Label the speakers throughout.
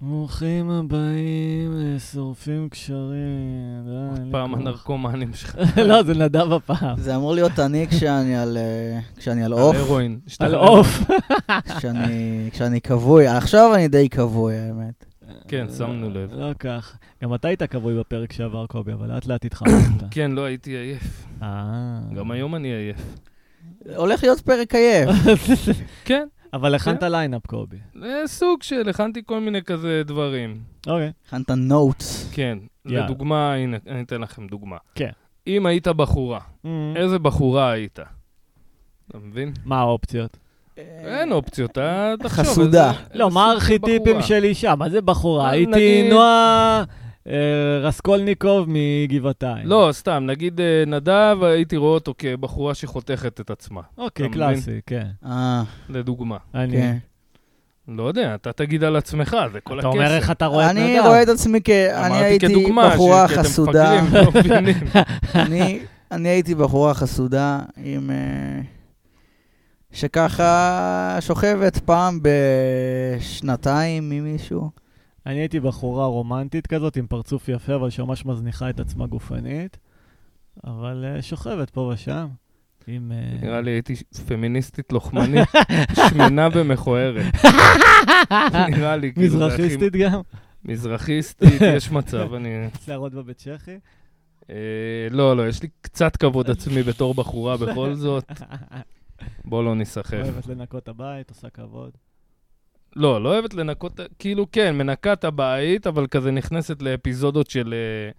Speaker 1: ברוכים הבאים לשורפים קשרים. די,
Speaker 2: עוד
Speaker 1: אין לי
Speaker 2: פעם
Speaker 1: כוח.
Speaker 2: הנרקומנים שלך.
Speaker 1: לא, זה נדב הפעם.
Speaker 3: זה אמור להיות אני כשאני על אה, כשאני על עוף,
Speaker 2: על הרואין. שאתה-
Speaker 1: על עוף.
Speaker 3: כשאני- כשאני כבוי. עכשיו אני די כבוי, האמת.
Speaker 2: כן, שמנו לב.
Speaker 1: לא כך. גם אתה היית כבוי בפרק שעבר, קובי, אבל לאט לאט התחממת.
Speaker 2: כן, לא הייתי עייף.
Speaker 1: אה.
Speaker 2: גם היום אני עייף.
Speaker 3: הולך להיות פרק עייף.
Speaker 2: כן,
Speaker 1: אבל הכנת ליינאפ, קובי.
Speaker 2: זה סוג של, הכנתי כל מיני כזה דברים.
Speaker 1: אוקיי.
Speaker 3: הכנת נוטס.
Speaker 2: כן,
Speaker 1: יאללה.
Speaker 2: לדוגמה, הנה, אני אתן לכם דוגמה.
Speaker 1: כן.
Speaker 2: אם היית בחורה, איזה בחורה היית? אתה מבין?
Speaker 1: Mm. מה האופציות?
Speaker 2: אה, אין אופציות, אה? תחשוב.
Speaker 3: חסודה.
Speaker 2: איזה- איזה
Speaker 1: לא, מה
Speaker 2: סוג של
Speaker 1: הארכיטיפים
Speaker 2: בחורה?
Speaker 1: של אישה? מה זה בחורה?
Speaker 2: אה,
Speaker 1: הייתי
Speaker 2: נגיד-
Speaker 1: נועה אה, רסקולניקוב מגבעתיים.
Speaker 2: לא, סתם, נגיד אה, נדב, הייתי רואה אותו כבחורה שחותכת את עצמה,
Speaker 1: אוקיי,
Speaker 2: אתה מבין?
Speaker 1: קלאסי, כן.
Speaker 3: אה,
Speaker 2: לדוגמה.
Speaker 1: אני...
Speaker 3: כן.
Speaker 2: לא יודע, אתה תגיד על עצמך, זה כל
Speaker 1: אתה
Speaker 2: הכסף.
Speaker 1: אומר איך אתה רואה את נדב.
Speaker 3: אני רואה את עצמי כ... אני
Speaker 2: אמרתי
Speaker 3: הייתי
Speaker 2: כדוגמה,
Speaker 3: בחורה
Speaker 2: שאתם
Speaker 3: חסודה.
Speaker 2: מפגרים, לא מבינים.
Speaker 3: אני- אני הייתי בחורה חסודה עם... אה, שככה שוכבת פעם בשנתיים ממישהו.
Speaker 1: אני הייתי בחורה רומנטית כזאת, עם פרצוף יפה, אבל שממש מזניחה את עצמה גופנית, אבל אה, שוכבת פה ושם. עם... אה,
Speaker 2: נראה לי הייתי פמיניסטית לוחמנית, שמנה ומכוערת. נראה לי, כאילו, זה הכי-
Speaker 1: מזרחיסטית גם?
Speaker 2: מזרחיסטית, יש מצב, אני...
Speaker 1: שערות בבית צ'כי?
Speaker 2: אה, לא, לא, יש לי קצת כבוד עצמי בתור בחורה אה, בכל זאת. בוא לא ניסחף.
Speaker 1: אוהבת לנקות את הבית, עושה כבוד.
Speaker 2: לא, לא אוהבת לנקות, כאילו כן, מנקה את הבית, אבל כזה נכנסת לאפיזודות של... אה,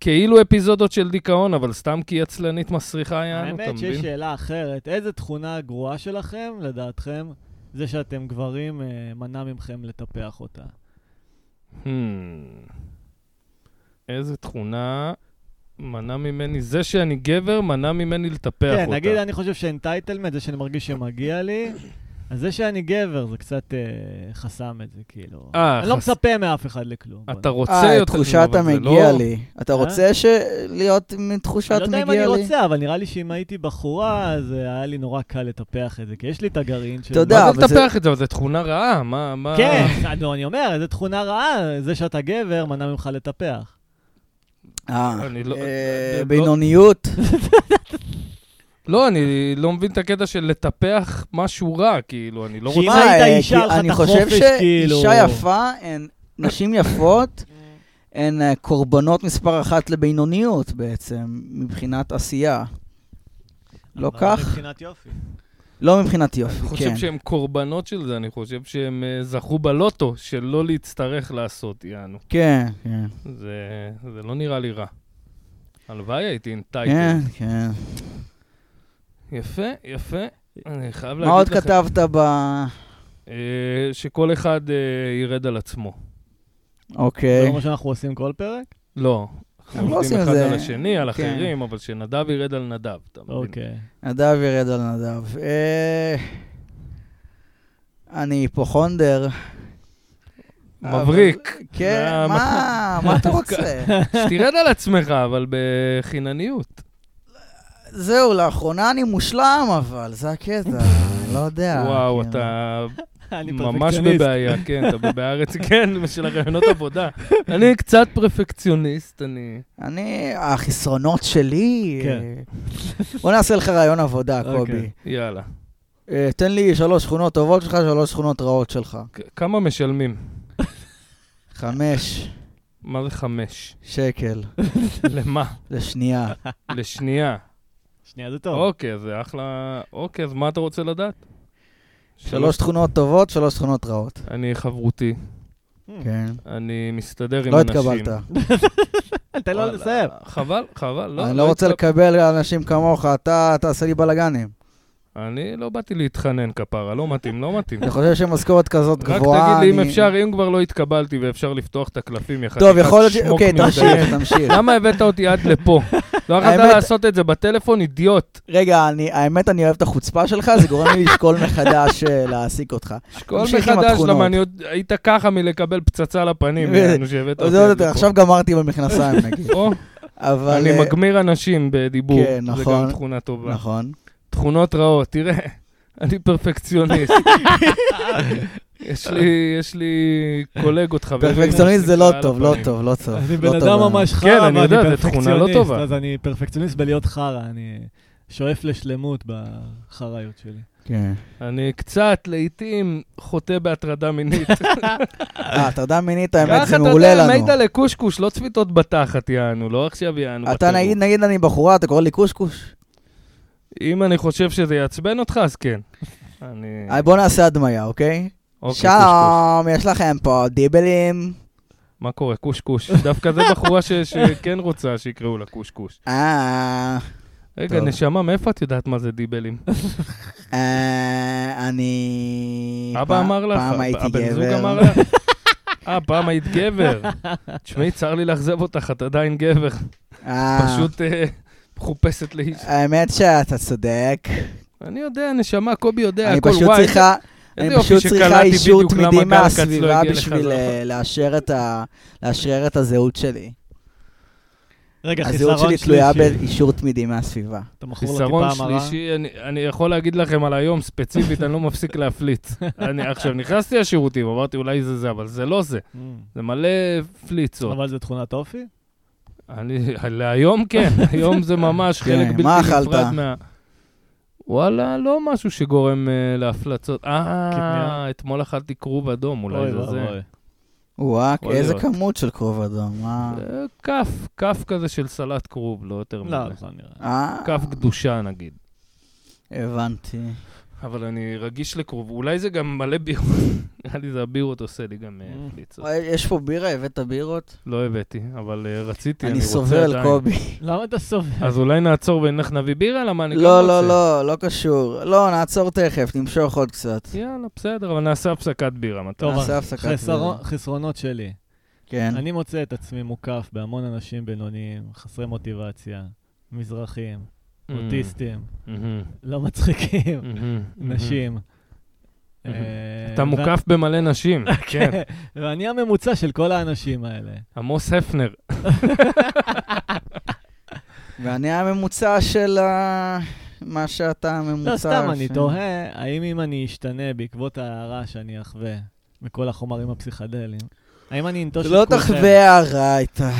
Speaker 2: כאילו אפיזודות של דיכאון, אבל סתם כי היא עצלנית מסריחה יענו, אה, אתה
Speaker 1: האמת שיש
Speaker 2: מבין?
Speaker 1: שאלה אחרת, איזה תכונה גרועה שלכם, לדעתכם, זה שאתם גברים, אה, מנע מכם לטפח אותה?
Speaker 2: Hmm. איזה תכונה מנע ממני, זה שאני גבר מנע ממני לטפח אותה.
Speaker 1: כן, נגיד אני חושב שאנטייטלמנט זה שאני מרגיש שמגיע לי, אז זה שאני גבר זה קצת אה, חסם את זה, כאילו.
Speaker 2: אה,
Speaker 1: אני לא
Speaker 2: חס-
Speaker 1: מצפה מאף אחד לכלום. בוא
Speaker 2: אתה רוצה
Speaker 3: אה,
Speaker 2: יותר...
Speaker 3: תחושת
Speaker 2: אבל זה
Speaker 3: המגיע
Speaker 2: לא-
Speaker 3: לי. אתה
Speaker 1: אה?
Speaker 3: רוצה ש- להיות עם תחושת
Speaker 1: אני לא יודע
Speaker 3: מגיע
Speaker 1: אם
Speaker 3: לי?
Speaker 1: אני רוצה, אבל נראה לי שאם הייתי בחורה, אז אה, היה לי נורא קל לטפח את זה, כי יש לי את הגרעין של...
Speaker 3: אתה יודע,
Speaker 2: מה זה
Speaker 3: לא, אבל זה-
Speaker 2: לטפח את זה? אבל זו תכונה רעה, מה... מה-
Speaker 1: כן, לא, אני אומר, זו תכונה רעה, זה שאתה גבר מנע ממך לטפח.
Speaker 3: אה,
Speaker 2: אני לא-
Speaker 3: אה,
Speaker 2: לא-
Speaker 3: בינוניות.
Speaker 2: לא, אני לא מבין את הקטע של לטפח משהו רע, כאילו, אני לא
Speaker 1: שאם
Speaker 2: רוצה...
Speaker 3: שמע,
Speaker 1: היית
Speaker 3: אה,
Speaker 1: אישה,
Speaker 3: כי
Speaker 1: היה לך את
Speaker 3: אני
Speaker 1: החופש,
Speaker 3: חושב
Speaker 1: כאילו.
Speaker 3: שאישה יפה, הן נשים יפות, הן אה, קורבנות מספר אחת לבינוניות בעצם, מבחינת עשייה. לא
Speaker 1: אבל
Speaker 3: כך?
Speaker 1: מבחינת יופי.
Speaker 3: לא מבחינת
Speaker 2: אני
Speaker 3: יופי,
Speaker 2: חושב
Speaker 3: כן.
Speaker 2: שהם קורבנות של זה, אני חושב שהם אה, זכו בלוטו של לא להצטרך לעשות, יענו.
Speaker 3: כן, כן.
Speaker 2: זה זה לא נראה לי רע. הלוואי הייתי
Speaker 3: כן,
Speaker 2: אינטייטל.
Speaker 3: כן.
Speaker 2: יפה, יפה. אני חייב
Speaker 3: מה
Speaker 2: להגיד
Speaker 3: עוד
Speaker 2: לכם...
Speaker 3: כתבת ב...
Speaker 2: אה, שכל אחד אה, ירד על עצמו.
Speaker 1: זה
Speaker 3: אוקיי.
Speaker 1: לא מה שאנחנו עושים כל פרק?
Speaker 2: לא.
Speaker 3: אנחנו לא עושים את
Speaker 2: אחד
Speaker 3: זה.
Speaker 2: על השני, על
Speaker 3: כן.
Speaker 2: אחרים, אבל שנדב ירד על נדב, אתה מבין?
Speaker 1: אוקיי.
Speaker 3: נדב ירד על נדב. אה, אני היפוכונדר.
Speaker 2: מבריק. אוקיי.
Speaker 3: אבל- כן,
Speaker 2: מה-
Speaker 3: מה? מה אתה רוצה?
Speaker 2: שתרד על עצמך, אבל בחינניות.
Speaker 3: זהו, לאחרונה אני מושלם, אבל זה הקטע, אני לא יודע.
Speaker 2: וואו,
Speaker 3: כאילו.
Speaker 2: אתה
Speaker 1: אני
Speaker 2: ממש
Speaker 1: פרפקציוניסט.
Speaker 2: בבעיה, כן, אתה בבעיה רצינית, כן, של הרעיונות עבודה. אני קצת פרפקציוניסט, אני...
Speaker 3: אני, החסרונות שלי...
Speaker 1: כן.
Speaker 3: אה, בוא נעשה לך רעיון עבודה,
Speaker 1: אוקיי.
Speaker 3: קובי.
Speaker 2: יאללה.
Speaker 3: אה, תן לי שלוש שכונות טובות שלך, שלוש שכונות רעות שלך.
Speaker 2: כ- כמה משלמים?
Speaker 3: חמש
Speaker 2: מה זה חמש?
Speaker 3: שקל
Speaker 2: למה?
Speaker 3: לשנייה.
Speaker 2: לשנייה.
Speaker 1: שנייה, זה טוב.
Speaker 2: אוקיי, אז זה אחלה... אוקיי, אז מה אתה רוצה לדעת?
Speaker 3: שלוש תכונות טובות, שלוש תכונות רעות.
Speaker 2: אני חברותי,
Speaker 3: כן.
Speaker 2: אני מסתדר עם
Speaker 3: לא
Speaker 2: אנשים.
Speaker 3: התקבלת.
Speaker 1: תן לו
Speaker 2: וואלה,
Speaker 1: לסיים.
Speaker 2: חבל, חבל, לא.
Speaker 3: אני לא רוצה
Speaker 2: התקב-
Speaker 3: לקבל אנשים כמוך, אתה תעשה לי בלאגנים.
Speaker 2: אני לא באתי להתחנן כפרה, לא מתאים, לא מתאים.
Speaker 3: אני חושב שמשכורת כזאת
Speaker 2: רק
Speaker 3: גבוהה...
Speaker 2: תגיד לי אם
Speaker 3: אני-
Speaker 2: אפשר, אם כבר לא התקבלתי ואפשר לפתוח את הקלפים, יא
Speaker 3: טוב,
Speaker 2: חתיכת
Speaker 3: יכול להיות... ש-
Speaker 2: שמוק לא,
Speaker 3: אוקיי,
Speaker 2: מזדיין.
Speaker 3: תמשיך, תמשיך.
Speaker 2: למה הבאת אותי עד לפה? לא יכולת
Speaker 3: האמת-
Speaker 2: לעשות את זה בטלפון, אידיוט.
Speaker 3: רגע, אני, האמת, אני אוהב את החוצפה שלך, זה גורם לי לשקול מחדש אה, להעסיק אותך.
Speaker 2: שכל
Speaker 3: תמשיך עם
Speaker 2: מחדש,
Speaker 3: התכונות.
Speaker 2: למה אני עוד... היית ככה מלקבל פצצה לפנים,
Speaker 3: ו-
Speaker 2: יענו, שהבאת אותי
Speaker 3: זה עוד
Speaker 2: עד
Speaker 3: יותר,
Speaker 2: לפה.
Speaker 3: עכשיו גמרתי במכנסיים, נגיד.
Speaker 2: או,
Speaker 3: אבל...
Speaker 2: אני
Speaker 3: אה,
Speaker 2: מגמיר אנשים בדיבור.
Speaker 3: כן,
Speaker 2: זה
Speaker 3: נכון.
Speaker 2: גם תכונה טובה.
Speaker 3: נכון.
Speaker 2: תכונות רעות, תראה. אני פרפקציוניסט. יש לי, יש לי קולגות, חברים.
Speaker 3: פרפקציוניסט זה לא
Speaker 2: שקהל
Speaker 3: טוב,
Speaker 2: הפנים.
Speaker 3: לא טוב, לא טוב.
Speaker 1: אני
Speaker 3: לא
Speaker 1: בן
Speaker 3: טוב
Speaker 1: אדם
Speaker 3: לנו.
Speaker 1: ממש
Speaker 2: כן,
Speaker 1: חרא,
Speaker 2: אני
Speaker 1: אבל
Speaker 2: יודע,
Speaker 1: אני
Speaker 2: זו תכונה לא
Speaker 1: פרפקציוניסט,
Speaker 2: טובה.
Speaker 1: אז אני פרפקציוניסט בלהיות חרא, אני שואף לשלמות בחראיות שלי.
Speaker 3: כן.
Speaker 2: אני קצת, לעיתים, חוטא בהטרדה מינית.
Speaker 3: אה, הטרדה מינית,
Speaker 2: ככה,
Speaker 3: האמת, זה
Speaker 2: אתה
Speaker 3: מעולה
Speaker 2: יודע,
Speaker 3: לנו.
Speaker 2: מעידה לקושקוש, לא צפיתות בתחת, יענו, לא עכשיו יענו.
Speaker 3: אתה
Speaker 2: בטירוף.
Speaker 3: נגיד, נגיד אני בחורה, אתה קורא לי קושקוש?
Speaker 2: אם אני חושב שזה יעצבן אותך, אז כן. אני...
Speaker 3: אה, בוא נעשה הדמיה, אוקיי?
Speaker 2: כן. אוקיי, קושקוש.
Speaker 3: שלום, יש לכם פה דיבלים.
Speaker 2: מה קורה, קושקוש? דווקא זו בחורה ש- שכן רוצה שיקראו לה קושקוש.
Speaker 3: אה,
Speaker 2: רגע,
Speaker 3: טוב.
Speaker 2: נשמה, מאיפה את יודעת מה זה דיבלים?
Speaker 3: אה, אני...
Speaker 2: אבא
Speaker 3: פעם-
Speaker 2: אמר לך,
Speaker 3: פעם
Speaker 2: הבן
Speaker 3: הייתי גבר.
Speaker 2: זוג אמר לך. אה, פעם היית גבר. תשמעי, צר לי לאכזב אותך, את עדיין גבר.
Speaker 3: אה,
Speaker 2: פשוט אה, מחופשת לאיש.
Speaker 3: האמת שאתה צודק.
Speaker 2: אני יודע, נשמה, קובי יודע,
Speaker 3: אני
Speaker 2: הכל
Speaker 3: פשוט
Speaker 2: וואי.
Speaker 3: צריכה...
Speaker 2: איזה
Speaker 3: אני
Speaker 2: יופי
Speaker 3: פשוט צריכה
Speaker 2: שקלעתי
Speaker 3: אישור
Speaker 2: בדיוק למה גל
Speaker 3: תמידי
Speaker 2: כץ לא
Speaker 3: מהסביבה
Speaker 2: הגיע
Speaker 3: בשביל
Speaker 2: לחזרה.
Speaker 3: אה, לאשר את ה- לאשרר את הזהות שלי.
Speaker 1: רגע,
Speaker 3: הזהות
Speaker 1: חיסרון
Speaker 3: שלי תלויה
Speaker 1: שלישי.
Speaker 3: באישור תמידי מהסביבה.
Speaker 1: אתה מכור
Speaker 2: חיסרון
Speaker 1: לטיפה המרה?
Speaker 2: שלישי, אני, אני יכול להגיד לכם על היום, ספציפית, אני לא מפסיק להפליץ. אני עכשיו נכנסתי לשירותים, אמרתי אולי זה זה, אבל זה לא זה.
Speaker 1: Mm.
Speaker 2: זה מלא פליצות.
Speaker 1: אבל זה תכונת אופי?
Speaker 2: אני, להיום כן, היום זה ממש חלק
Speaker 3: כן,
Speaker 2: בלתי
Speaker 3: מה
Speaker 2: נפרד
Speaker 3: אכלת?
Speaker 2: מה... וואלה, לא משהו שגורם uh, להפלצות. אה,
Speaker 1: קטניה?
Speaker 2: אתמול אכלתי כרוב אדום, אולי
Speaker 1: אוי
Speaker 2: זה זה.
Speaker 1: ואבוי.
Speaker 3: וואק,
Speaker 2: יכול
Speaker 3: איזה
Speaker 2: להיות.
Speaker 3: כמות של כרוב אדום. מה?
Speaker 2: זה אה, כף, כף כזה של סלט כרוב, לא יותר
Speaker 1: לא,
Speaker 2: מזה.
Speaker 1: לא נראה.
Speaker 3: אה,
Speaker 2: כף גדושה נגיד.
Speaker 3: הבנתי.
Speaker 2: אבל אני רגיש לכרוב, אולי זה גם מלא בירות. נראה לי זה הבירות עושה לי גם אה,
Speaker 1: Mm.
Speaker 2: פליצות.
Speaker 3: וואי, יש פה בירה, הבאת בירות?
Speaker 2: לא הבאתי, אבל אה, רציתי, אני
Speaker 3: אני
Speaker 2: רוצה
Speaker 3: סובל,
Speaker 2: עדיין.
Speaker 3: קובי.
Speaker 1: למה אתה סובל?
Speaker 2: אז אולי נעצור ונלך נביא בירה? למה אני גם רוצה.
Speaker 3: לא, לא, לא, לא קשור. לא, נעצור תכף, נמשוך עוד קצת.
Speaker 2: יאללה, בסדר, אבל נעשה הפסקת בירה. מתי?
Speaker 1: טוב,
Speaker 3: נעשה
Speaker 1: אה,
Speaker 3: הפסקת
Speaker 1: חיסרון-
Speaker 3: בירה.
Speaker 1: חסרונות שלי.
Speaker 3: כן.
Speaker 1: אני מוצא את עצמי מוקף בהמון אנשים בינוניים, חסרי מוטיבציה, מזרחים,
Speaker 2: Mm.
Speaker 1: אוטיסטים,
Speaker 2: מהמם,
Speaker 1: לא מצחיקים,
Speaker 2: מהמם, מהמם.
Speaker 1: נשים.
Speaker 2: Mhm.
Speaker 1: אה,
Speaker 2: Mm. Mm-hmm. אתה
Speaker 1: ו-
Speaker 2: מוקף במלא נשים, כן.
Speaker 1: ואני הממוצע של כל האנשים האלה. לא,
Speaker 2: עמוס הפנר.
Speaker 3: ואני הממוצע של ה... מה שאתה הממוצע.
Speaker 1: לא, סתם, אני
Speaker 3: ש-
Speaker 1: תוהה, האם אם אני אשתנה בעקבות ההערה שאני אחווה מכל החומרים הפסיכדליים, האם אני אנטוש את
Speaker 3: לא
Speaker 1: כולכם?
Speaker 3: תחווה הערה איתה.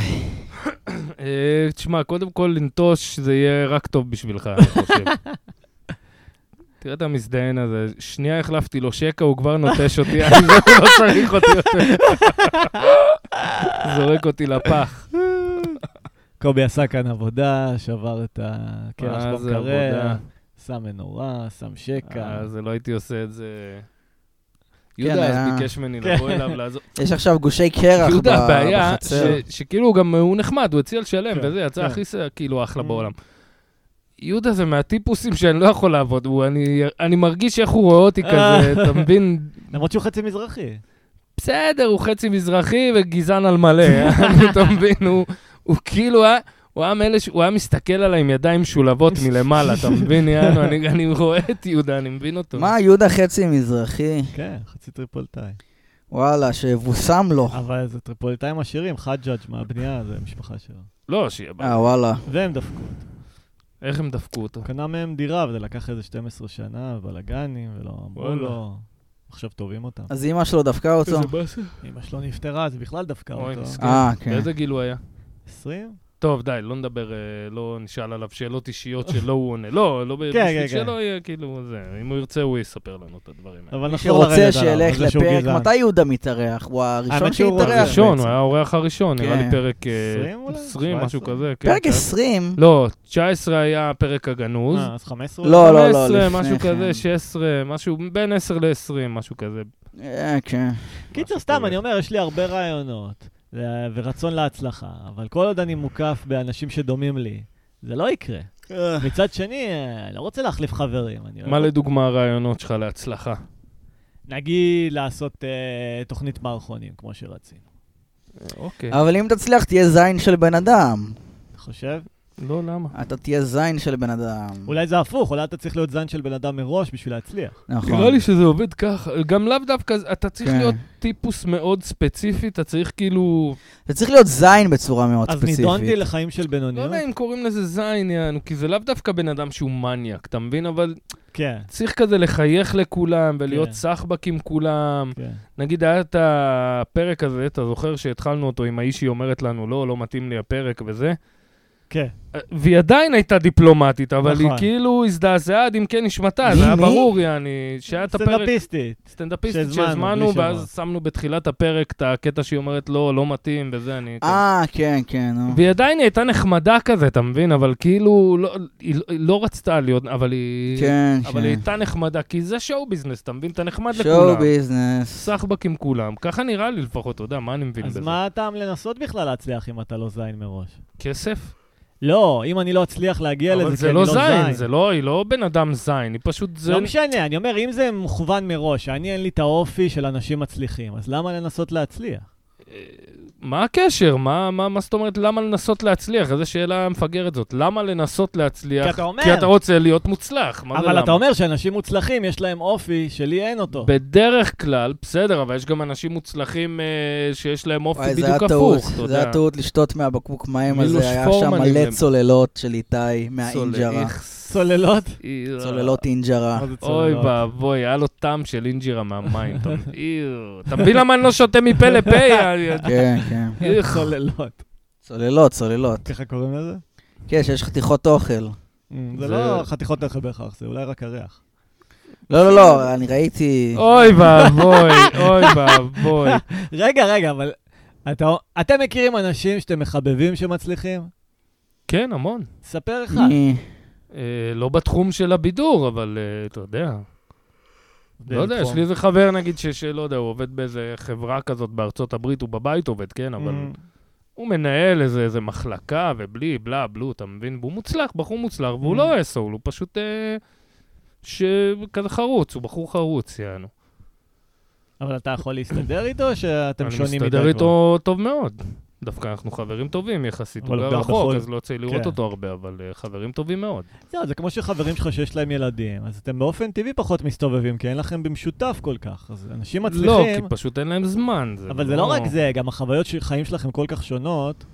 Speaker 2: אה, תשמע, קודם כל לנטוש זה יהיה רק טוב בשבילך, אני חושב. תראה את המזדיין הזה, שנייה החלפתי לו שקע, הוא כבר נוטש אותי, אני לא- לא צריך אותי יותר. זורק אותי לפח.
Speaker 1: קובי עשה כאן עבודה, שבר את הקרח
Speaker 2: מה זה
Speaker 1: במקרר,
Speaker 2: עבודה?
Speaker 1: שם מנורה, שם שקע.
Speaker 2: אז לא הייתי עושה את זה.
Speaker 3: כן,
Speaker 2: יהודה אז
Speaker 3: היה-
Speaker 2: ביקש ממני
Speaker 1: כן.
Speaker 2: לבוא אליו לעזור.
Speaker 3: יש עכשיו גושי קרח ב-
Speaker 2: יהודה, הבעיה, ש-
Speaker 3: בחצר.
Speaker 2: שכאילו הוא גם הוא נחמד, הוא הציע לשלם,
Speaker 1: כן,
Speaker 2: וזה יצא
Speaker 1: כן.
Speaker 2: הכי ס- כאילו אחלה
Speaker 1: Mm.
Speaker 2: בעולם. יהודה זה מהטיפוסים שאני לא יכול לעבוד, הוא- אני- אני מרגיש איך הוא רואה אותי כזה, אתה מבין?
Speaker 1: למרות שהוא חצי מזרחי.
Speaker 2: בסדר, הוא חצי מזרחי וגזען על מלא, אתה מבין? הוא- הוא כאילו היה... הוא היה מאלה ש- הוא היה מסתכל עליי עם ידיים משולבות מלמעלה, אתה מבין, יענו, אני אני רואה את יהודה, אני מבין אותו.
Speaker 3: מה, יהודה חצי מזרחי?
Speaker 1: כן, חצי טריפולטאי.
Speaker 3: וואלה, שיבושם לו.
Speaker 2: אה,
Speaker 1: אבל זה טריפוליטאים עשירים, חג'אג' מהבנייה, זה משפחה שלו.
Speaker 2: לא, שיהיה בעיה.
Speaker 3: אה, וואלה.
Speaker 1: והם דפקו.
Speaker 2: איך הם דפקו אותו?
Speaker 1: הוא קנה מהם דירה, וזה לקח איזה 12 שנה, בלאגנים, ולא אמרו
Speaker 2: וואלה.
Speaker 1: לו. עכשיו תובעים אותם.
Speaker 3: אז אימא שלו דפקה אותו?
Speaker 2: איזה באסה.
Speaker 1: אמא שלו נפטרה, זה בכלל דפקה
Speaker 2: אוי,
Speaker 1: אותו.
Speaker 2: מסכן.
Speaker 3: אה, כן.
Speaker 2: באיזה גיל הוא היה?
Speaker 1: 20?
Speaker 2: טוב, די, לא נדבר, אה, לא נשאל עליו שאלות אישיות שלא הוא עונה. לא, לא ב-
Speaker 1: כן,
Speaker 2: בשביל
Speaker 1: כן.
Speaker 2: שלא יהיה כאילו זה. אם הוא ירצה, הוא יספר לנו את הדברים האלה.
Speaker 1: אבל
Speaker 3: מי
Speaker 1: נחזור לרדת
Speaker 3: שרוצה
Speaker 1: עליו.
Speaker 3: שילך
Speaker 1: על זה שהוא
Speaker 3: לפרק,
Speaker 1: גזען.
Speaker 3: מתי יהודה מתארח? הוא הראשון
Speaker 1: האמת שהוא
Speaker 3: שהתארח בעצם.
Speaker 2: הראשון, הוא היה האורח הראשון, נראה לי
Speaker 3: כן.
Speaker 2: פרק אה,
Speaker 1: 20 אולי?
Speaker 2: 20,
Speaker 1: 17?
Speaker 2: משהו כזה. כן,
Speaker 3: פרק
Speaker 2: כן.
Speaker 3: 20?
Speaker 2: לא, 19 היה פרק הגנוז.
Speaker 1: אה, אז 15?
Speaker 3: לא, לא, לא,
Speaker 2: 15,
Speaker 3: לפני
Speaker 2: משהו
Speaker 3: כן.
Speaker 2: כזה, 16, משהו בין 10 ל-20, משהו כזה.
Speaker 3: אה, כן.
Speaker 1: קיצר,
Speaker 2: משהו
Speaker 1: סתם,
Speaker 2: כזה.
Speaker 1: אני אומר, יש לי הרבה רעיונות, ו- ורצון להצלחה, אבל כל עוד אני מוקף באנשים שדומים לי, זה לא יקרה. מצד שני, אה, לא רוצה להחליף חברים. אני אוהב
Speaker 2: מה
Speaker 1: אותם.
Speaker 2: לדוגמה הרעיונות שלך להצלחה?
Speaker 1: נגיד לעשות אה, תוכנית מערכונים, כמו שרצינו.
Speaker 2: אוקיי.
Speaker 3: אבל אם תצליח, תהיה זין של בן אדם.
Speaker 1: אתה חושב?
Speaker 2: לא, למה?
Speaker 3: אתה תהיה זין של בן אדם.
Speaker 1: אולי זה הפוך, אולי אתה צריך להיות זן של בן אדם מראש בשביל להצליח.
Speaker 3: נכון.
Speaker 2: נראה לא, לי שזה עובד ככה. גם לאו דווקא, אתה צריך
Speaker 3: כן.
Speaker 2: להיות טיפוס מאוד ספציפי, אתה צריך כאילו...
Speaker 3: זה צריך להיות זין בצורה מאוד
Speaker 1: אז
Speaker 3: ספציפית.
Speaker 1: נידונתי לחיים של
Speaker 2: לא
Speaker 1: בינוניות?
Speaker 2: יודע אם קוראים לזה זין, יענו, כי זה לאו דווקא בן אדם שהוא מניאק, אתה מבין? אבל
Speaker 1: כן,
Speaker 2: צריך כזה לחייך לכולם ולהיות
Speaker 1: כן.
Speaker 2: סחבק עם כולם.
Speaker 1: כן.
Speaker 2: נגיד, היה את הפרק הזה, אתה זוכר שהתחלנו אותו עם האישי אומרת לנו, לא, לא מתאים לי הפרק וזה?
Speaker 1: כן.
Speaker 2: והיא עדיין הייתה דיפלומטית, אבל
Speaker 1: נכון.
Speaker 2: היא כאילו הזדעזעה עד עמקי נשמתה,
Speaker 3: מי,
Speaker 2: זה היה
Speaker 3: מי?
Speaker 2: ברור, יעני, שהיה את הפרק...
Speaker 1: סטנדאפיסטית.
Speaker 2: סטנדאפיסטית
Speaker 1: שהזמנו,
Speaker 2: שהזמנו,
Speaker 1: בלי שמות.
Speaker 2: ואז שמנו בתחילת הפרק את הקטע שהיא אומרת, לא, לא מתאים, וזה, אני...
Speaker 3: אה, כן, כן, נו.
Speaker 2: והיא עדיין הייתה נחמדה כזה, אתה מבין? אבל כאילו, לא- היא לא- היא לא רצתה להיות, אבל היא...
Speaker 3: כן,
Speaker 2: אבל היא
Speaker 3: כן.
Speaker 2: הייתה נחמדה, כי זה שואו ביזנס, אתה מבין? אתה נחמד
Speaker 3: שואו
Speaker 2: לכולם.
Speaker 3: ביזנס.
Speaker 2: סחבק עם כולם. ככה נראה לי לפחות, אתה יודע, מה אני מבין
Speaker 1: אז
Speaker 2: בזה?
Speaker 1: מה הטעם לנסות בכלל להצליח אם אתה לא זין מראש?
Speaker 2: כסף?
Speaker 1: לא, אם אני לא אצליח להגיע לזה,
Speaker 2: אבל
Speaker 1: כי
Speaker 2: זה
Speaker 1: אני
Speaker 2: לא
Speaker 1: לא
Speaker 2: זין,
Speaker 1: זין.
Speaker 2: זה לא, היא לא בן אדם זין, היא פשוט זה...
Speaker 1: לא משנה, אני אומר, אם זה מכוון מראש, אני אין לי את האופי של אנשים מצליחים, אז למה לנסות להצליח?
Speaker 2: מה הקשר? מה, מה, מה זאת אומרת למה לנסות להצליח? איזו שאלה מפגרת זאת. למה לנסות להצליח?
Speaker 1: כי אתה אומר.
Speaker 2: כי אתה רוצה להיות מוצלח. מה זה
Speaker 1: אבל
Speaker 2: למה?
Speaker 1: אתה אומר שאנשים מוצלחים, יש להם אופי שלי אין אותו.
Speaker 2: בדרך כלל, בסדר, אבל יש גם אנשים מוצלחים אה, שיש להם אופי
Speaker 3: וואי, זה היה
Speaker 2: בדיוק
Speaker 3: טעות.
Speaker 2: הפוך, אתה
Speaker 3: זה
Speaker 2: יודע.
Speaker 3: היה טעות לשתות מהבקבוק מים הזה,
Speaker 2: מילוש
Speaker 3: היה שם
Speaker 2: פורמן
Speaker 3: מלא
Speaker 2: עם-
Speaker 3: צוללות של איתי
Speaker 2: צולל,
Speaker 3: מהאינג'רה.
Speaker 2: איך
Speaker 1: צוללות?
Speaker 2: איר.
Speaker 3: צוללות אינג'רה.
Speaker 1: מה זה
Speaker 2: אוי
Speaker 1: צוללות?
Speaker 2: ואבוי, היה לו טעם של אינג'ירה מהמים. אתה מבין? איר. אתה מבין למה אני לא שותה מפה לפה? יא-
Speaker 3: כן, כן.
Speaker 2: איך.
Speaker 1: צוללות.
Speaker 3: צוללות, צוללות.
Speaker 1: ככה קוראים לזה?
Speaker 3: כן, שיש חתיכות אוכל.
Speaker 1: Mm,
Speaker 2: זה-
Speaker 1: זה לא חתיכות לחם בהכרח, זה אולי רק הריח.
Speaker 3: לא, לא, לא, אני ראיתי...
Speaker 2: אוי ואבוי, אוי ואבוי.
Speaker 1: רגע, רגע, אבל אתה, אתם מכירים אנשים שאתם מחבבים שמצליחים?
Speaker 2: כן, המון.
Speaker 1: ספר אחד.
Speaker 3: אני-
Speaker 2: אה, לא בתחום של הבידור, אבל אה, אתה יודע. לא יודע, יש לי איזה חבר, נגיד, ש- שלא יודע, הוא עובד באיזה חברה כזאת בארצות הברית, הוא בבית עובד, כן, אבל
Speaker 1: Mm.
Speaker 2: הוא מנהל איזה, איזה מחלקה ובלי, בלה, בלו, אתה מבין? והוא מוצלח, בחור מוצלח, והוא
Speaker 1: Mm.
Speaker 2: לא אסול, הוא פשוט... אה, שכזה חרוץ, הוא בחור חרוץ, יענו.
Speaker 1: אבל אתה יכול להסתדר איתו, או שאתם
Speaker 2: אני
Speaker 1: שונים מדי
Speaker 2: מסתדר
Speaker 1: כבר?
Speaker 2: איתו טוב מאוד. דווקא אנחנו חברים טובים יחסית, הוא
Speaker 1: אבל
Speaker 2: גר
Speaker 1: גם
Speaker 2: רחוק,
Speaker 1: בכל-
Speaker 2: אז לא יוצא לי לראות
Speaker 1: כן.
Speaker 2: אותו הרבה, אבל אה, חברים טובים מאוד.
Speaker 1: זהו, זה כמו שחברים שלך שיש להם ילדים, אז אתם באופן טבעי פחות מסתובבים, כי אין לכם במשותף כל כך. אז אנשים
Speaker 2: לא, כי
Speaker 1: מצליחים,
Speaker 2: פשוט אין להם זמן.
Speaker 1: אבל זה לא רק זה, גם החוויות של חיים שלכם כל כך שונות.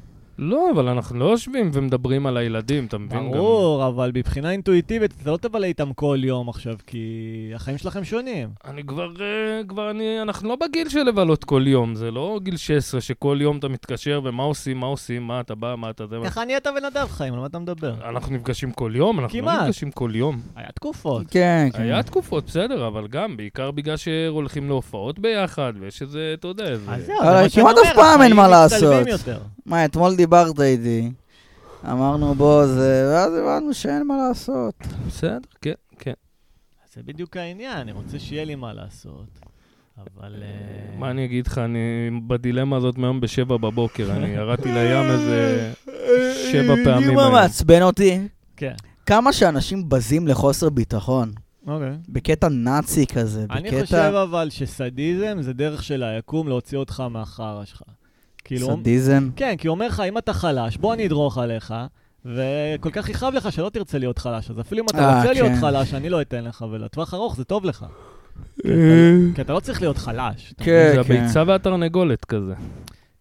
Speaker 2: לא, אבל אנחנו לא יושבים ומדברים על הילדים, אתה מבין? גם-
Speaker 1: ברור, אבל מבחינה אינטואיטיבית, אתה לא תבלה איתם כל יום עכשיו, כי החיים שלכם שונים.
Speaker 2: אני כבר, אה, כבר אני, אנחנו לא בגיל של לבלות כל יום, זה לא גיל 16 שכל יום אתה מתקשר ומה עושים, מה עושים, מה אתה בא, מה אתה זה. מה-
Speaker 1: ככה נהיית בן אדם חיים, על מה אתה מדבר?
Speaker 2: אנחנו נפגשים כל יום, אנחנו לא
Speaker 1: כמעט.
Speaker 2: נפגשים כל יום.
Speaker 1: היה תקופות.
Speaker 3: כן, כן.
Speaker 2: היה תקופות, בסדר, אבל גם, בעיקר בגלל שהולכים להופעות ביחד, ויש איזה, אתה יודע, איזה...
Speaker 1: אז זהו,
Speaker 3: אבל
Speaker 1: זה מה שאני
Speaker 3: אה, כמעט
Speaker 1: אומר,
Speaker 3: אף פעם אין מה
Speaker 1: החיים מצטלבים
Speaker 3: לעשות.
Speaker 1: יותר.
Speaker 3: מה, אתמול דיברת איתי. אמרנו בוא זה, ואז הבנו שאין מה לעשות.
Speaker 2: בסדר, כן, כן.
Speaker 1: זה בדיוק העניין, אני רוצה שיהיה לי מה לעשות. אבל... אה,
Speaker 2: מה אני אגיד לך, אני בדילמה הזאת מהיום בשבע בבוקר, אני ירדתי לים איזה... שבע פעמים
Speaker 3: יודעים מה
Speaker 2: היום.
Speaker 3: מעצבן אותי?
Speaker 1: כן.
Speaker 3: כמה שאנשים בזים לחוסר ביטחון.
Speaker 1: אוקיי.
Speaker 3: בקטע נאצי כזה,
Speaker 1: אני
Speaker 3: בקטע
Speaker 1: חושב אבל שסדיזם זה דרך של היקום להוציא אותך מהחרא שלך. כאילו...
Speaker 3: סדיזם.
Speaker 1: כן, כי הוא אומר לך, אם אתה חלש, בוא אני אדרוך עליך, וכל כך יכאב לך שלא תרצה להיות חלש. אז אפילו אם אתה
Speaker 3: אה,
Speaker 1: רוצה להיות
Speaker 3: כן.
Speaker 1: חלש, אני לא אתן לך, ולטווח ארוך זה טוב לך.
Speaker 3: אה,
Speaker 1: כי אתה לא צריך להיות חלש. אתה
Speaker 3: כן,
Speaker 2: זה
Speaker 3: כן.
Speaker 2: הביצה והתרנגולת כזה.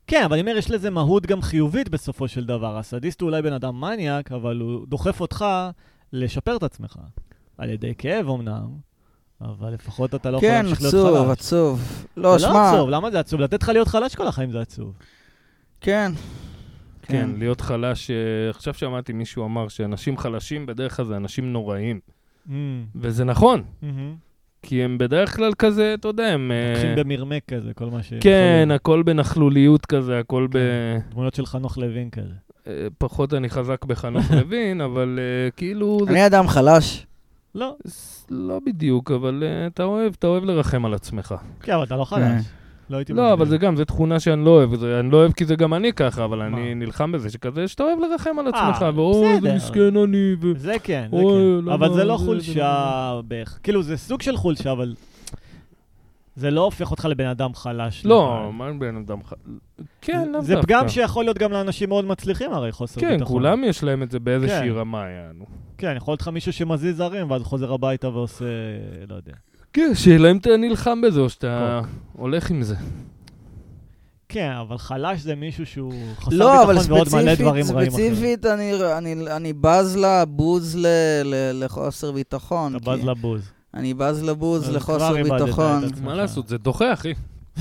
Speaker 1: כן, אבל אני אומר, יש לזה מהות גם חיובית בסופו של דבר. הסדיסט הוא אולי בן אדם מניאק, אבל הוא דוחף אותך לשפר את עצמך. על ידי כאב אמנם, אבל לפחות אתה לא יכול
Speaker 3: כן,
Speaker 1: להמשיך להיות חלש.
Speaker 3: עצוב, עצוב. לא,
Speaker 1: זה לא
Speaker 3: שמע,
Speaker 1: עצוב, למה זה עצוב? לתת לך להיות חלש כל החיים זה עצוב.
Speaker 3: כן.
Speaker 2: כן, להיות חלש, אה, עכשיו שמעתי מישהו אמר שאנשים חלשים בדרך כלל זה אנשים נוראים.
Speaker 1: Mm,
Speaker 2: וזה נכון,
Speaker 1: מהמם.
Speaker 2: כי הם בדרך כלל כזה, אתה יודע, הם... אה,
Speaker 1: לוקחים במרמק כזה, כל מה ש...
Speaker 2: כן, הכל בנכלוליות כזה, הכל ב...
Speaker 1: דמויות של חנוך לוין כזה.
Speaker 2: אה, פחות אני חזק בחנוך לוין, אבל אה, כאילו... זה-
Speaker 3: אני אדם חלש.
Speaker 1: לא,
Speaker 2: ס- לא בדיוק, אבל אה, אתה אוהב, אתה אוהב לרחם על עצמך.
Speaker 1: כן, אבל אתה לא
Speaker 3: אה.
Speaker 1: חלש. לא הייתי
Speaker 2: לא,
Speaker 1: מגדיר.
Speaker 2: אבל זה גם, זו תכונה שאני לא אוהב. זה- אני לא אוהב כי זה גם אני ככה, אבל
Speaker 1: מה?
Speaker 2: אני נלחם בזה שכזה, שאתה אוהב לרחם על
Speaker 1: אה,
Speaker 2: עצמך, ואוי, איזה
Speaker 1: בסדר.
Speaker 2: מסכן אני, ו...
Speaker 1: זה כן, זה
Speaker 2: אוי,
Speaker 1: כן.
Speaker 2: למה
Speaker 1: אבל זה לא
Speaker 2: זה-
Speaker 1: חולשה, בהכ- כאילו, זה סוג של חולשה, אבל... זה לא הופך אותך לבן אדם חלש.
Speaker 2: לא,
Speaker 1: לבד.
Speaker 2: מה עם בן אדם ח... כן, לאו דווקא.
Speaker 1: נכון. זה פגם שיכול להיות גם לאנשים מאוד מצליחים הרי, חוסר ביטחון.
Speaker 2: כן, כולם יש להם את זה באיזושהי
Speaker 1: כן.
Speaker 2: רמה, יענו.
Speaker 1: כן, יכול להיות לך מישהו שמזיז הרים, ואז חוזר הביתה ועושה, לא יודע.
Speaker 2: כן, שאלה אם אתה נלחם בזה או שאתה הולך עם זה.
Speaker 1: כן, אבל חלש זה מישהו שהוא חסר
Speaker 3: לא, אבל
Speaker 1: ביטחון ועוד מלא דברים
Speaker 3: ספציפית,
Speaker 1: רעים אחרים.
Speaker 3: ספציפית, אני, אני, אני בז לבוז ל, ל, לחוסר ביטחון.
Speaker 1: אתה בז
Speaker 2: כן.
Speaker 3: כי-
Speaker 1: לבוז.
Speaker 3: אני בז לבוז
Speaker 1: אז
Speaker 3: לחוסר
Speaker 1: כבר איבדת את
Speaker 3: ביטחון.
Speaker 1: עצמך.
Speaker 2: מה לעשות, זה דוחה, אחי.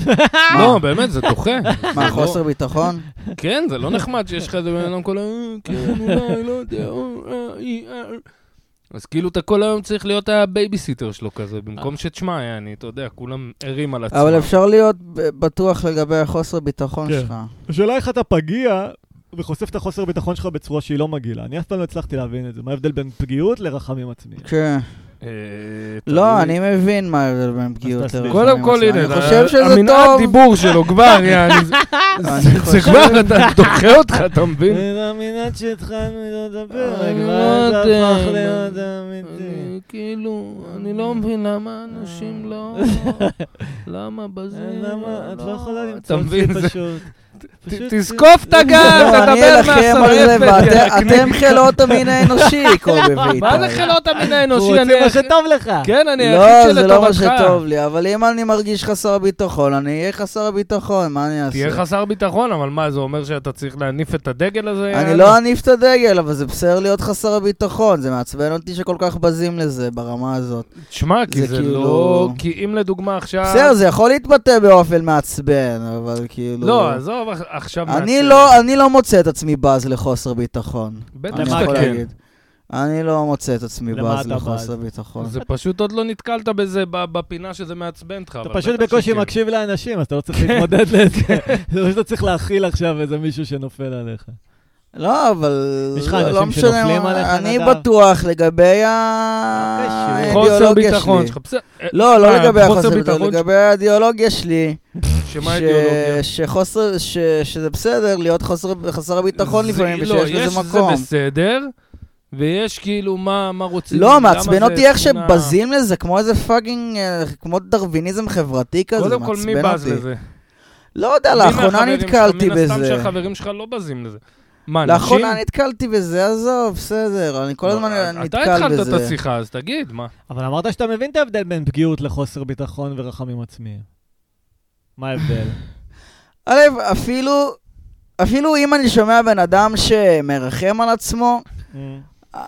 Speaker 3: מה?
Speaker 2: לא, באמת, זה דוחה. זה
Speaker 3: אה! מה,
Speaker 2: לא-
Speaker 3: חוסר ביטחון?
Speaker 2: כן, זה לא נחמד שיש לך איזה בן אדם כל היום, כן, אולי, לא יודע, או, אה, אי, אה. אז כאילו אתה כל היום צריך להיות הבייביסיטר שלו כזה, במקום שתשמע, יעני, אתה יודע, כולם ערים על עצמם.
Speaker 3: אה. אבל אפשר להיות ב- בטוח לגבי החוסר ביטחון
Speaker 1: כן.
Speaker 3: שלך.
Speaker 1: השאלה איך אתה פגיע וחושף את החוסר ביטחון שלך בצורה שהיא לא מגעילה. אני אף פעם לא הצלחתי להבין את זה. מה ההבדל בין פגיעות לרחמים עצמיים?
Speaker 3: כן.
Speaker 2: אה,
Speaker 3: לא,
Speaker 2: תלוי.
Speaker 3: אני מבין מה ההבדל בין פגיעות
Speaker 1: אז תסביר.
Speaker 3: לרחמים.
Speaker 2: קודם כל,
Speaker 3: עצמם.
Speaker 2: הנה, אה,
Speaker 3: אני חושב שזה
Speaker 2: המנעד
Speaker 3: טוב.
Speaker 2: דיבור שלו כבר, יעני, זה-
Speaker 3: אני
Speaker 2: זה- זה
Speaker 3: חושב-
Speaker 2: כבר, אתה דוחה אותך, אתה מבין?
Speaker 1: אה, מאמינת שהתחלנו לדבר,
Speaker 2: אני
Speaker 1: כבר
Speaker 2: לא
Speaker 1: זה
Speaker 2: יודע,
Speaker 1: הפך
Speaker 2: אבל-
Speaker 1: להיות אמיתי.
Speaker 2: אני כאילו,
Speaker 1: אה.
Speaker 2: אני לא מבין למה אנשים לא... למה בזה...
Speaker 1: למה? את לא יכולה
Speaker 2: אה, אתה
Speaker 1: למצוא אותי
Speaker 2: מבין, זה-
Speaker 1: פשוט.
Speaker 2: ת-
Speaker 1: פשוט- אה,
Speaker 2: תזקוף את הגב,
Speaker 3: לא, אני
Speaker 2: תדבר
Speaker 3: אלחם על זה,
Speaker 2: מהסרט.
Speaker 3: ואתם אתם חילות המין האנושי, קובי ואיתי.
Speaker 2: מה זה חילות המין
Speaker 3: אה,
Speaker 1: הוא
Speaker 2: האנושי?
Speaker 1: רוצה
Speaker 2: אני
Speaker 1: מה
Speaker 2: היחיד-
Speaker 1: שטוב לך.
Speaker 2: כן, אני
Speaker 3: לא,
Speaker 2: היחיד
Speaker 3: זה לא מה
Speaker 2: שלטובתך.
Speaker 3: שטוב לי, אבל אם אני מרגיש חסר ביטחון, אני אהיה חסר ביטחון, מה אני
Speaker 2: תהיה
Speaker 3: אעשה?
Speaker 2: חסר ביטחון, אבל מה, זה אומר שאתה צריך להניף את הדגל הזה?
Speaker 3: אני לא אניף את הדגל, אבל זה בסדר להיות חסר ביטחון, זה מעצבן אותי שכל כך בזים לזה ברמה הזאת.
Speaker 2: תשמע, כי
Speaker 3: זה
Speaker 2: זה
Speaker 3: כאילו-
Speaker 2: לא... כי אם לדוגמה עכשיו...
Speaker 3: בסדר, זה יכול להתבטא באופן מעצבן, אבל כאילו...
Speaker 2: לא, עזוב, אח- עכשיו...
Speaker 3: אני
Speaker 2: נעשה-
Speaker 3: לא, אני לא מוצא את עצמי בז לחוסר ביטחון.
Speaker 2: בטח
Speaker 3: אני
Speaker 1: למה
Speaker 3: יכול
Speaker 1: כן?
Speaker 3: להגיד. אני לא מוצא את עצמי
Speaker 1: למה
Speaker 3: בז
Speaker 1: אתה בז?
Speaker 3: לחוסר ביטחון.
Speaker 2: זה פשוט עוד לא נתקלת בזה, ב- בפינה שזה מעצבן אותך.
Speaker 1: אתה
Speaker 2: אבל
Speaker 1: פשוט
Speaker 2: בטח
Speaker 1: בקושי
Speaker 2: שכן.
Speaker 1: מקשיב לאנשים, אז אתה לא
Speaker 2: כן.
Speaker 1: צריך להתמודד לזה. זה לא שאתה צריך להכיל עכשיו איזה מישהו שנופל עליך.
Speaker 3: לא, אבל...
Speaker 1: יש לך
Speaker 3: לא-
Speaker 1: אנשים
Speaker 3: לא משנה
Speaker 1: שנופלים
Speaker 3: מה-
Speaker 1: עליך,
Speaker 3: אני
Speaker 1: נדב?
Speaker 3: בטוח לגבי
Speaker 1: קשור.
Speaker 2: חוסר
Speaker 3: האידיאולוגיה
Speaker 2: ביטחון
Speaker 3: שלי.
Speaker 2: שלך, בסדר.
Speaker 3: לא,
Speaker 2: אה,
Speaker 3: לא לגבי
Speaker 2: חוסר
Speaker 3: החוסר ביטחון,
Speaker 2: ביטחון
Speaker 3: לגבי האידיאולוגיה שלי.
Speaker 2: שמה
Speaker 3: ש-
Speaker 2: האידיאולוגיה?
Speaker 3: שחוסר, ש- שזה בסדר להיות חוסר- חסר הביטחון
Speaker 2: זה-
Speaker 3: לפעמים,
Speaker 2: לא,
Speaker 3: ושיש
Speaker 2: יש
Speaker 3: לזה
Speaker 2: זה
Speaker 3: מקום.
Speaker 2: בסדר, ויש כאילו מה מה רוצים.
Speaker 3: לא,
Speaker 2: למה
Speaker 3: מעצבן
Speaker 2: זה
Speaker 3: אותי איך
Speaker 2: תמונה-
Speaker 3: שבזים לזה, כמו איזה פאקינג, אה, כמו דרוויניזם חברתי כזה, זה
Speaker 2: קודם כל, מי
Speaker 3: מעצבן
Speaker 2: בז
Speaker 3: אותי.
Speaker 2: לזה?
Speaker 3: לא יודע,
Speaker 2: מי
Speaker 3: לאחרונה
Speaker 2: מהחברים שלך?
Speaker 3: נתקלתי
Speaker 2: מן הסתם
Speaker 3: בזה.
Speaker 2: שהחברים שלך לא בזים לזה. מה, אנשים?
Speaker 3: לאחרונה נתקלתי בזה, עזוב, בסדר, אני כל
Speaker 2: לא,
Speaker 3: הזמן
Speaker 2: אתה-
Speaker 3: נתקל
Speaker 2: אתה התחלת את
Speaker 3: בזה.
Speaker 2: השיחה, אז תגיד, מה?
Speaker 1: אבל אמרת שאתה מבין את ההבדל בין פגיעות לחוסר ביטחון ורחמים עצמיים. מה ההבדל?
Speaker 3: א', אפילו, אפילו אם אני שומע בן אדם שמרחם על עצמו,
Speaker 1: אה,
Speaker 3: אה,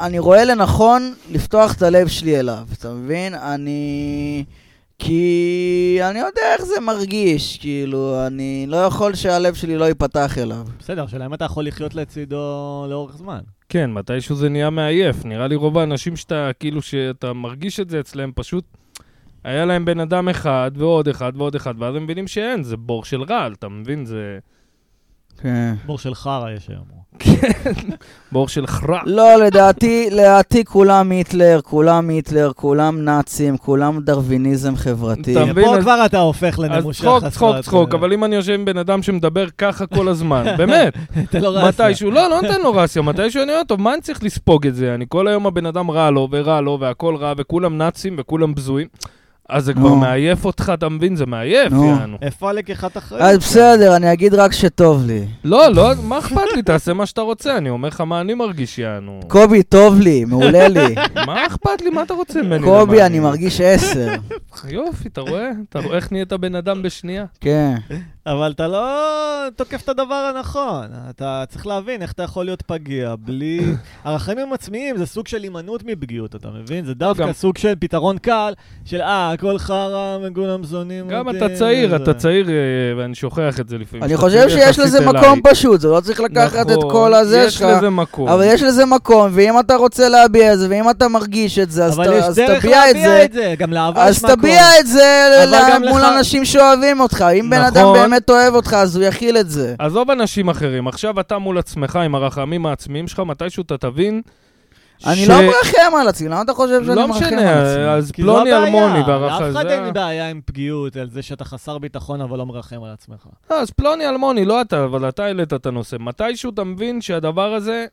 Speaker 3: אני רואה לנכון לפתוח את הלב שלי אליו, אתה מבין? אני... כי אני יודע איך זה מרגיש, כאילו, אני לא יכול שהלב שלי לא ייפתח אליו.
Speaker 1: בסדר, השאלה אם אתה יכול לחיות לצידו לאורך זמן.
Speaker 2: כן, מתישהו זה נהיה מעייף. נראה לי רוב האנשים שאתה, כאילו, שאתה מרגיש את זה אצלם, פשוט היה להם בן אדם אחד ועוד אחד ועוד אחד, ואז הם מבינים שאין, זה בור של רעל, אתה מבין? זה
Speaker 3: כן.
Speaker 1: בור של חרא יש שיאמרו.
Speaker 2: בור של חרא.
Speaker 3: לא, לדעתי, לדעתי כולם היטלר, כולם היטלר, כולם נאצים, כולם דרוויניזם חברתי.
Speaker 2: אתה מבין,
Speaker 1: פה
Speaker 2: אז-
Speaker 1: כבר אתה הופך
Speaker 2: אז
Speaker 1: לנמושה
Speaker 2: צחוק,
Speaker 1: חסרת- אה,
Speaker 2: צחוק, צחוק, אבל אם אני יושב עם בן אדם שמדבר ככה כל הזמן, באמת,
Speaker 1: אתה לא רעש.
Speaker 2: מתישהו, לא, לא נותן לו רסיה, מתישהו אני אומר, טוב, מה אני צריך לספוג את זה? אני כל היום הבן אדם רע לו ורע לו והכל רע וכולם נאצים וכולם בזויים. אז זה כבר
Speaker 3: נו.
Speaker 2: מעייף אותך, אתה מבין? זה מעייף,
Speaker 3: נו.
Speaker 2: יענו.
Speaker 1: איפה הלקיחת אחריות?
Speaker 2: אה,
Speaker 3: אז בסדר, אני אגיד רק שטוב לי.
Speaker 2: לא, לא, מה אכפת לי? תעשה מה שאתה רוצה, אני אומר לך מה אני מרגיש, יענו.
Speaker 3: קובי, טוב לי, מעולה לי.
Speaker 2: מה אכפת לי? מה אתה רוצה ממני?
Speaker 3: קובי,
Speaker 2: למה
Speaker 3: אני מרגיש עשר.
Speaker 2: יופי, אתה רואה? אתה רואה איך נהיית בן אדם בשנייה?
Speaker 3: כן.
Speaker 1: אבל אתה לא תוקף את הדבר הנכון. אתה צריך להבין איך אתה יכול להיות פגיע בלי... הרחמים עצמיים זה סוג של הימנעות מפגיעות, אתה מבין? זה דווקא
Speaker 2: גם-
Speaker 1: סוג של פתרון קל, של אה, הכל חרא, מגולם זונים.
Speaker 2: גם
Speaker 1: אותי",
Speaker 2: אתה צעיר,
Speaker 1: וזה.
Speaker 2: אתה צעיר, אה, ואני שוכח את זה לפעמים.
Speaker 3: אני
Speaker 2: שאתה
Speaker 3: חושב
Speaker 2: צעיר
Speaker 3: שיש
Speaker 2: יחסית
Speaker 3: לזה
Speaker 2: אליי.
Speaker 3: מקום פשוט, זה לא צריך לקחת את
Speaker 2: נכון,
Speaker 3: כל הזה
Speaker 2: יש
Speaker 3: שלך.
Speaker 2: לזה מקום.
Speaker 3: אבל יש לזה מקום, ואם אתה רוצה להביע את זה, ואם אתה מרגיש את זה, אז
Speaker 1: אבל
Speaker 3: ת-
Speaker 1: יש
Speaker 3: אז
Speaker 1: דרך
Speaker 3: תביע את
Speaker 1: להביע
Speaker 3: זה.
Speaker 1: את זה, גם לאהבה יש
Speaker 3: אז
Speaker 1: מקום.
Speaker 3: תביע את זה
Speaker 1: אבל
Speaker 3: ל-
Speaker 1: גם
Speaker 3: מול
Speaker 1: לך-
Speaker 3: אנשים שאוהבים אותך. אם בן אדם
Speaker 2: נכון.
Speaker 3: באמת אוהב אותך, אז הוא יכיל את זה.
Speaker 2: עזוב אנשים אחרים, עכשיו אתה מול עצמך עם הרחמים העצמיים שלך, מתישהו אתה תבין
Speaker 3: אני
Speaker 2: ש-
Speaker 3: לא מרחם על עצמי, למה אתה חושב שאני
Speaker 2: לא
Speaker 3: מרחם על עצמי?
Speaker 2: משנה, אז לא
Speaker 1: כי
Speaker 3: לא
Speaker 1: זו
Speaker 2: פלוני
Speaker 1: הבעיה.
Speaker 2: אלמוני
Speaker 1: לאף אחד
Speaker 2: והרחזה...
Speaker 1: אין בעיה עם פגיעות, על זה שאתה חסר ביטחון אבל לא מרחם על עצמך.
Speaker 2: לא, אז פלוני אלמוני, לא אתה, אבל אתה העלית את הנושא. מתישהו אתה מבין שהדבר הזה,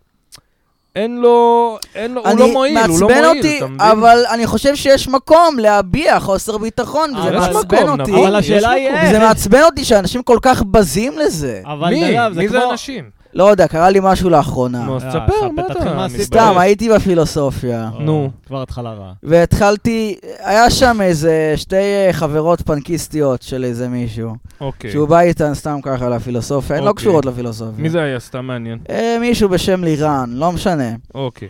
Speaker 2: אין לו, אין לו, הוא
Speaker 3: אני-
Speaker 2: לא מועיל, הוא לא
Speaker 3: מעצבן
Speaker 2: מועיל,
Speaker 3: אותי,
Speaker 2: אתה מבין?
Speaker 3: אבל אני חושב שיש מקום להביע חוסר ביטחון, וזה
Speaker 1: אבל-
Speaker 2: יש
Speaker 3: מעצבן
Speaker 2: מקום,
Speaker 3: אותי.
Speaker 2: אה, נכון?
Speaker 1: אבל
Speaker 2: יש
Speaker 1: השאלה היא
Speaker 2: מקום.
Speaker 1: איך.
Speaker 3: זה מעצבן אותי שאנשים כל כך בזים לזה.
Speaker 1: אבל דרך,
Speaker 2: מי?
Speaker 1: זה
Speaker 2: מי זה
Speaker 1: כמו-
Speaker 2: אנשים?
Speaker 3: לא יודע, קרה לי משהו לאחרונה.
Speaker 2: נו, אז
Speaker 1: אה,
Speaker 2: תספר, מה
Speaker 1: ספר, תתחיל
Speaker 2: אתה...
Speaker 1: מהסיפור.
Speaker 2: מתבייש?
Speaker 3: סתם, הייתי בפילוסופיה.
Speaker 1: או,
Speaker 2: נו.
Speaker 1: כבר התחלה רעה.
Speaker 3: והתחלתי, היה שם איזה שתי אה, חברות פנקיסטיות של איזה מישהו,
Speaker 2: אוקיי.
Speaker 3: שהוא בא איתן סתם ככה לפילוסופיה, הן לא
Speaker 2: אוקיי.
Speaker 3: קשורות לפילוסופיה.
Speaker 2: מי זה היה? סתם מעניין.
Speaker 3: אה, מישהו בשם לירן, לא משנה.
Speaker 2: אוקיי.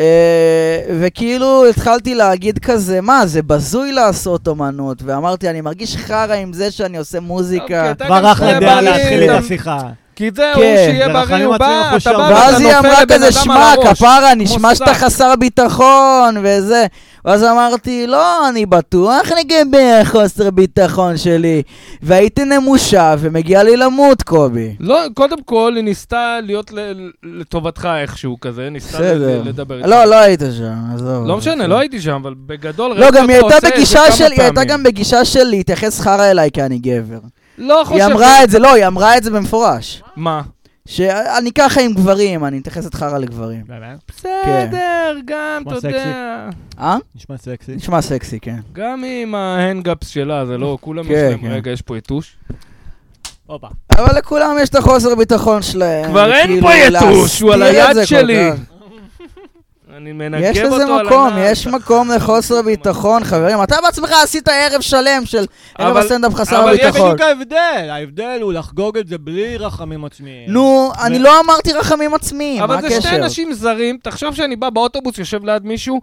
Speaker 3: אה, וכאילו התחלתי להגיד כזה, מה, זה בזוי לעשות אומנות, ואמרתי, אני מרגיש חרא עם זה שאני עושה מוזיקה.
Speaker 2: אוקיי,
Speaker 1: כבר אחלה
Speaker 2: אתה
Speaker 1: דעה
Speaker 2: גם-
Speaker 1: להתחיל
Speaker 2: אתה-
Speaker 1: את השיחה.
Speaker 2: כי זה,
Speaker 3: כן.
Speaker 2: הוא שיהיה
Speaker 1: זה
Speaker 2: בריא,
Speaker 1: רחמים
Speaker 2: הוא
Speaker 1: עצמם
Speaker 2: בא,
Speaker 1: אחוז
Speaker 2: אתה
Speaker 1: שם.
Speaker 2: בא,
Speaker 3: ואז
Speaker 2: אתה
Speaker 3: היא אמרה
Speaker 2: נופל לבן
Speaker 3: כזה,
Speaker 2: אדם
Speaker 3: שמע,
Speaker 2: על הראש.
Speaker 3: כפרה, נשמע
Speaker 2: כמו
Speaker 3: שאתה
Speaker 2: שק."
Speaker 3: חסר ביטחון, וזה. ואז אמרתי, לא, אני בטוח לגבי החוסר ביטחון שלי. והייתי נמושה, ומגיע לי למות, קובי.
Speaker 2: לא, קודם כל, היא ניסתה להיות ל- לטובתך איכשהו כזה, ניסתה
Speaker 3: בסדר.
Speaker 2: ל- לדבר איתך.
Speaker 3: לא, לא היית שם, עזוב.
Speaker 2: לא משנה, לא הייתי שם, אבל בגדול...
Speaker 3: לא,
Speaker 2: ראיתי
Speaker 3: גם היא
Speaker 2: אותך עושה
Speaker 3: הייתה
Speaker 2: את זה
Speaker 3: בגישה
Speaker 2: כמה
Speaker 3: של, היא הייתה
Speaker 2: פעמים.
Speaker 3: גם בגישה של להתייחס חרא אליי כי אני גבר.
Speaker 2: לא חושב...
Speaker 3: היא אמרה את זה, לא, היא אמרה את זה במפורש.
Speaker 2: מה?
Speaker 3: שאני ככה עם גברים, אני מתייחסת חרא לגברים.
Speaker 1: באמת?
Speaker 2: בסדר, גם,
Speaker 1: כמו
Speaker 2: אתה יודע.
Speaker 3: אה?
Speaker 1: נשמע סקסי.
Speaker 3: נשמע סקסי, כן.
Speaker 2: גם עם ההנגאפס שלה, זה לא, כולם
Speaker 3: כן,
Speaker 2: יש להם,
Speaker 3: כן.
Speaker 2: רגע, יש פה יתוש.
Speaker 1: הופה.
Speaker 3: אבל לכולם יש את החוסר ביטחון שלהם.
Speaker 2: כבר אין
Speaker 3: וכאילו,
Speaker 2: פה יתוש,
Speaker 3: להסתיר
Speaker 2: הוא על
Speaker 3: את
Speaker 2: היד
Speaker 3: זה כל
Speaker 2: שלי.
Speaker 3: כך.
Speaker 2: אני מנגב
Speaker 3: יש
Speaker 2: אותו על
Speaker 3: לזה
Speaker 2: הנעל.
Speaker 3: מקום, יש מקום לחוסר ביטחון, חברים. אתה בעצמך עשית ערב שלם של ערב
Speaker 2: אבל-
Speaker 3: הסטנדאפ חסר
Speaker 2: אבל
Speaker 1: זה
Speaker 3: ביטחון.
Speaker 1: בדיוק ההבדל, ההבדל הוא לחגוג את זה בלי רחמים עצמיים.
Speaker 3: נו, אני לא אמרתי רחמים עצמיים, מה
Speaker 2: אבל זה שתי
Speaker 3: הקשר?
Speaker 2: אנשים זרים, תחשוב שאני בא באוטובוס, יושב ליד מישהו,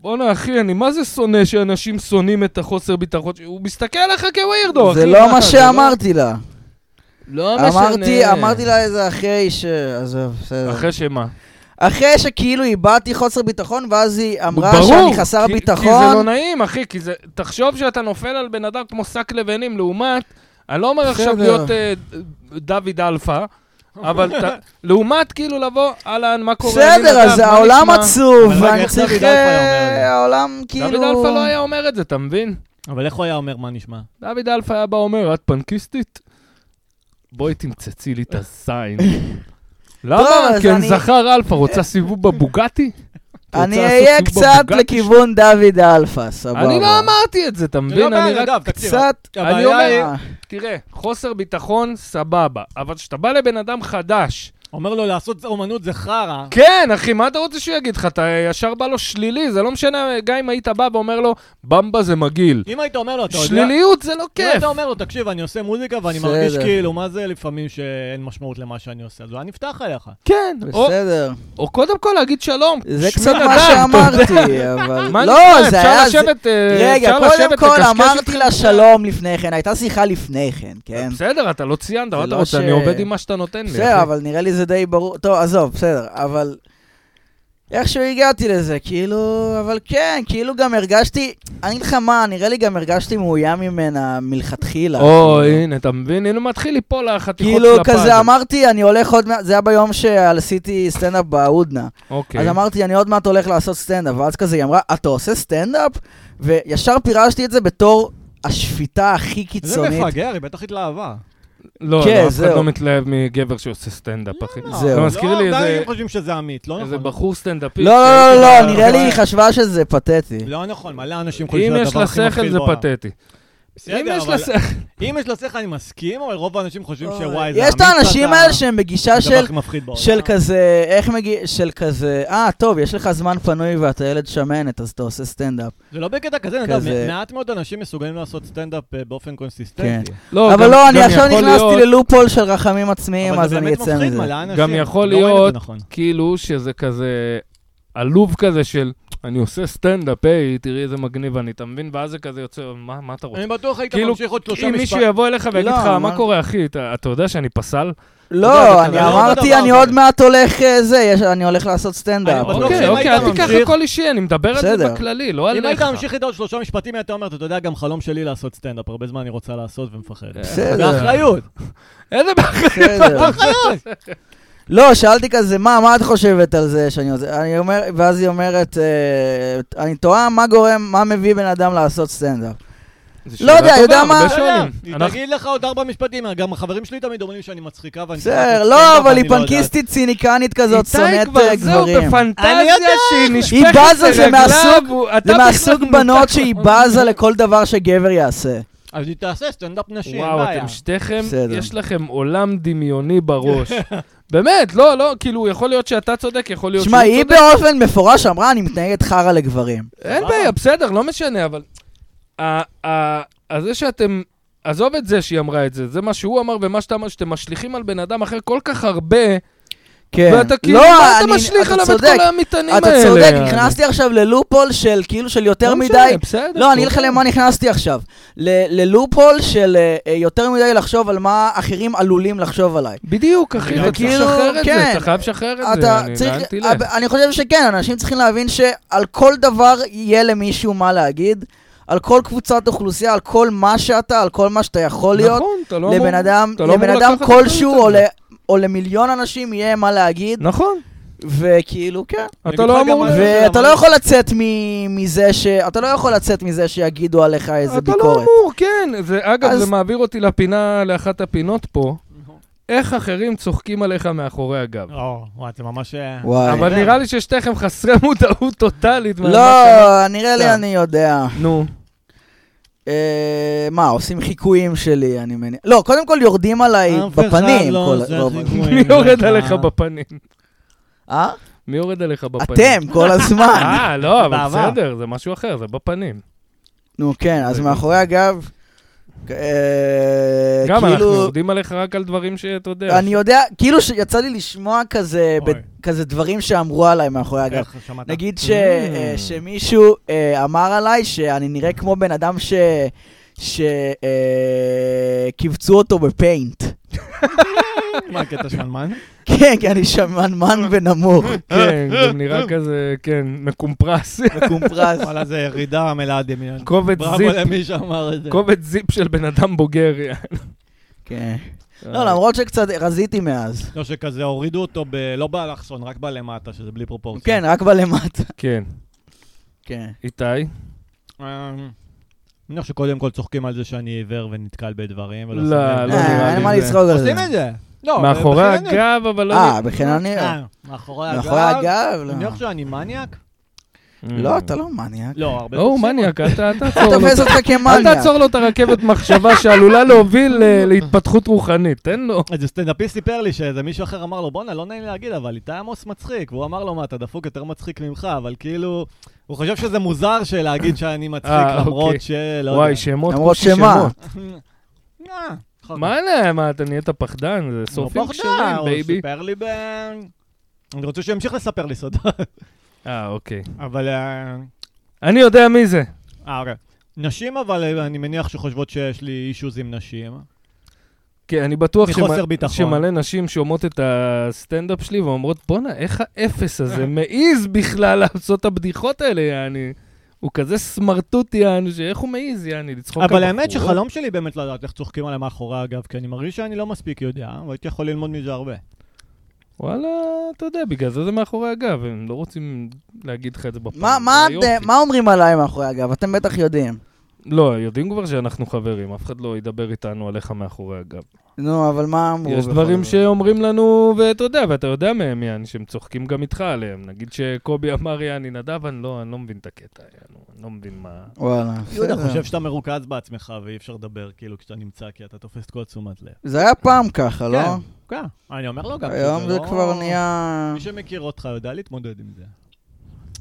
Speaker 2: בואנה אחי, אני מה זה שונא שאנשים שונאים את החוסר ביטחון? ש- הוא מסתכל עליך כווירדו, אחי.
Speaker 3: זה לא מה
Speaker 2: זה
Speaker 3: שאמרתי לה.
Speaker 2: לא לא משנה.
Speaker 3: אמרתי אמרתי לה את זה אחרי ש... עזוב, בסדר.
Speaker 2: אחרי שמה?
Speaker 3: אחרי שכאילו איבדתי חוסר ביטחון, ואז היא אמרה
Speaker 2: ברור,
Speaker 3: שאני חסר
Speaker 2: כי- כי זה לא
Speaker 3: ביטחון.
Speaker 2: נעים, אחי, כי זה... תחשוב שאתה נופל על בן אדם כמו שק לבנים, לעומת... אני לא אומר
Speaker 3: בסדר.
Speaker 2: עכשיו להיות אה, דוד אלפא, אבל ת- לעומת כאילו לבוא, אהלן, מה קורה? אני
Speaker 3: בסדר,
Speaker 2: נדב,
Speaker 3: אז
Speaker 2: מה
Speaker 3: העולם
Speaker 2: נשמע?"
Speaker 3: עצוב,
Speaker 1: אבל רגע,
Speaker 3: ואני
Speaker 1: איך דוד
Speaker 3: צריך... אה,
Speaker 1: אלפא היה אומר את זה?
Speaker 3: העולם כאילו...
Speaker 2: דוד אלפא לא היה אומר את זה, אתה מבין?
Speaker 1: אבל איך הוא היה אומר מה נשמע?
Speaker 2: דוד אלפא היה בא אומר, את פנקיסטית? בואי תמצצי לי את הזין. למה?
Speaker 3: טוב, אז
Speaker 2: כי אני
Speaker 3: אני-
Speaker 2: זכר אלפא, רוצה סיבוב בבוגטי? רוצה
Speaker 3: אני
Speaker 2: לעשות
Speaker 3: אהיה
Speaker 2: סיבוב
Speaker 3: קצת
Speaker 2: בבוגטי?
Speaker 3: לכיוון דוד אלפא, סבבה.
Speaker 2: אני לא אמרתי את זה, אתה
Speaker 1: זה לא
Speaker 2: מבין? אני
Speaker 1: בעיה,
Speaker 2: רק...
Speaker 1: אגב, תקשיב.
Speaker 3: קצת...
Speaker 1: הבעיה
Speaker 2: אני אומר-
Speaker 1: היא-
Speaker 3: אה,
Speaker 2: תראה, חוסר ביטחון, סבבה. אבל כשאתה בא לבן אדם חדש...
Speaker 1: אומר לו לעשות אומנות זה חרא.
Speaker 2: כן, אחי, מה אתה רוצה שהוא יגיד לך? אתה ישר בא לו שלילי, זה לא משנה, גם אם היית בא ואומר לו, במבה זה מגעיל.
Speaker 1: אם היית אומר לו, אתה יודע...
Speaker 2: שליליות זה לא
Speaker 1: אם
Speaker 2: כיף.
Speaker 1: היית אומר לו, תקשיב, אני עושה מוזיקה ואני
Speaker 3: כן. בסדר.
Speaker 1: מרגיש כאילו, מה זה לפעמים שאין משמעות למה שאני עושה? אז הוא היה נפתח אליך.
Speaker 2: כן, או-
Speaker 3: אה, בסדר.
Speaker 2: או קודם כל להגיד שלום.
Speaker 3: זה
Speaker 2: שמי
Speaker 3: קצת מה
Speaker 2: נדב, אתה
Speaker 3: שאמרתי, אבל...
Speaker 2: מה
Speaker 3: לא,
Speaker 2: נשמע?
Speaker 3: זה
Speaker 2: אפשר
Speaker 3: היה... זה-
Speaker 2: לשבת, אה,
Speaker 3: רגע,
Speaker 2: אפשר
Speaker 3: קודם
Speaker 2: לשבת,
Speaker 3: כל
Speaker 2: לקשקש
Speaker 3: אמרתי
Speaker 2: איתכם?
Speaker 3: לה שלום לפני כן, הייתה שיחה לפני כן, כן?
Speaker 2: בסדר, אתה לא ציינת, מה
Speaker 3: זה
Speaker 2: אתה
Speaker 3: לא
Speaker 2: רוצה?
Speaker 3: ש-
Speaker 2: אני עובד עם מה שאתה נותן לי.
Speaker 3: בסדר,
Speaker 2: אחי.
Speaker 3: אבל נראה לי זה די ברור. טוב, עזוב, בסדר, אבל... איכשהו הגעתי לזה, כאילו... אבל כן, כאילו גם הרגשתי... אני אגיד לך מה, נראה לי גם הרגשתי מאוים ממנה מלכתחילה.
Speaker 2: או,
Speaker 3: כאילו.
Speaker 2: הנה, אתה מבין? הנה, מתחיל ליפול החתיכות של
Speaker 3: כאילו,
Speaker 2: הפאזל.
Speaker 3: כזה אמרתי, אני הולך עוד מעט, זה היה ביום שעשיתי סטנדאפ בהודנה.
Speaker 2: אוקיי.
Speaker 3: אז אמרתי, אני עוד מעט הולך לעשות סטנדאפ, ואז כזה היא אמרה, אתה עושה סטנדאפ? וישר פירשתי את זה בתור השפיטה הכי
Speaker 1: זה
Speaker 3: קיצונית.
Speaker 1: מפגר, היא בטח התלהבה.
Speaker 2: לא,
Speaker 3: כן,
Speaker 2: לא, אף אחד
Speaker 3: זהו.
Speaker 2: לא מתלהב מגבר שעושה סטנדאפ, אחי.
Speaker 3: זהו.
Speaker 2: זה מזכיר לי
Speaker 1: לא, די,
Speaker 2: איזה-
Speaker 1: הם חושבים שזה עמית, לא
Speaker 2: איזה
Speaker 1: נכון.
Speaker 2: בחור סטנדאפיסט.
Speaker 3: לא, לא,
Speaker 2: שהייתי
Speaker 3: לא,
Speaker 2: בא-
Speaker 3: לא, נראה לי היא חשבה שזה פתטי.
Speaker 1: לא נכון, מלא אנשים חושבים
Speaker 2: אם
Speaker 1: שזה
Speaker 2: יש
Speaker 1: הדבר
Speaker 2: לה
Speaker 1: הכי
Speaker 2: שכל
Speaker 1: מפחיד
Speaker 2: זה
Speaker 1: בעולם.
Speaker 2: פתטי. אם
Speaker 1: בסדר,
Speaker 2: יש
Speaker 1: אבל
Speaker 2: לה שכל...
Speaker 1: אם יש לה שכל אני מסכים, אבל רוב האנשים חושבים שוואי, זה
Speaker 3: יש את האנשים האלה שהם בגישה
Speaker 1: זה הדבר
Speaker 3: של...
Speaker 1: הכי מפחיד בעולם.
Speaker 2: אה.
Speaker 3: של כזה, איך מגיע, של כזה, אה, טוב, יש לך זמן פנוי ואתה ילד שמנת, אז אתה עושה סטנדאפ.
Speaker 1: זה לא בקטע כזה, נדב,
Speaker 3: כזה-
Speaker 1: מעט מאוד אנשים מסוגלים לעשות סטנדאפ אה, באופן קונסיסטנטי.
Speaker 3: אבל
Speaker 2: גם-
Speaker 3: לא, אני
Speaker 2: גם
Speaker 3: עכשיו
Speaker 2: יכול
Speaker 3: נכנסתי
Speaker 2: להיות-
Speaker 3: ללופול של רחמים עצמיים,
Speaker 1: אבל
Speaker 3: אז
Speaker 1: זה
Speaker 3: אני
Speaker 1: באמת
Speaker 3: אצא
Speaker 1: מפחיד
Speaker 3: מזה.
Speaker 1: מלא אנשים.
Speaker 2: גם יכול
Speaker 1: לא רואים את זה
Speaker 2: להיות-
Speaker 1: נכון.
Speaker 2: כאילו שזה כזה עלוב כזה של אני עושה סטנדאפ, היי, תראי איזה מגניב אני, אתה מבין? ואז זה כזה יוצא, מה, מה אתה רוצה?
Speaker 1: אני בטוח היית
Speaker 2: כאילו,
Speaker 1: ממשיך עוד שלושה
Speaker 2: אם מישהו
Speaker 1: משפטים.
Speaker 2: יבוא אליך ויגיד
Speaker 3: לא,
Speaker 2: לך, מה
Speaker 3: אמר-
Speaker 2: קורה אחי, אתה אתה יודע שאני פסל? יודע, זה
Speaker 3: לא, אני
Speaker 2: כזה,
Speaker 1: לא
Speaker 3: אמרתי,
Speaker 1: דבר
Speaker 3: אני
Speaker 1: כזה.
Speaker 3: עוד מעט הולך אה, זה, יש- אני הולך לעשות סטנדאפ.
Speaker 1: אני בטוח
Speaker 2: אוקיי,
Speaker 1: שאם
Speaker 2: אוקיי,
Speaker 1: היית
Speaker 2: אל תיקח
Speaker 1: ממשיך-
Speaker 2: הכל אישי, אני מדבר על זה
Speaker 3: בסדר.
Speaker 2: בכללי, לא
Speaker 1: אם היית
Speaker 2: עליך.
Speaker 1: ממשיך איתו עוד שלושה משפטים, היית אומר, אתה יודע, גם חלום שלי לעשות סטנדאפ, הרבה זמן אני רוצה לעשות ומפחד.
Speaker 2: כן. אה,
Speaker 3: בסדר. כן.
Speaker 1: באחריות.
Speaker 2: איזה באחריות.
Speaker 3: בסדר. לא, שאלתי כזה, מה, מה את חושבת על זה שאני עושה? אני אומר, ואז היא אומרת, אה, אני תוהה מה גורם, מה מביא בן אדם לעשות סטנדאפ.
Speaker 2: זו
Speaker 3: לא
Speaker 2: שאלה
Speaker 3: יודע,
Speaker 2: טובה,
Speaker 3: יודע מה?
Speaker 2: הרבה
Speaker 1: אתה יודע,
Speaker 2: שואלים.
Speaker 1: היא
Speaker 2: אנחנו-
Speaker 1: תגיד לך עוד ארבע משפטים, גם החברים שלי תמיד אומרים שאני מצחיקה ואני...
Speaker 3: בסדר,
Speaker 1: צוחק
Speaker 2: כן
Speaker 3: לא,
Speaker 1: סטנדאפ,
Speaker 3: אבל
Speaker 1: אני
Speaker 3: היא
Speaker 1: לא יודעת.
Speaker 3: פנקיסטית ציניקנית כזאת, שונאת
Speaker 2: איתי כבר,
Speaker 3: אה,
Speaker 2: זהו,
Speaker 3: גברים.
Speaker 1: אני
Speaker 2: בפנטזיה
Speaker 1: יודע.
Speaker 2: שהיא נשפכת
Speaker 3: היא בזה, זה
Speaker 2: לרגליו,
Speaker 3: מהסוג-
Speaker 2: הוא-
Speaker 3: זה
Speaker 2: אתה
Speaker 3: מהסוג
Speaker 2: בכלל
Speaker 3: בנות
Speaker 2: מנותק.
Speaker 3: שהיא בזה לכל דבר שגבר יעשה.
Speaker 1: אז היא תעשה סטנדאפ נשי, אין
Speaker 2: וואו,
Speaker 1: בעיה.
Speaker 2: אתם שתיכם,
Speaker 3: בסדר.
Speaker 2: יש לכם עולם דמיוני בראש. באמת, לא, לא, כאילו, יכול להיות שאתה צודק, יכול להיות
Speaker 3: שמע,
Speaker 2: שהוא
Speaker 3: היא
Speaker 2: צודק.
Speaker 3: באופן מפורש אמרה, אני מתנהגת חרא לגברים.
Speaker 2: אין
Speaker 1: סבבה.
Speaker 2: בעיה, בסדר, לא משנה, אבל... ה- ה- אז זה שאתם... עזוב את זה שהיא אמרה את זה, זה מה שהוא אמר ומה שאתה אמר, שאתם משליכים על בן אדם אחר כל כך הרבה,
Speaker 3: כן.
Speaker 2: ואתה כאילו,
Speaker 3: לא,
Speaker 2: מה אתה
Speaker 3: אני-
Speaker 2: משליך
Speaker 3: אתה
Speaker 2: עליו את
Speaker 3: צודק.
Speaker 2: כל המטענים
Speaker 3: אתה
Speaker 2: האלה?
Speaker 3: צודק, נכנסתי עכשיו ללופול של כאילו של יותר
Speaker 2: לא משנה,
Speaker 3: מדי...
Speaker 2: בסדר,
Speaker 3: לא, אני אגיד לך
Speaker 2: בסדר.
Speaker 3: למה נכנסתי עכשיו. ל- ללופול של אה, אה, יותר מדי לחשוב על מה אחרים עלולים לחשוב עליי.
Speaker 2: בדיוק, אחי,
Speaker 1: גם
Speaker 2: אתה צריך
Speaker 3: כאילו,
Speaker 2: לשחרר את זה,
Speaker 3: כן.
Speaker 2: אתה חייב לשחרר את זה,
Speaker 3: אתה
Speaker 2: אני-
Speaker 3: צריך...
Speaker 2: לאן תלך?
Speaker 3: אבל אני חושב שכן, אנשים צריכים להבין שעל כל דבר יהיה למישהו מה להגיד. על כל קבוצת אוכלוסייה, על כל מה שאתה, על כל מה שאתה יכול להיות.
Speaker 2: נכון, אתה לא אמור...
Speaker 3: לבן אדם,
Speaker 2: אתה לא אמור
Speaker 3: לבן אדם
Speaker 2: לקחת אחריות
Speaker 3: כלשהו
Speaker 2: על
Speaker 3: או
Speaker 2: זה.
Speaker 3: ל- או למיליון אנשים יהיה מה להגיד,
Speaker 2: נכון,
Speaker 3: וכאילו, כן.
Speaker 1: אני
Speaker 2: אתה
Speaker 1: אגיד
Speaker 2: לא
Speaker 1: לך גם
Speaker 2: אמור...
Speaker 1: מה זה-
Speaker 3: ואתה
Speaker 1: אבל-
Speaker 3: לא יכול לצאת מ- מזה ש... אתה לא יכול לצאת מזה שיגידו עליך איזה
Speaker 2: אתה לא
Speaker 3: ביקורת.
Speaker 2: אמור, כן. זה, אגב,
Speaker 3: אז-
Speaker 2: זה מעביר אותי לפינה, לאחת הפינות פה,
Speaker 1: נכון.
Speaker 2: איך אחרים צוחקים עליך מאחורי הגב.
Speaker 1: או, לא, וואי, זה ממש... אה,
Speaker 3: וואי.
Speaker 2: אבל
Speaker 1: יודע.
Speaker 2: נראה לי ששתיכם חסרי מודעות טוטאלית. מה-
Speaker 3: לא,
Speaker 2: מה
Speaker 3: נראה
Speaker 2: לא.
Speaker 3: לי אני יודע.
Speaker 2: ש- נו,
Speaker 3: אה, מה, עושים חיקויים שלי, אני מניח. לא, קודם כל יורדים עליי
Speaker 1: אף אחד
Speaker 3: אה, בפנים.
Speaker 1: לא אה,
Speaker 3: כל-
Speaker 1: עושה
Speaker 3: רוב-
Speaker 1: חיקויים
Speaker 2: מי יורד
Speaker 1: לך.
Speaker 2: עליך בפנים?
Speaker 3: אה?
Speaker 2: מי יורד עליך בפנים?
Speaker 3: אתם, כל הזמן.
Speaker 2: אה, לא, אבל
Speaker 1: בעבר.
Speaker 2: בסדר, זה משהו אחר, זה בפנים.
Speaker 3: נו, כן, אז מאחורי הגב... אה,
Speaker 2: גם אנחנו
Speaker 3: כאילו-
Speaker 2: יורדים עליך רק על דברים שאתה יודע.
Speaker 3: אני יודע, כאילו שיצא לי לשמוע כזה, ב-
Speaker 1: אוי.
Speaker 3: כזה דברים שאמרו עליי מאחורי הגב.
Speaker 1: איך שמעת?
Speaker 3: נגיד ש,
Speaker 2: Mm.
Speaker 3: אה, שמישהו אה, אמר עליי שאני נראה כמו בן אדם ש... שכיווצו אותו בפיינט.
Speaker 1: מה הקטע שמנמן?
Speaker 3: כן, כי אני שמנמן ונמוך,
Speaker 2: כן, גם נראה כזה, כן, מקומפרס.
Speaker 3: מקומפרס.
Speaker 1: וואלה, זה ירידה מלאה דמיון.
Speaker 2: קובץ
Speaker 1: בראבו
Speaker 2: זיפ,
Speaker 1: למי שאמר את זה.
Speaker 2: קובץ זיפ של בן אדם בוגר.
Speaker 3: כן. לא, למרות שקצת רזיתי מאז.
Speaker 1: לא, שכזה הורידו אותו ב... לא באלכסון, רק בלמטה, שזה בלי פרופורציה.
Speaker 2: אוקיי.
Speaker 3: כן, רק בלמטה.
Speaker 2: כן.
Speaker 3: כן.
Speaker 2: איתי?
Speaker 1: אה, אני חושב שקודם כל צוחקים על זה שאני עיוור ונתקל בדברים. ולא
Speaker 2: לא,
Speaker 1: שמים לב.
Speaker 2: לא נראה
Speaker 3: אה, אין
Speaker 2: לי
Speaker 3: מה
Speaker 2: זה.
Speaker 3: לצחוק על זה.
Speaker 1: עושים את זה. לא,
Speaker 2: מאחורי
Speaker 1: בחינניות.
Speaker 2: הגב, אבל לא...
Speaker 3: אה, בחינני...
Speaker 1: אה, מאחורי הגב.
Speaker 3: מאחורי הגב?
Speaker 1: אני חושב
Speaker 3: לא.
Speaker 1: שאני מניאק?
Speaker 3: לא, אתה לא מניאק.
Speaker 1: לא, הרבה...
Speaker 2: לא, הוא
Speaker 1: תופסים אותי.
Speaker 2: Mm. מניאק, אתה אתה
Speaker 3: אתה
Speaker 2: תעצור לו.
Speaker 3: תופס אותך
Speaker 2: לא, אל
Speaker 3: כמניאק.
Speaker 2: תעצור לו את הרכבת מחשבה שעלולה להוביל ל- להתפתחות רוחנית, תן לו.
Speaker 1: איזה סטנדאפיסט סיפר לי שאיזה מישהו אחר אמר לו, בואנה, לא נעים לי להגיד, אבל איתי עמוס מצחיק. והוא אמר לו, מה, אתה דפוק יותר מצחיק ממך, אבל כאילו, הוא חושב שזה מוזר שלהגיד שאני מצחיק,
Speaker 2: אה, אוקיי.
Speaker 1: למרות שלא
Speaker 2: וואי,
Speaker 1: לא יודע.
Speaker 2: שמות.
Speaker 3: למרות
Speaker 2: קושי
Speaker 3: שמה?
Speaker 2: שמות.
Speaker 1: אה, אחר כך.
Speaker 2: מה זה, מה, אתה נהיית פחדן? זה
Speaker 1: הוא
Speaker 2: סופים
Speaker 1: פחדן,
Speaker 2: כשרים,
Speaker 1: הוא
Speaker 2: בייבי.
Speaker 1: סיפר לי ב... אני רוצה שהוא ימשיך לספר לי סוד,
Speaker 2: אה, אוקיי.
Speaker 1: אבל... אה,
Speaker 2: אני יודע מי זה.
Speaker 1: אה, אוקיי. נשים, אבל אה, אני מניח שחושבות שיש לי אישוז עם נשים.
Speaker 2: כן, אני בטוח
Speaker 1: מחוסר
Speaker 2: שמ-
Speaker 1: ביטחון.
Speaker 2: שמלא נשים שומעות את הסטנדאפ שלי ואומרות, בואנה, איך האפס הזה מעז בכלל לעשות את הבדיחות האלה, יעני. הוא כזה סמרטוט, יעני, שאיך הוא מעז, יעני, לצחוק על
Speaker 1: אבל האמת
Speaker 2: בחורות?
Speaker 1: שחלום שלי באמת לדעת איך צוחקים עליהם מאחורי הגב, כי אני מרגיש שאני לא מספיק יודע, והייתי יכול ללמוד מזה הרבה.
Speaker 2: וואלה, אתה יודע, בגלל זה זה מאחורי הגב, הם לא רוצים להגיד לך את זה בפעם.
Speaker 3: מה- מה
Speaker 2: זה
Speaker 3: את-
Speaker 2: יופי.
Speaker 3: מה אומרים עליי מאחורי הגב? אתם בטח יודעים.
Speaker 2: לא, יודעים כבר שאנחנו חברים, אף אחד לא ידבר איתנו עליך מאחורי הגב.
Speaker 3: נו, אבל מה אמרו?
Speaker 2: יש
Speaker 3: בכל
Speaker 2: דברים
Speaker 3: זאת?
Speaker 2: שאומרים לנו, ואתה יודע, ואתה יודע מהם, יעני, שהם צוחקים גם איתך עליהם. נגיד שקובי אמר, יעני, נדב, אני לא, אני לא מבין את הקטע, יענו, אני לא מבין מה...
Speaker 3: וואלה,
Speaker 1: יהודה
Speaker 3: בסדר.
Speaker 1: חושב שאתה מרוכז בעצמך ואי אפשר לדבר כאילו כשאתה נמצא, כי אתה תופס את כל תשומת לב.
Speaker 3: זה היה פעם ככה, לא?
Speaker 1: כן, כן. אני אומר לו גם
Speaker 3: היום
Speaker 1: שזה
Speaker 3: זה
Speaker 1: לא-
Speaker 3: כבר נהיה...
Speaker 1: מי שמכיר אותך יודע להתמודד עם זה.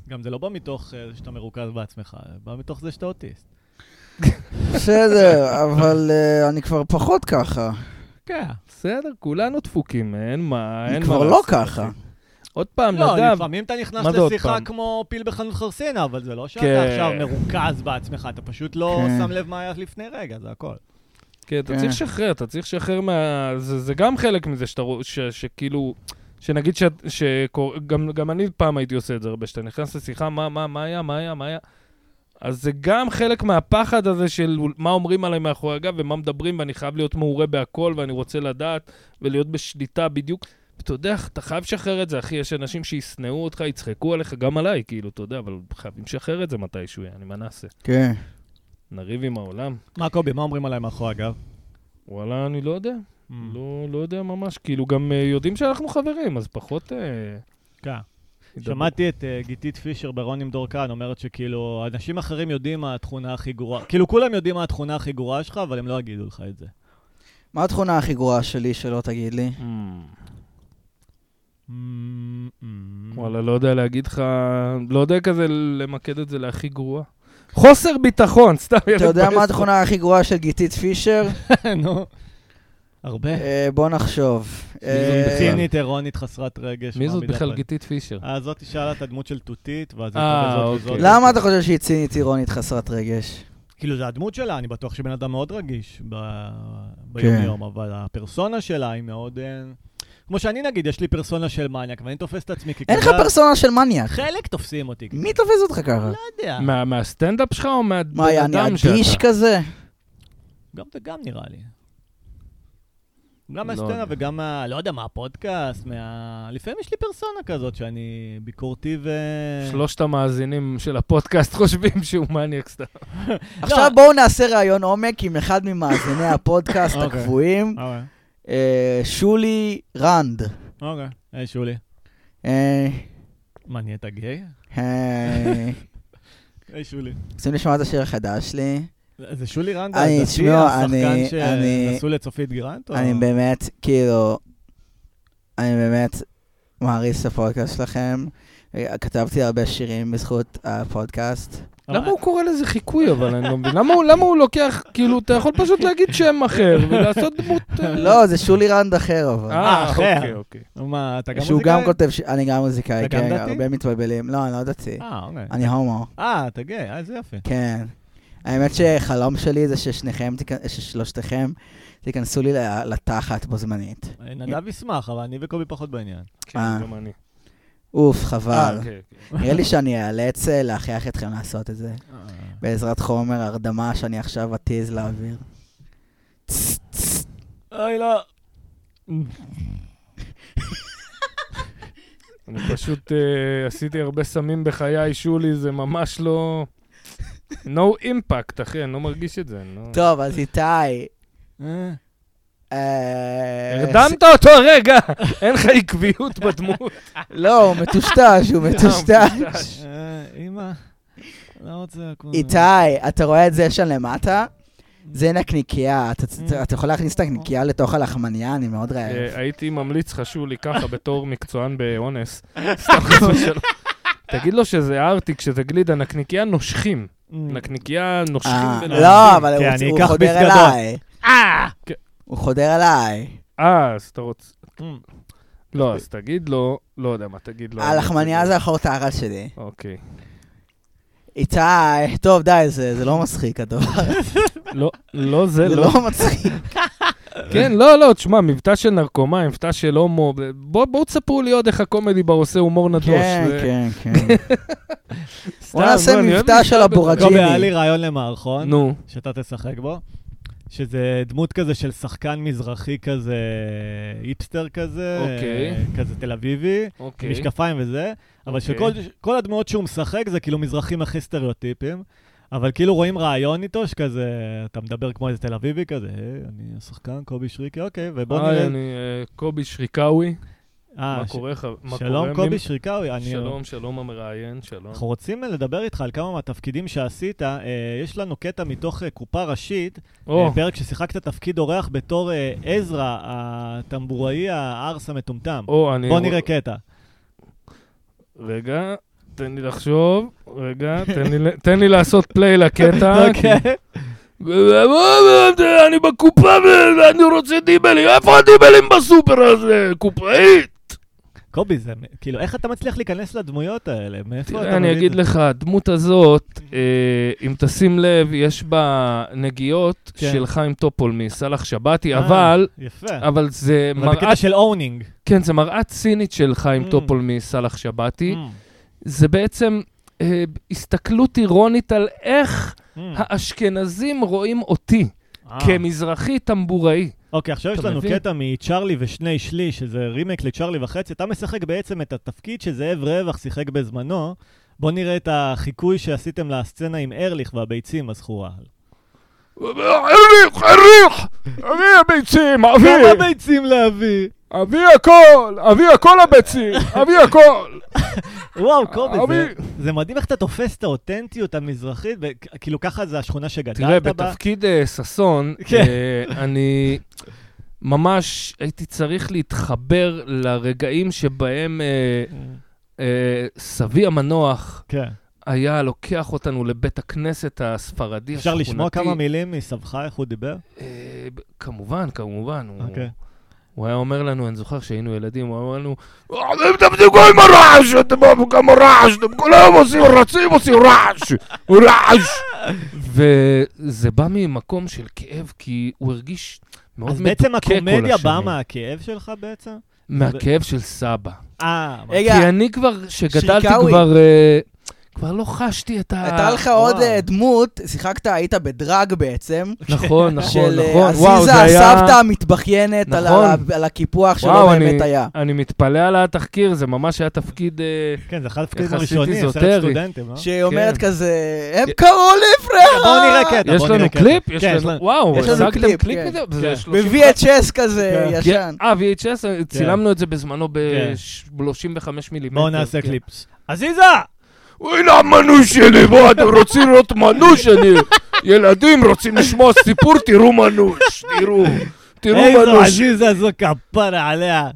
Speaker 1: גם זה לא בא מתוך אה, שאתה מרוכז בעצמך, זה בא מתוך זה שאתה אוטיסט.
Speaker 3: בסדר, אבל אה, אני כבר פחות ככה.
Speaker 2: אה,
Speaker 1: כן.
Speaker 2: בסדר, כולנו דפוקים, אין מה, אין
Speaker 3: אני
Speaker 2: מה
Speaker 3: כבר לא
Speaker 2: לעשות,
Speaker 3: ככה.
Speaker 2: אחי. עוד פעם,
Speaker 1: לא,
Speaker 2: נדב,
Speaker 1: לפעמים אתה נכנס
Speaker 2: מה זה עוד
Speaker 1: לשיחה
Speaker 2: פעם?
Speaker 1: כמו פיל בחנות חרסינה, אבל זה לא
Speaker 2: כן.
Speaker 1: שאתה עכשיו מרוכז בעצמך, אתה פשוט לא
Speaker 3: כן.
Speaker 1: שם לב מה היה לפני רגע, זה הכל.
Speaker 2: כן, אתה
Speaker 3: כן.
Speaker 2: צריך לשחרר, אתה צריך לשחרר מה... זה, זה גם חלק מזה שאתה רואה, ש- שכאילו... שנגיד ש... שקור... גם, גם אני פעם הייתי עושה את זה הרבה, שאתה נכנס לשיחה, מה, מה, מה היה, מה היה, מה היה. אז זה גם חלק מהפחד הזה של מה אומרים עליי מאחורי הגב ומה מדברים, ואני חייב להיות מעורה בהכל, ואני רוצה לדעת ולהיות בשליטה בדיוק. אתה יודע, אתה חייב לשחרר את זה, אחי. יש אנשים שישנאו אותך, יצחקו עליך, גם עליי, כאילו, אתה יודע, אבל חייבים לשחרר את זה מתישהו, יעני, מה נעשה?
Speaker 3: כן.
Speaker 2: נריב עם העולם?
Speaker 1: מה, קובי, מה אומרים עליי מאחורי הגב?
Speaker 2: וואלה, אני לא יודע.
Speaker 1: Mm.
Speaker 2: לא, לא יודע ממש. כאילו, גם אה, יודעים שאנחנו חברים, אז פחות... אה,
Speaker 1: כן.
Speaker 2: ידברו.
Speaker 1: שמעתי את אה, גיתית פישר ברון עם דורקן אומרת שכאילו, אנשים אחרים יודעים מה התכונה הכי גרועה, כאילו כולם יודעים מה התכונה הכי גרועה שלך, אבל הם לא יגידו לך את זה.
Speaker 3: מה התכונה הכי גרועה שלי, שלא תגיד לי?
Speaker 1: Mm.
Speaker 2: Mm, וואלה, לא יודע להגיד לך... לא יודע כזה למקד את זה להכי גרוע. חוסר ביטחון, סתם.
Speaker 3: אתה יודע מה התכונה הכי גרועה של גיתית פישר?
Speaker 1: נו, הרבה.
Speaker 3: אה, בוא נחשוב. אה,
Speaker 2: בכלל?
Speaker 1: צינית, אירונית, חסרת רגש.
Speaker 2: מי
Speaker 1: מה
Speaker 2: זאת
Speaker 1: בדיוק
Speaker 2: בכלל
Speaker 1: לא-
Speaker 2: גיתית פישר?
Speaker 1: אה, זאת שאלה את הדמות של תותית, ואז היא
Speaker 2: אה,
Speaker 1: כזאת
Speaker 2: אוקיי.
Speaker 1: וזאת.
Speaker 3: למה אתה חושב שהיא צינית אירונית חסרת רגש?
Speaker 1: כאילו, זה הדמות שלה, אני בטוח שבן אדם מאוד רגיש ב...
Speaker 3: כן.
Speaker 1: ביום-יום, אבל הפרסונה שלה היא מאוד... אה, כמו שאני, נגיד, יש לי פרסונה של מניאק, ואני תופס את עצמי
Speaker 3: אין לך
Speaker 1: ככזה-
Speaker 3: פרסונה של מניאק.
Speaker 1: חלק תופסים אותי.
Speaker 3: מי תופס אותך ככה?
Speaker 1: לא יודע.
Speaker 2: מה- מהסטנדאפ שלך או
Speaker 3: מה, היה אני
Speaker 2: מהאדם שאתה?
Speaker 3: אדיש כזה?
Speaker 1: גם וגם נראה לי. גם
Speaker 2: לא
Speaker 1: מהסצנה
Speaker 2: יודע.
Speaker 1: וגם מה... לא יודע, מהפודקאסט, מה... לפעמים יש לי פרסונה כזאת שאני ביקורתי ו...
Speaker 2: שלושת המאזינים של הפודקאסט חושבים שהוא מניאק סתם.
Speaker 3: עכשיו בואו נעשה ראיון עומק עם אחד ממאזיני הפודקאסט
Speaker 1: אוקיי.
Speaker 3: הקבועים,
Speaker 1: אוקיי,
Speaker 3: אה, שולי רנד.
Speaker 1: אוקיי. היי, שולי.
Speaker 3: אה,
Speaker 1: מה, נהיית גיי?
Speaker 3: היי.
Speaker 1: היי, שולי.
Speaker 3: רוצים לשמוע את השיר החדש שלי?
Speaker 1: זה שולי רנדה,
Speaker 3: אני-
Speaker 1: זה
Speaker 3: תשמעו,
Speaker 1: שיא השחקן
Speaker 3: אני- אני-
Speaker 1: שנסעו לצופית גרנט? או-
Speaker 3: אני באמת, כאילו, אני באמת מעריץ את הפודקאסט שלכם. אה, כתבתי הרבה שירים בזכות הפודקאסט.
Speaker 1: אבל-
Speaker 2: למה הוא קורא לזה חיקוי, אבל אני לא מבין. למה הוא- למה הוא לוקח, כאילו, אתה יכול פשוט להגיד שם אחר ולעשות דמות... אה,
Speaker 3: לא, זה שולי רנד אחר, אבל.
Speaker 1: אה,
Speaker 2: אה,
Speaker 1: אחר.
Speaker 2: אוקיי, אוקיי.
Speaker 1: מה, אתה גם
Speaker 3: שהוא
Speaker 1: מוזיקאי?
Speaker 3: גם כותב, ש- אני גם מוזיקאי,
Speaker 1: אתה גם
Speaker 3: כן,
Speaker 1: דתי?
Speaker 3: הרבה מתבלבלים. לא, אני לא דתי.
Speaker 1: אה, אוקיי.
Speaker 3: אני הומו,
Speaker 1: אה, אתה גיי, אה, זה יפה.
Speaker 3: כן. האמת שחלום שלי זה ששניכם, תיכ- ששלושתכם תיכנסו לי ל- לתחת בו זמנית.
Speaker 1: אה, נדב ישמח, אבל אני וקובי פחות בעניין.
Speaker 2: כן,
Speaker 3: אה.
Speaker 2: גם אני.
Speaker 3: אוף,
Speaker 2: אה,
Speaker 3: חבל.
Speaker 2: אוקיי, אוקיי.
Speaker 3: נראה לי שאני אאלץ אה, להכריח אתכם לעשות את זה.
Speaker 1: אה,
Speaker 3: בעזרת חומר הרדמה שאני עכשיו אתיז לאוויר.
Speaker 1: אוקיי.
Speaker 3: צ, צ.
Speaker 1: אוי, לא.
Speaker 2: אני פשוט אה, עשיתי הרבה סמים בחיי, שולי, זה ממש לא... no impact, אחי, אני לא מרגיש את זה. אני לא-
Speaker 3: טוב, אז איתי.
Speaker 1: אה,
Speaker 3: אה,
Speaker 2: הרדמת אותו רגע, אין לך עקביות בדמות.
Speaker 3: לא, הוא מטושטש,
Speaker 1: לא,
Speaker 3: הוא מטושטש.
Speaker 1: אה, אמא, לא רוצה... הכל.
Speaker 3: איתי, אתה רואה את זה שם למטה? זה נקניקייה, אתה- אתה- אתה יכול להכניס את הנקניקייה לתוך הלחמנייה, אני מאוד רעב.
Speaker 2: אה, הייתי ממליץ לך, שולי, ככה, בתור מקצוען באונס, סתם חס ושלום. תגיד לו שזה ארטיק, שזה גלידה, נקניקייה נושכים.
Speaker 1: אה.
Speaker 2: נקניקייה נושכים
Speaker 3: Mm. אה,
Speaker 2: ולהבים.
Speaker 3: לא, אבל
Speaker 1: כן,
Speaker 3: הוא-
Speaker 1: אני
Speaker 3: הוא
Speaker 1: אקח
Speaker 3: חודר
Speaker 1: ביס גדול.
Speaker 3: אליי.
Speaker 2: כן.
Speaker 3: הוא חודר אליי.
Speaker 2: אה, אז אתה רוצה...
Speaker 3: Mm.
Speaker 1: אה,
Speaker 2: לא, אז תגיד לו, לא יודע מה, תגיד לו.
Speaker 3: הלחמנייה זה החור תחת שלי.
Speaker 2: אוקיי.
Speaker 3: איתי, טוב, די, זה זה לא מצחיק הדבר.
Speaker 2: לא, לא זה,
Speaker 3: זה
Speaker 2: לא.
Speaker 3: לא מצחיק.
Speaker 2: כן, לא, לא, תשמע, מבטא של נרקומה, מבטא של הומו, ב- בוא- בואו תספרו לי עוד איך הקומדי בר עושה הומור נדוש.
Speaker 3: כן,
Speaker 2: ו-
Speaker 3: כן, כן.
Speaker 2: סתם,
Speaker 3: בוא נעשה
Speaker 2: לא, אני אוהב
Speaker 3: מבטא
Speaker 2: מבטא
Speaker 3: של
Speaker 2: ב-
Speaker 3: הבורג'יני.
Speaker 1: קובי, היה לי רעיון למערכון,
Speaker 2: נו,
Speaker 1: שאתה תשחק בו, שזה דמות כזה של שחקן מזרחי כזה, היפסטר כזה,
Speaker 2: אוקיי.
Speaker 1: אה, כזה תל אביבי,
Speaker 2: אוקיי.
Speaker 1: okay. משקפיים וזה, אבל okay.
Speaker 2: אוקיי.
Speaker 1: שכל כל הדמויות שהוא משחק זה כאילו מזרחים הכי סטריאוטיפיים, אבל כאילו רואים רעיון איתו שכזה, אתה מדבר כמו איזה תל אביבי כזה, "היי, אני השחקן קובי שריקי, אוקיי, ובוא
Speaker 2: היי,
Speaker 1: נראה...
Speaker 2: אני אה, קובי שריקאווי.
Speaker 1: אה,
Speaker 2: מה
Speaker 1: ש-
Speaker 2: קורה לך? מה
Speaker 1: שלום
Speaker 2: קורה? מי-
Speaker 1: קובי שריקאוי, אני... נכון.
Speaker 2: שלום, שלום המראיין, שלום.
Speaker 1: אנחנו רוצים לדבר איתך על כמה מהתפקידים שעשית. אה, יש לנו קטע מתוך אה, קופה ראשית,
Speaker 2: או,
Speaker 1: אה, פרק ששיחקת תפקיד אורח בתור אה, עזרא, הטמבוראי הארס המטומטם.
Speaker 2: או, אני...
Speaker 1: בוא נראה כן. קטע.
Speaker 2: רגע, תן לי לחשוב. רגע, תן לי ל- תן לי לעשות פליי לקטע. כי-
Speaker 1: אוקיי.
Speaker 2: אני בקופה ואני רוצה דיבלים, איפה הדיבלים בסופר הזה? קופאית.
Speaker 1: קובי, זה, כאילו, איך אתה מצליח להיכנס לדמויות האלה? מאיפה לא, אתה
Speaker 2: אני
Speaker 1: מביא את
Speaker 2: אגיד
Speaker 1: זה?
Speaker 2: לך, הדמות הזאת, אה, אם תשים לב, יש בה נגיעות
Speaker 1: כן.
Speaker 2: של חיים טופול מסאלח שבתי,
Speaker 1: אה,
Speaker 2: אבל...
Speaker 1: יפה.
Speaker 2: אבל זה
Speaker 1: אבל
Speaker 2: מראה,
Speaker 1: בקטע של אונינג.
Speaker 2: כן, זה מראה צינית של חיים
Speaker 1: Mm.
Speaker 2: טופול מסאלח שבתי. זה בעצם אה, הסתכלות אירונית על איך
Speaker 1: Mm.
Speaker 2: האשכנזים רואים אותי כמזרחי טמבוראי.
Speaker 1: אה. אוקיי, עכשיו יש
Speaker 2: אתה
Speaker 1: לנו
Speaker 2: מבין?
Speaker 1: קטע מצ'ארלי ושני שליש, שזה רימק לצ'ארלי וחצי. אתה משחק בעצם את התפקיד שזאב רווח שיחק בזמנו. בוא נראה את החיקוי שעשיתם לסצנה עם ארליך והביצים הזכורה.
Speaker 2: אריח, אריח! אביא הביצים,
Speaker 1: כמה
Speaker 2: אביא!
Speaker 1: ביצים להביא?
Speaker 2: אביא הכל! אביא הכל הביצים! אביא הכל!
Speaker 1: וואו, קובי,
Speaker 2: אבי.
Speaker 1: זה- זה מדהים איך אתה תופס את האותנטיות המזרחית, וכאילו ככה זה השכונה
Speaker 2: תראה,
Speaker 1: שגדלת בה.
Speaker 2: בתפקיד אה, ששון,
Speaker 1: כן.
Speaker 2: אה, אני ממש הייתי צריך להתחבר לרגעים שבהם אה, אה, סבי המנוח
Speaker 1: כן.
Speaker 2: היה לוקח אותנו לבית הכנסת הספרדי
Speaker 1: אפשר
Speaker 2: השכונתי.
Speaker 1: לשמוע כמה מילים מסבך, איך הוא דיבר?
Speaker 2: אה, ב- כמובן, כמובן. הוא-
Speaker 1: אוקיי.
Speaker 2: הוא היה אומר לנו, אני זוכר שהיינו ילדים, הוא אומר לנו, "אה, "אתם תפסיקו עם הרעש, אתם בואו כמה רעש, אתם כל היום עושים רצים, עושים רעש, רעש. וזה בא ממקום של כאב, כי הוא הרגיש מאוד
Speaker 1: אז
Speaker 2: מדוכא כל
Speaker 1: בעצם הקומדיה באה
Speaker 2: השנים.
Speaker 1: מהכאב שלך בעצם?
Speaker 2: מהכאב של סבא.
Speaker 1: אה, מה-
Speaker 3: רגע,
Speaker 2: כי אני כבר, שגדלתי
Speaker 3: שריקאווי.
Speaker 2: כבר, אה, כבר לא חשתי את ה...
Speaker 3: הייתה לך עוד
Speaker 1: וואו.
Speaker 3: אה, דמות, שיחקת, היית בדרג בעצם,
Speaker 2: נכון, נכון,
Speaker 3: של אה,
Speaker 2: נכון. וואו,
Speaker 3: עזיזה
Speaker 2: זה היה...
Speaker 3: הסבתא המתבכיינת על ה-
Speaker 2: נכון.
Speaker 3: על הקיפוח שלא
Speaker 2: וואו,
Speaker 3: באמת
Speaker 2: אני-
Speaker 3: היה.
Speaker 2: אני מתפלא על התחקיר, זה ממש היה תפקיד... אה,
Speaker 1: כן, זה אחד הפקידים
Speaker 2: יחסית
Speaker 1: הראשונים, סרט
Speaker 2: איזוטרי.
Speaker 1: סטודנטים, אה?
Speaker 3: שהיא אומרת
Speaker 2: כן.
Speaker 3: כזה, הם קראו לי פרחה!
Speaker 1: כן, בואו נראה קטע,
Speaker 2: יש
Speaker 1: בואו נראה
Speaker 2: לנו
Speaker 1: קטע.
Speaker 2: קליפ? יש
Speaker 1: כן,
Speaker 2: לנו... וואו,
Speaker 3: יש לנו
Speaker 2: השגתם
Speaker 3: קליפ,
Speaker 2: קליפ
Speaker 3: כן.
Speaker 2: מזה?
Speaker 1: כן.
Speaker 2: זה 30
Speaker 3: ב-VHS כזה,
Speaker 1: כן.
Speaker 3: ישן.
Speaker 2: אה, VHS, צילמנו את זה בזמנו ב-35 מילימטר.
Speaker 1: בואו נעשה
Speaker 2: כן.
Speaker 1: קליפ. עזיזה!
Speaker 2: הנה לא, המנוי שלי, בואו, אתם רוצים לראות מנוש? אני... ילדים רוצים לשמוע סיפור, תראו מנוש, תראו. תראו
Speaker 1: איזו
Speaker 2: מנוש.
Speaker 1: עזיזה זו כפרה עליה.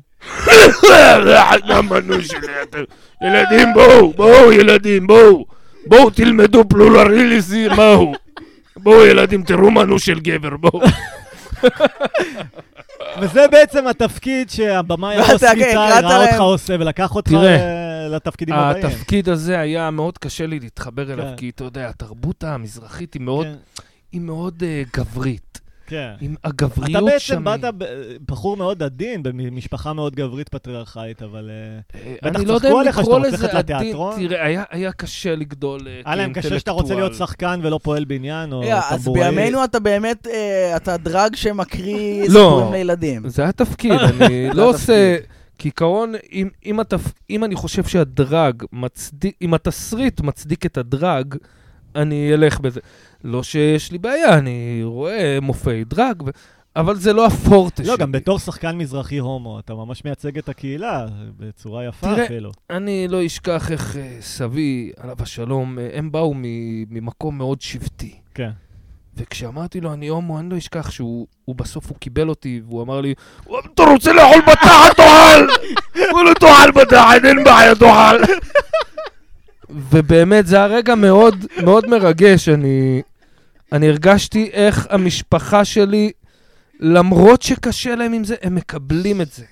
Speaker 2: הנה המנוש שלי, אתם... ילדים, בואו, בואו, ילדים, בואו. בואו תלמדו פלולריליזי מהו. בואו, ילדים, תראו מנוש של גבר, בואו.
Speaker 1: וזה בעצם התפקיד שהבמאי
Speaker 3: ואתה,
Speaker 1: הרוסי
Speaker 3: כן,
Speaker 1: איתי
Speaker 3: הקראת
Speaker 1: ראה אותך
Speaker 3: להם.
Speaker 1: עושה ולקח אותך
Speaker 2: תראה,
Speaker 1: אה, לתפקידים הבאים.
Speaker 2: התפקיד הזה היה מאוד קשה לי להתחבר אליו,
Speaker 1: כן.
Speaker 2: כי אתה יודע, התרבות המזרחית היא מאוד-
Speaker 1: כן,
Speaker 2: היא מאוד אה, גברית.
Speaker 1: כן.
Speaker 2: עם
Speaker 1: אתה
Speaker 2: הגבריות
Speaker 1: בעצם
Speaker 2: שם...
Speaker 1: באת ב- בחור מאוד עדין, במשפחה מאוד גברית פטריארכלית, אבל... אה,
Speaker 2: אה,
Speaker 1: בטח
Speaker 2: אני לא יודע
Speaker 1: צחקו
Speaker 2: אם
Speaker 1: עליך שאתה
Speaker 2: לקרוא
Speaker 1: רוצה
Speaker 2: לזה
Speaker 1: ללכת
Speaker 2: עדין.
Speaker 1: לתיאטרון.
Speaker 2: תראה, היה- היה קשה לגדול אה,
Speaker 1: היה להם קשה שאתה רוצה להיות
Speaker 2: כאינטלקטואל.
Speaker 1: שחקן ולא פועל בניין, או
Speaker 3: רגע, אה, אז
Speaker 1: טמבוראי.
Speaker 3: בימינו אתה באמת, אה, אתה דרג שמקריא
Speaker 2: לא.
Speaker 3: סיפורים לילדים.
Speaker 2: זה היה תפקיד,
Speaker 1: אה,
Speaker 2: אני לא
Speaker 3: התפקיד.
Speaker 2: עושה... כעיקרון, אם- אם התפ- אם אני חושב שהדרג מצדיק, אם התסריט מצדיק את הדרג, אני אלך בזה. לא שיש לי בעיה, אני רואה מופעי דרג, ו- אבל זה לא הפורטה שלי.
Speaker 1: לא, גם בתור שחקן מזרחי הומו, אתה ממש מייצג את הקהילה בצורה יפה
Speaker 2: תראה,
Speaker 1: אפילו.
Speaker 2: אני לא אשכח איך אה, סבי, עליו השלום, אה, הם באו מ- ממקום מאוד שבטי.
Speaker 1: כן.
Speaker 2: וכשאמרתי לו, אני הומו, אני לא אשכח שהוא הוא בסוף, הוא קיבל אותי, והוא אמר לי, אתה רוצה לאכול בתחת, תאכל! אמרו
Speaker 3: לא
Speaker 2: לו, תאכל בתחת, אין בעיה, תאכל! ובאמת, זה היה רגע מאוד מאוד מרגש. אני, אני הרגשתי איך המשפחה שלי, למרות שקשה להם עם זה, הם מקבלים את זה.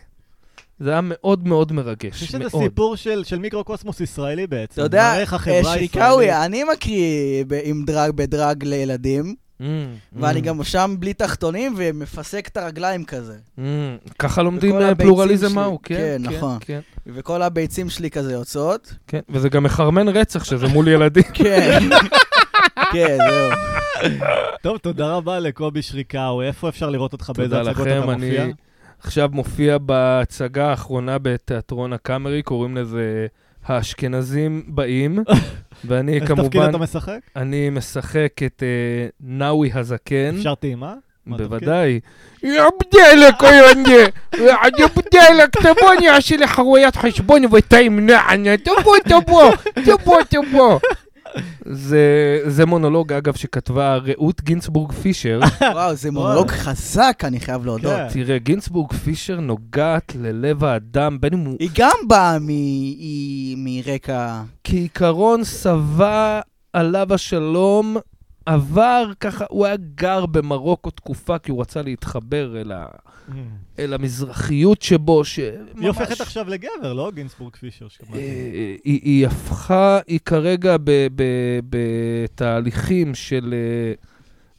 Speaker 2: זה היה מאוד מאוד מרגש,
Speaker 1: אני חושב
Speaker 2: מאוד.
Speaker 1: שזה סיפור של של מיקרוקוסמוס ישראלי בעצם.
Speaker 3: אתה יודע,
Speaker 1: מערך החברה
Speaker 3: אה,
Speaker 1: הישראלית.
Speaker 3: שריקאווי, אני מקריא ב- עם דרג בדרג לילדים,
Speaker 2: Mm,
Speaker 3: ואני
Speaker 2: mm,
Speaker 3: גם שם בלי תחתונים ומפסק את הרגליים כזה.
Speaker 2: mm. ככה לומדים
Speaker 3: וכל
Speaker 2: אה,
Speaker 3: הביצים
Speaker 2: פלורליזם
Speaker 3: שלי.
Speaker 2: מהו, כן,
Speaker 3: כן, נכון.
Speaker 2: כן.
Speaker 3: וכל הביצים שלי כזה יוצאות.
Speaker 2: כן, וזה גם מחרמן רצח שזה מול ילדים.
Speaker 3: כן. כן, זהו.
Speaker 1: טוב, תודה רבה לקובי שריקאווי. איפה אפשר לראות אותך באיזה
Speaker 2: תודה
Speaker 1: הצגות אתה
Speaker 2: לכם, אני אה,
Speaker 1: מופיע?
Speaker 2: עכשיו מופיע בהצגה האחרונה בתיאטרון הקאמרי, קוראים לזה האשכנזים באים, ואני
Speaker 1: איזה תפקיד
Speaker 2: כמובן,
Speaker 1: אתה משחק?
Speaker 3: כן.
Speaker 2: אני משחק את אה, נאווי הזקן,
Speaker 1: אפשר טעימה? מה התפקיד?
Speaker 2: בוודאי. יא בדלק, אוי, יא בדלק, תבוא אני אעשה לך חוויית חשבון ותמנענה, תבוא, תבוא, תבוא, תבוא. זה, זה מונולוג, אגב, שכתבה רעות גינצבורג פישר.
Speaker 3: וואו, זה מונולוג חזק, אני חייב להודות.
Speaker 1: כן.
Speaker 2: תראה, גינצבורג פישר נוגעת ללב האדם, בין אם הוא
Speaker 3: היא גם באה מ- היא- מרקע...
Speaker 2: כעיקרון שבע עליו השלום, עבר ככה, הוא היה גר במרוקו תקופה כי הוא רצה להתחבר אל, ה, אל המזרחיות שבו, שממש...
Speaker 1: כן. היא הופכת עכשיו לגבר, לא גינסבורג פישר.
Speaker 2: אה,
Speaker 1: שכמובן.
Speaker 2: היא, היא הפכה, היא כרגע ב- ב- בתהליכים של, אה,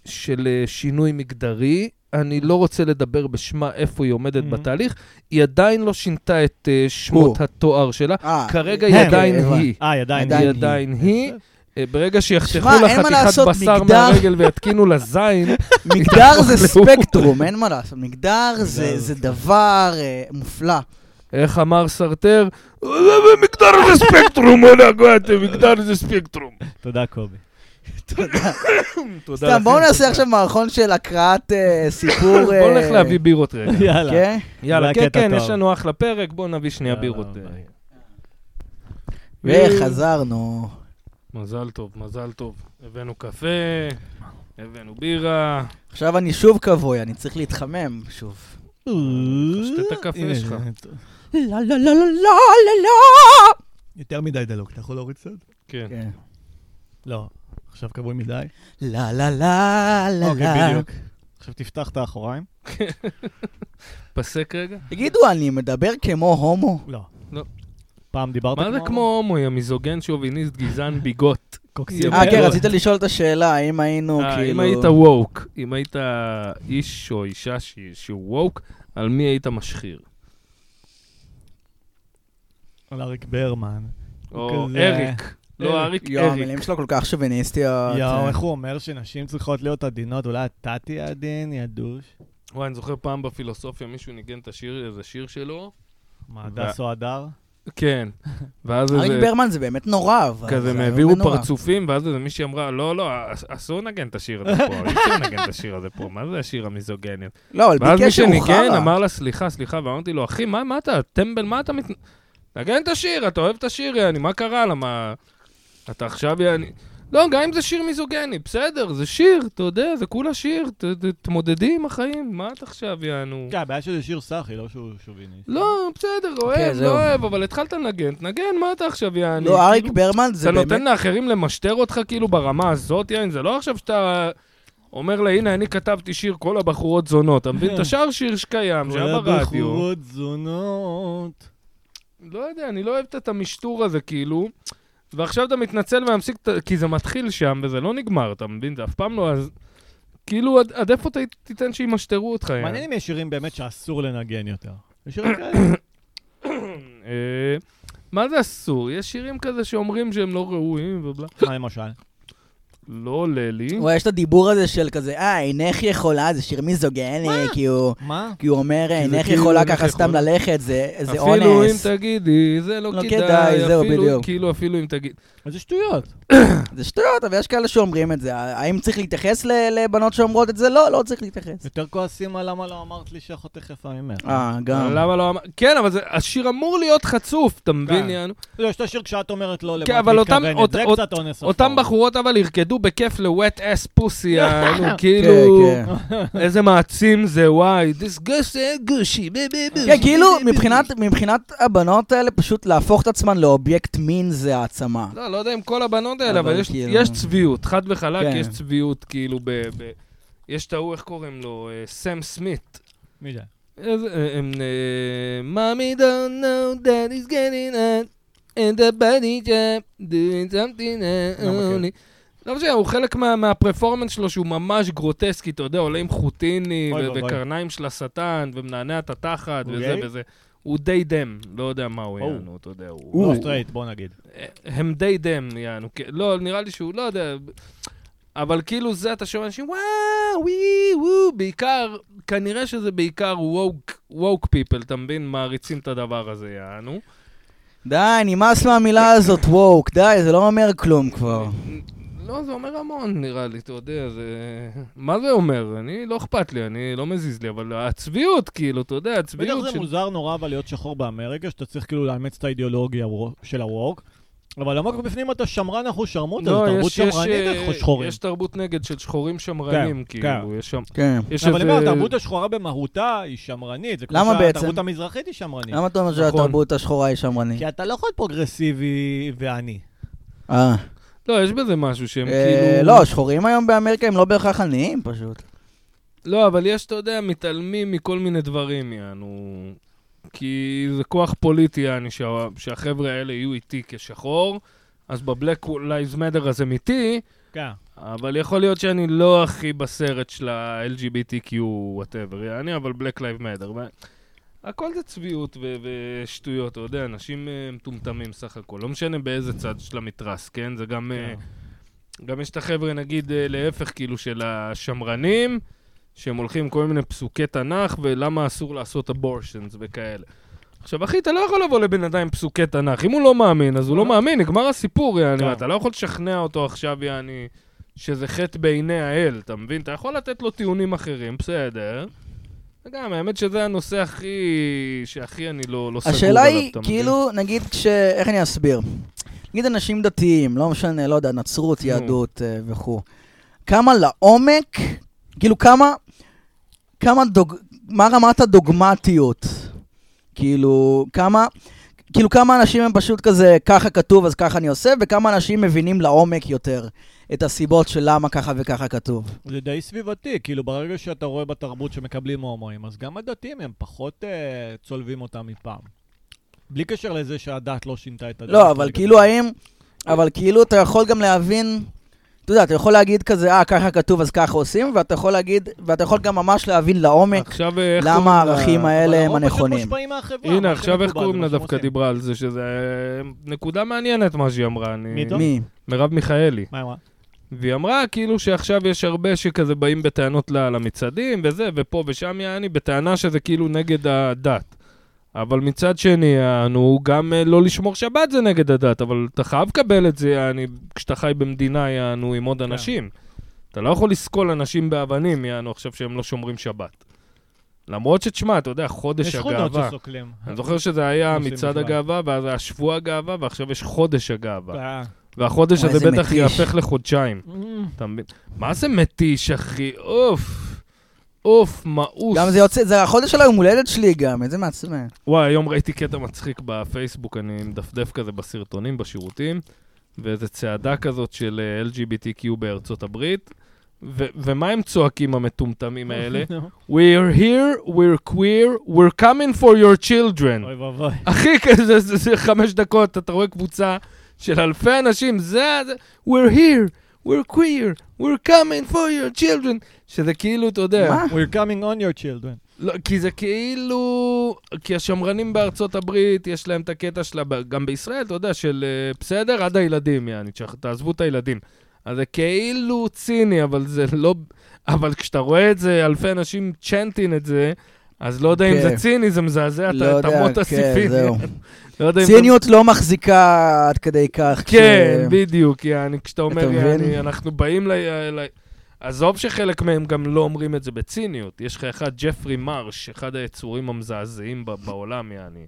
Speaker 2: של אה, שינוי מגדרי. אני לא רוצה לדבר בשמה איפה היא עומדת
Speaker 1: Mhm.
Speaker 2: בתהליך. היא עדיין לא שינתה את אה, שמות
Speaker 3: הוא.
Speaker 2: התואר שלה.
Speaker 3: אה,
Speaker 2: כרגע היא
Speaker 1: הם,
Speaker 2: עדיין
Speaker 3: הבנתי.
Speaker 2: היא.
Speaker 1: אה, היא עדיין.
Speaker 2: היא
Speaker 3: עדיין
Speaker 2: עדיין היא. אה, ברגע שיחתכו
Speaker 3: שמע,
Speaker 2: לה
Speaker 3: אין מה
Speaker 2: חתיכת
Speaker 3: לעשות,
Speaker 2: בשר
Speaker 3: מגדר-
Speaker 2: מהרגל ויתקינו לה זין,
Speaker 3: מגדר זה
Speaker 2: תהפוך לאור.
Speaker 3: ספקטרום, אין מה לעשות. מגדר זה-
Speaker 1: מגדר
Speaker 3: זה
Speaker 1: זה-
Speaker 3: דבר אה, מופלא.
Speaker 2: איך אמר סרטר? מגדר זה ספקטרום, אולי הגעת, מגדר זה ספקטרום.
Speaker 3: כן.
Speaker 1: תודה, קובי.
Speaker 3: תודה.
Speaker 2: תודה
Speaker 3: סתם, בואו
Speaker 2: לכם.
Speaker 3: נעשה עכשיו מערכון של הקראת אה, סיפור...
Speaker 2: בואו
Speaker 3: אה,
Speaker 2: נלך להביא בירות רגע.
Speaker 1: יאללה.
Speaker 3: כן?
Speaker 2: יאללה,
Speaker 1: זה
Speaker 2: כן,
Speaker 1: הקטע
Speaker 2: כן,
Speaker 1: טוב.
Speaker 2: יש לנו אחלה פרק, בואו נביא שנייה
Speaker 1: יאללה,
Speaker 2: בירות. אה.
Speaker 1: ביי.
Speaker 3: וחזרנו.
Speaker 2: מזל טוב, מזל טוב. הבאנו קפה, הבאנו בירה.
Speaker 3: עכשיו אני שוב כבוי, אני צריך להתחמם שוב.
Speaker 2: שתה את
Speaker 1: אה,
Speaker 2: הקפה
Speaker 4: הנה,
Speaker 2: שלך.
Speaker 4: הנה, ת-
Speaker 3: לה לה לה לה לה לה
Speaker 4: יותר מדי דלוק, אתה יכול להוריד קצת?
Speaker 2: כן.
Speaker 3: כן.
Speaker 4: לא. עכשיו קבוי מדי.
Speaker 3: לה לה לה לה
Speaker 1: אוקיי,
Speaker 3: לה.
Speaker 1: בדיוק. עכשיו תפתח את האחוריים.
Speaker 2: פסק רגע.
Speaker 3: תגידו, אני מדבר כמו הומו?
Speaker 4: לא.
Speaker 1: פעם דיברת
Speaker 2: מה זה כמו הומואי, המיזוגן, שוביניסט, גזען, ביגות?
Speaker 1: קוקסים.
Speaker 3: אה, כן,
Speaker 2: בדיוק.
Speaker 3: רצית לשאול את השאלה, האם היינו
Speaker 2: אה,
Speaker 3: כאילו...
Speaker 2: אם היית ווק, אם היית איש או אישה ש- שהוא ווק, על מי היית משחיר?
Speaker 1: על אריק ברמן.
Speaker 2: או
Speaker 1: כזה-
Speaker 2: אריק. לא
Speaker 1: אריק.
Speaker 2: אריק,
Speaker 3: אה, יואו,
Speaker 2: אריק.
Speaker 3: המילים שלו כל כך שוביניסטיות. אה.
Speaker 1: יואו, איך הוא אומר שנשים צריכות להיות עדינות? אולי אתה תהיה עדין, יא דוש.
Speaker 2: וואי, אני זוכר פעם בפילוסופיה מישהו ניגן את השיר, איזה שיר שלו.
Speaker 1: מה, הדס או הדר?
Speaker 2: כן. ואז
Speaker 3: אריק
Speaker 2: איזה...
Speaker 3: ברמן זה באמת נורא, אבל...
Speaker 2: כזה הם
Speaker 3: זה
Speaker 2: העבירו
Speaker 3: נורא.
Speaker 2: פרצופים, ואז איזה מישהי אמרה, לא, לא, אס- אסור לנגן את השיר הזה פה, אי אפשר לנגן את השיר הזה פה, מה זה השיר המיזוגני?
Speaker 3: לא, אבל
Speaker 2: ואז מי
Speaker 3: ביקש שהוא
Speaker 2: שניגן
Speaker 3: חרא.
Speaker 2: אמר לה, סליחה, סליחה, ואמרתי לו, אחי, מה, מה אתה, טמבל, מה אתה מת... נגן את השיר, אתה אוהב את השיר, יעני, מה קרה? למה... אתה עכשיו יעני... לא, גם אם זה שיר מיזוגני, בסדר, זה שיר, אתה יודע, זה כולה שיר, ת- ת- תתמודדי עם החיים, מה את עכשיו יענו?
Speaker 1: כן, הבעיה שזה שיר סאחי, לא שהוא שוביני.
Speaker 2: לא, בסדר,
Speaker 3: כן,
Speaker 2: אוהב,
Speaker 3: זהו.
Speaker 2: לא אוהב, אבל התחלת לנגן, תנגן, מה אתה עכשיו יעני?
Speaker 3: לא, אריק
Speaker 2: כאילו,
Speaker 3: ברמן זה
Speaker 2: אתה
Speaker 3: באמת...
Speaker 2: נותן לאחרים למשטר אותך כאילו ברמה הזאת, יעני, זה לא עכשיו שאתה... אומר לה, הנה, אני כתבתי שיר כל הבחורות זונות. אתה מבין? אתה שר שיר שקיים, שהיה
Speaker 1: כל
Speaker 2: ברדיו.
Speaker 1: הבחורות זונות.
Speaker 2: לא יודע, אני לא אוהב את- את המשטור הזה, כאילו. ועכשיו אתה מתנצל ומפסיק, את ה- כי זה מתחיל שם וזה לא נגמר, אתה מבין? זה אף פעם לא... אז... כאילו, עד, עד איפה ת, תיתן שימשטרו אותך? יעני?
Speaker 1: מעניין אם יש שירים באמת שאסור לנגן יותר. יש שירים כאלה?
Speaker 2: אה, מה זה אסור? יש שירים כזה שאומרים שהם לא ראויים ובלה.
Speaker 1: מה למשל?
Speaker 2: לא עולה לי.
Speaker 3: וואי, יש את הדיבור הזה של כזה, אה, אינך יכולה, זה שיר מיזוגני, כי הוא...
Speaker 1: מה?
Speaker 3: כי הוא אומר,
Speaker 2: זה
Speaker 3: אינך
Speaker 2: כאילו
Speaker 3: יכולה
Speaker 2: אינך
Speaker 3: ככה סתם
Speaker 2: יכולה."
Speaker 3: ללכת, זה זה
Speaker 2: אפילו אם
Speaker 3: אונס,
Speaker 2: תגידי, זה לא,
Speaker 3: לא
Speaker 2: כדאי,
Speaker 3: כדאי, זהו,
Speaker 2: אפילו,
Speaker 3: בדיוק.
Speaker 2: כאילו, אפילו אם תגיד...
Speaker 1: איזה שטויות.
Speaker 3: זה שטויות, אבל יש כאלה שאומרים את זה. האם צריך להתייחס ל- לבנות שאומרות את זה? לא, לא צריך להתייחס.
Speaker 1: יותר כועסים על למה לא אמרת לי שאחותך יפה ממך.
Speaker 3: אה, גם.
Speaker 2: למה לא אמר... כן, אבל זה, השיר אמור להיות חצוף, אתה מבין,
Speaker 1: כן.
Speaker 2: יענו?
Speaker 1: לא, יש את השיר כשאת אומרת לא למה את
Speaker 2: כן, אבל אותם-
Speaker 1: מתכוונת. זה
Speaker 2: אות-
Speaker 1: קצת אונס אפור.
Speaker 2: אותם בחורות אבל ירקדו בכיף ל-wet ass pussy, יענו,
Speaker 3: כן,
Speaker 2: כאילו...
Speaker 3: כן.
Speaker 2: איזה מעצים זה, וואי, this goes uh, גושי, בי בי בי.
Speaker 3: כן, כאילו, מבחינת- מבחינת הבנות האלה, פשוט להפוך את עצמן לאובייקט מין זה העצמה.
Speaker 2: לא, לא יודע אם כל הבנות האלה, אבל
Speaker 3: אבל
Speaker 2: יש-
Speaker 3: כאילו-
Speaker 2: יש צביעות, חד וחלק
Speaker 3: כן.
Speaker 2: יש צביעות, כאילו, ב... ב- יש את ההוא, איך קוראים לו? אה, סם סמית.
Speaker 1: מי זה?
Speaker 2: איזה- אה, הם... Mommy don't know that he's getting out and the body job doing something
Speaker 1: לא מכיר.
Speaker 2: only. לא משנה, הוא חלק מה- מהפרפורמנס שלו שהוא ממש גרוטסקי, אתה יודע, עולה עם חוטיני
Speaker 1: אוי
Speaker 2: ו-
Speaker 1: ואבוי.
Speaker 2: וקרניים של השטן ומנענע את התחת
Speaker 1: הוא
Speaker 2: וזה
Speaker 1: גיי?
Speaker 2: וזה. הוא די דם, לא יודע מה הוא
Speaker 1: או.
Speaker 2: יענו, אתה יודע, הוא... לא-
Speaker 1: הוא
Speaker 2: הוא-
Speaker 1: לא, סטרייט, בוא נגיד.
Speaker 2: הם די דם, יענו. כן, לא, נראה לי שהוא, לא יודע. אבל כאילו זה, אתה שומע אנשים, וואו, וואו, וואו, בעיקר, כנראה שזה בעיקר ווק, ווק פיפל, אתה מבין? מעריצים את הדבר הזה, יענו.
Speaker 3: די, נמאס מהמילה הזאת, ווק, די, זה לא אומר כלום כבר.
Speaker 2: לא, זה אומר המון, נראה לי, אתה יודע, זה... מה זה אומר? אני, לא אכפת לי, אני לא מזיז לי, אבל הצביעות, כאילו, אתה יודע,
Speaker 1: בטח
Speaker 2: הצביעות
Speaker 1: זה
Speaker 2: של...
Speaker 1: מוזר נורא אבל להיות שחור באמריקה, שאתה צריך כאילו לאמץ את האידיאולוגיה וו- של הווק, אבל עמוק בפנים אתה שמרן אחוז שמרות, אז
Speaker 2: לא,
Speaker 1: תרבות
Speaker 2: יש- יש,
Speaker 1: שמרנית
Speaker 2: אה,
Speaker 1: אנחנו שחורים.
Speaker 2: יש תרבות נגד של שחורים שמרנים, כאילו, יש שם...
Speaker 3: כן.
Speaker 2: יש
Speaker 1: אבל אני אומר,
Speaker 2: איזה-
Speaker 1: התרבות השחורה במהותה היא שמרנית, זה כמו
Speaker 3: למה בעצם?
Speaker 1: שהתרבות המזרחית היא שמרנית.
Speaker 3: למה אתה אומר שהתרבות השחורה היא שמרנית?
Speaker 1: כי אתה לא יכול להיות פרוגרסיבי ועני.
Speaker 3: אה.
Speaker 2: לא, יש בזה משהו שהם
Speaker 3: אה,
Speaker 2: כאילו...
Speaker 3: לא, השחורים היום באמריקה הם לא בהכרח עניים פשוט.
Speaker 2: לא, אבל יש, אתה יודע, מתעלמים מכל מיני דברים, יענו... כי זה כוח פוליטי, יעני, שה... שהחבר'ה האלה יהיו איתי כשחור, אז בבלק לייבס מדר אז הם איתי,
Speaker 1: כן.
Speaker 2: אה, אבל יכול להיות שאני לא הכי בסרט של ה-LGBTQ, וואטאבר, יעני, אבל בלק לייב מדר. ו... הכל זה צביעות ו- ושטויות, אתה יודע, אנשים אה, מטומטמים סך הכל. לא משנה באיזה צד של המתרס, כן? זה גם... אה, גם יש את החבר'ה, נגיד, אה, להפך, כאילו, של השמרנים, שהם הולכים עם כל מיני פסוקי תנ"ך, ולמה אסור לעשות אבורשנס וכאלה. עכשיו, אחי, אתה לא יכול לבוא לבן אדם עם פסוקי תנ"ך. אם הוא לא מאמין, אז הוא לא מאמין, נגמר הסיפור, יעני,
Speaker 1: כן.
Speaker 2: ואתה לא יכול לשכנע אותו עכשיו, יעני, שזה חטא בעיני האל, אתה מבין? אתה יכול לתת לו טיעונים אחרים, בסדר. וגם, האמת שזה הנושא הכי... שהכי אני לא, לא סגור עליו,
Speaker 3: השאלה היא,
Speaker 2: אתה מבין?
Speaker 3: כאילו, נגיד כש... איך אני אסביר? נגיד אנשים דתיים, לא משנה, לא יודע, נצרות,
Speaker 2: נו.
Speaker 3: יהדות אה, וכו'. כמה לעומק, כאילו כמה, כמה דוג... מה רמת הדוגמטיות? כאילו, כמה, כאילו כמה אנשים הם פשוט כזה, ככה כתוב אז ככה אני עושה, וכמה אנשים מבינים לעומק יותר את הסיבות של למה ככה וככה כתוב.
Speaker 1: זה די סביבתי, כאילו ברגע שאתה רואה בתרבות שמקבלים הומואים, אז גם הדתיים הם פחות אה, צולבים אותם מפעם. בלי קשר לזה שהדת לא שינתה את הדת.
Speaker 3: לא, אבל כאילו האם... אבל כאילו אתה יכול גם להבין... אתה יודע, אתה יכול להגיד כזה, אה, ככה כתוב אז ככה עושים, ואתה יכול להגיד... ואתה יכול גם ממש להבין לעומק
Speaker 2: עכשיו, אה, איך קוראים
Speaker 3: למה
Speaker 2: לה-
Speaker 3: הערכים האלה
Speaker 1: אבל
Speaker 3: הם
Speaker 1: הרוב פשוט
Speaker 3: הנכונים.
Speaker 1: מושפעים מהחברה. לא, מה
Speaker 2: הנה, עכשיו איך
Speaker 1: שמקובל,
Speaker 2: קוראים
Speaker 1: זה
Speaker 2: לה
Speaker 1: מה שהם
Speaker 2: דווקא
Speaker 1: עושים.
Speaker 2: דיברה על זה, שזה אה, נקודה מעניינת מה שהיא אמרה. אני-
Speaker 1: מי טוב?
Speaker 3: מי?
Speaker 2: מרב מיכאלי.
Speaker 1: מה היא אמרה?
Speaker 2: והיא אמרה כאילו שעכשיו יש הרבה שכזה באים בטענות ל- למצעדים וזה, ופה ושם יעני, בטענה שזה כאילו נגד הדת. אבל מצד שני, יענו, גם אה, לא לשמור שבת זה נגד הדת, אבל אתה חייב לקבל את זה, יעני, כשאתה חי במדינה, יענו, עם
Speaker 1: כן.
Speaker 2: עוד אנשים. אתה לא יכול לסקול אנשים באבנים, יענו, עכשיו שהם לא שומרים שבת. למרות שתשמע, אתה יודע, חודש
Speaker 1: יש
Speaker 2: הגאווה.
Speaker 1: שכונות שסוקלים.
Speaker 2: אני זוכר שזה היה
Speaker 1: עושים
Speaker 2: מצעד
Speaker 1: בכלל.
Speaker 2: הגאווה, ואז היה שבוע הגאווה, ועכשיו יש חודש הגאווה.
Speaker 1: אה.
Speaker 2: והחודש
Speaker 3: וואי,
Speaker 2: הזה
Speaker 3: זה
Speaker 2: בטח
Speaker 3: מתיש.
Speaker 2: ייהפך לחודשיים. אתה מבין? מה זה מתיש, אחי? אוף. לא? אוף, מאוס.
Speaker 3: גם זה יוצא... זה החודש של היום הולדת שלי גם, איזה מעצבן.
Speaker 2: וואי, היום ראיתי קטע מצחיק בפייסבוק, אני מדפדף כזה בסרטונים, בשירותים, ואיזה צעדה כזאת של אה, LGBTQ בארצות הברית, ו- ומה הם צועקים המטומטמים האלה? We're here, we're queer, we're coming for your children.
Speaker 1: אוי ואבוי.
Speaker 2: אחי, כזה, זה, זה חמש דקות, אתה רואה קבוצה של אלפי אנשים, זה, ה- זה, we're here, we're queer, we're coming for your children, שזה כאילו, אתה יודע,
Speaker 3: מה?
Speaker 1: We're coming on your children.
Speaker 2: לא, כי זה כאילו, כי השמרנים בארצות הברית, יש להם את הקטע שלה, ב- גם בישראל, אתה יודע, של אה, בסדר, עד הילדים, יעני, תשח- תעזבו את הילדים. אז זה כאילו ציני, אבל זה לא... אבל כשאתה רואה את זה, אלפי אנשים צ'נטים את זה, אז לא יודע אם
Speaker 3: כן.
Speaker 2: זה ציני, זה מזעזע את
Speaker 3: לא
Speaker 2: ה- את
Speaker 3: יודע,
Speaker 2: אמות
Speaker 3: כן,
Speaker 2: הסיפים.
Speaker 3: זהו.
Speaker 2: לא יודע אם זה-
Speaker 3: ציניות לא מחזיקה עד כדי כך.
Speaker 2: כן,
Speaker 3: כש-
Speaker 2: בדיוק, יעני, כשאתה
Speaker 3: אתה
Speaker 2: אומר,
Speaker 3: מבין?
Speaker 2: יעני, אנחנו באים ל... ל- עזוב שחלק מהם גם לא אומרים את זה בציניות. יש לך אחד, ג'פרי מרש, אחד היצורים המזעזעים ב- בעולם, יעני.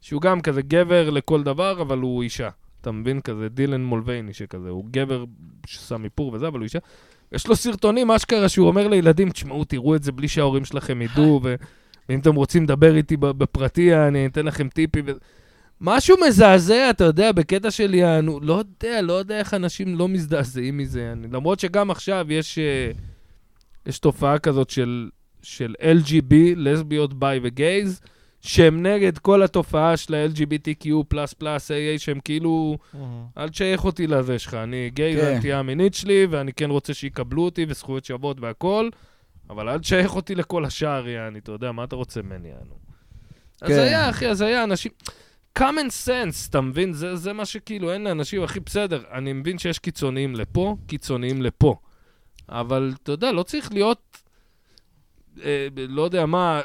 Speaker 2: שהוא גם כזה גבר לכל דבר, אבל הוא אישה. אתה מבין? כזה דילן מולבייני שכזה, הוא גבר ששם איפור וזה, אבל הוא אישה. יש לו סרטונים, אשכרה, שהוא אומר לילדים, תשמעו, תראו את זה בלי שההורים שלכם ידעו, ו- ואם אתם רוצים לדבר איתי ב- בפרטי, אני אתן לכם טיפים. ו- משהו מזעזע, אתה יודע, בקטע של יענו, לא יודע, לא יודע איך אנשים לא מזדעזעים מזה. אני, למרות שגם עכשיו יש, אה, יש תופעה כזאת של, של LGB, לסביות, ביי וגייז, שהם נגד כל התופעה של ה-LGBTQ, AA, שהם כאילו, אל תשייך אותי לזה שלך, אני גיי,
Speaker 3: כן.
Speaker 2: כן. תהיה המינית שלי, ואני כן רוצה שיקבלו אותי, וזכויות שוות והכול, אבל אל תשייך אותי לכל השאר, יעני, אתה יודע, מה אתה רוצה ממני, יענו?
Speaker 3: כן.
Speaker 2: אז היה, אחי, אז היה, אנשים... common sense, אתה מבין? זה, זה מה שכאילו, אין לאנשים, אחי, בסדר, אני מבין שיש קיצוניים לפה, קיצוניים לפה. אבל, אתה יודע, לא צריך להיות, אה, ב- לא יודע מה,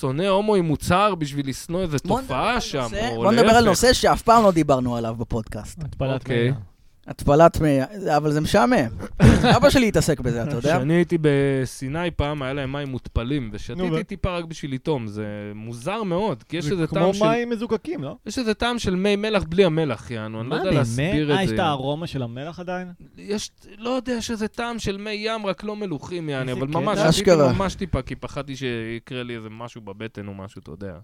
Speaker 2: שונא הומואי מוצהר בשביל לשנוא איזה
Speaker 3: בוא נדבר
Speaker 2: תופעה
Speaker 3: על
Speaker 2: שם,
Speaker 3: נושא-
Speaker 2: או
Speaker 3: בוא נדבר על
Speaker 2: להפך.
Speaker 3: נושא שאף פעם לא דיברנו עליו בפודקאסט.
Speaker 1: התפלת
Speaker 2: אוקיי.
Speaker 1: מנה.
Speaker 3: התפלת מי... אבל זה משעמם. אבא שלי התעסק בזה, אתה יודע?
Speaker 2: כשאני הייתי בסיני פעם, היה להם מים מותפלים,
Speaker 1: נו,
Speaker 2: ושתיתי
Speaker 1: ו-
Speaker 2: טיפה רק בשביל לטעום, זה מוזר מאוד, כי יש
Speaker 1: זה
Speaker 2: איזה
Speaker 1: כמו
Speaker 2: טעם של...
Speaker 1: מים מזוקקים, לא?
Speaker 2: יש איזה טעם של מי מלח בלי המלח, יענו, אני לא יודע להסביר
Speaker 1: אה,
Speaker 2: את
Speaker 1: יש
Speaker 2: זה.
Speaker 1: את הארומה של המלח עדיין?
Speaker 2: יש, לא יודע שזה טעם של מי ים, רק לא מלוכים, יעני,
Speaker 1: איזה
Speaker 2: אבל ממש,
Speaker 1: קטע.
Speaker 2: שתיתי
Speaker 3: אשכרה.
Speaker 2: ממש טיפה, כי פחדתי שיקרה לי איזה משהו בבטן או משהו, אתה יודע.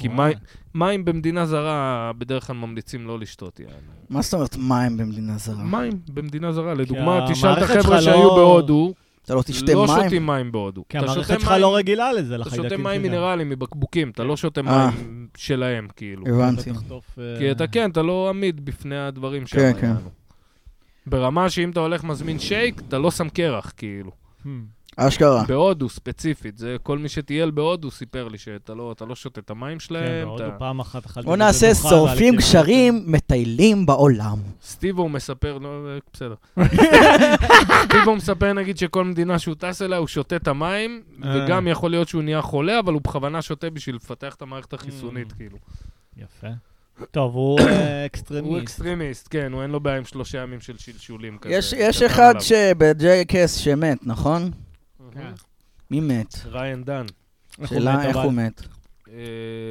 Speaker 2: כי
Speaker 1: וואי.
Speaker 2: מים- מים במדינה זרה, בדרך כלל ממליצים לא לשתות, יענו.
Speaker 3: מה זאת אומרת מים במדינה זרה?
Speaker 2: מים במדינה זרה, לדוגמה,
Speaker 1: אה. המערכת
Speaker 2: תשאל את
Speaker 1: שלך
Speaker 2: החבר'ה
Speaker 1: לא-
Speaker 2: שהיו בהודו,
Speaker 3: אתה לא תשתה
Speaker 2: לא
Speaker 3: מים?
Speaker 2: שותים מים בהודו.
Speaker 1: כי
Speaker 2: אתה
Speaker 1: המערכת
Speaker 2: שותה
Speaker 1: שלך
Speaker 2: מים-
Speaker 1: לא רגילה לזה,
Speaker 2: אתה
Speaker 1: לחיידקים
Speaker 2: שותה מים
Speaker 1: שלהם.
Speaker 2: מינרלים מבקבוקים, אתה לא שותה
Speaker 3: אה.
Speaker 2: מים שלהם, כאילו.
Speaker 3: הבנתי.
Speaker 1: אתה תחטוף... אה,
Speaker 2: כי אתה כן, אתה לא עמיד בפני הדברים שם.
Speaker 3: כן, כן.
Speaker 2: יענו. ברמה שאם אתה הולך מזמין שייק, אתה לא שם קרח, כאילו.
Speaker 1: Hmm.
Speaker 3: אשכרה.
Speaker 2: בהודו ספציפית, זה כל מי שטייל בהודו סיפר לי שאתה לא, אתה לא שותה את המים
Speaker 1: כן,
Speaker 2: שלהם.
Speaker 1: ועוד
Speaker 2: אתה...
Speaker 1: פעם אחת אכלתי...
Speaker 3: בוא
Speaker 1: בזה
Speaker 3: נעשה
Speaker 1: דוחה, והיה לי
Speaker 3: שורפים
Speaker 1: כאב.
Speaker 3: גשרים, מטיילים בעולם.
Speaker 2: סטיבו מספר, לא, אה, בסדר. סטיבו מספר נגיד שכל מדינה שהוא טס אליה, הוא שותה את המים,
Speaker 1: אה.
Speaker 2: וגם
Speaker 1: Mm.
Speaker 2: יכול להיות שהוא נהיה חולה, אבל הוא בכוונה שותה בשביל לפתח את המערכת החיסונית, כאילו.
Speaker 1: יפה. טוב, הוא אה,
Speaker 2: הוא
Speaker 1: אקסטרמיסט.
Speaker 2: אקסטרימיסט, כן, הוא אין לו בעיה עם שלושה ימים של שלשולים כזה.
Speaker 3: יש- יש
Speaker 2: אוקיי, קטן
Speaker 3: אחד
Speaker 2: עליו.
Speaker 3: שבג'ייקס שמת, נכון?
Speaker 2: כן.
Speaker 3: מי מת?
Speaker 2: ריין דן.
Speaker 1: איך הוא
Speaker 3: שאלה
Speaker 1: מת,
Speaker 3: איך
Speaker 1: אבל?
Speaker 3: הוא מת.
Speaker 2: אה,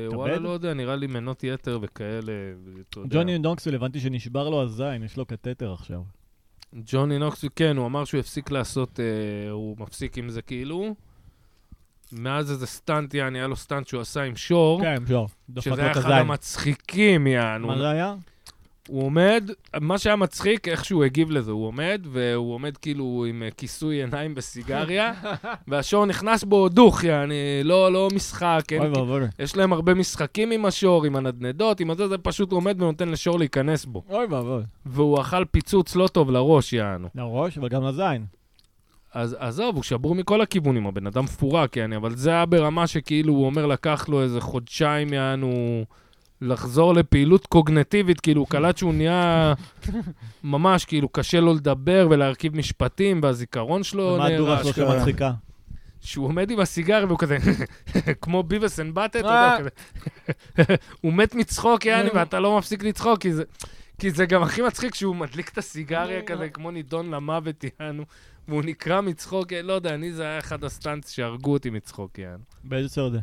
Speaker 1: התאבד?
Speaker 2: וואלה, לא יודע, נראה לי מנות יתר וכאלה, אתה יודע.
Speaker 1: ג'וני דונקסוויל, הבנתי שנשבר לו הזין, יש לו קטטר עכשיו.
Speaker 2: ג'וני נוקסווי, כן, הוא אמר שהוא הפסיק לעשות, אה, הוא מפסיק עם זה כאילו. מאז איזה סטנט, יעני, היה לו סטנט שהוא עשה עם שור,
Speaker 1: כן, שור. דפק
Speaker 2: שזה
Speaker 1: לו
Speaker 2: היה
Speaker 1: את
Speaker 2: אחד
Speaker 1: הזין.
Speaker 2: המצחיקים, יענו.
Speaker 1: מה זה היה?
Speaker 2: הוא עומד, מה שהיה מצחיק, איך שהוא הגיב לזה, הוא עומד, והוא עומד כאילו עם אה, כיסוי עיניים בסיגריה, והשור נכנס בו דוך, יעני, לא, לא משחק, אין
Speaker 1: אוי ואבוי.
Speaker 2: יש להם הרבה משחקים עם השור, עם הנדנדות, עם הזה, זה פשוט הוא עומד ונותן לשור להיכנס בו.
Speaker 1: אוי ואבוי.
Speaker 2: והוא אכל פיצוץ לא טוב לראש, יענו.
Speaker 1: לראש, אבל גם לזין.
Speaker 2: אז עזוב, הוא שבור מכל הכיוונים, הבן אדם פורק, יעני, אבל זה היה ברמה שכאילו, הוא אומר, לקח לו איזה חודשיים, יענו, לחזור לפעילות קוגנטיבית, כאילו, הוא קלט שהוא נהיה ממש, כאילו, קשה לו לדבר ולהרכיב משפטים, והזיכרון שלו
Speaker 1: מה הדורה שלו
Speaker 2: ככה.
Speaker 1: שמצחיקה?
Speaker 2: שהוא עומד עם הסיגר והוא כזה, כמו ביבס אנד באטה, אתה
Speaker 1: אה.
Speaker 2: יודע, כזה. הוא מת מצחוק, יעני, ואתה לא מפסיק לצחוק, כי זה... כי זה גם הכי מצחיק שהוא מדליק את הסיגריה כזה, כמו נידון למוות, יענו, והוא נקרע מצחוק, אה, לא יודע, אני זה היה אחד הסטאנץ שהרגו אותי מצחוק, יענו.
Speaker 1: באיזה סרט זה?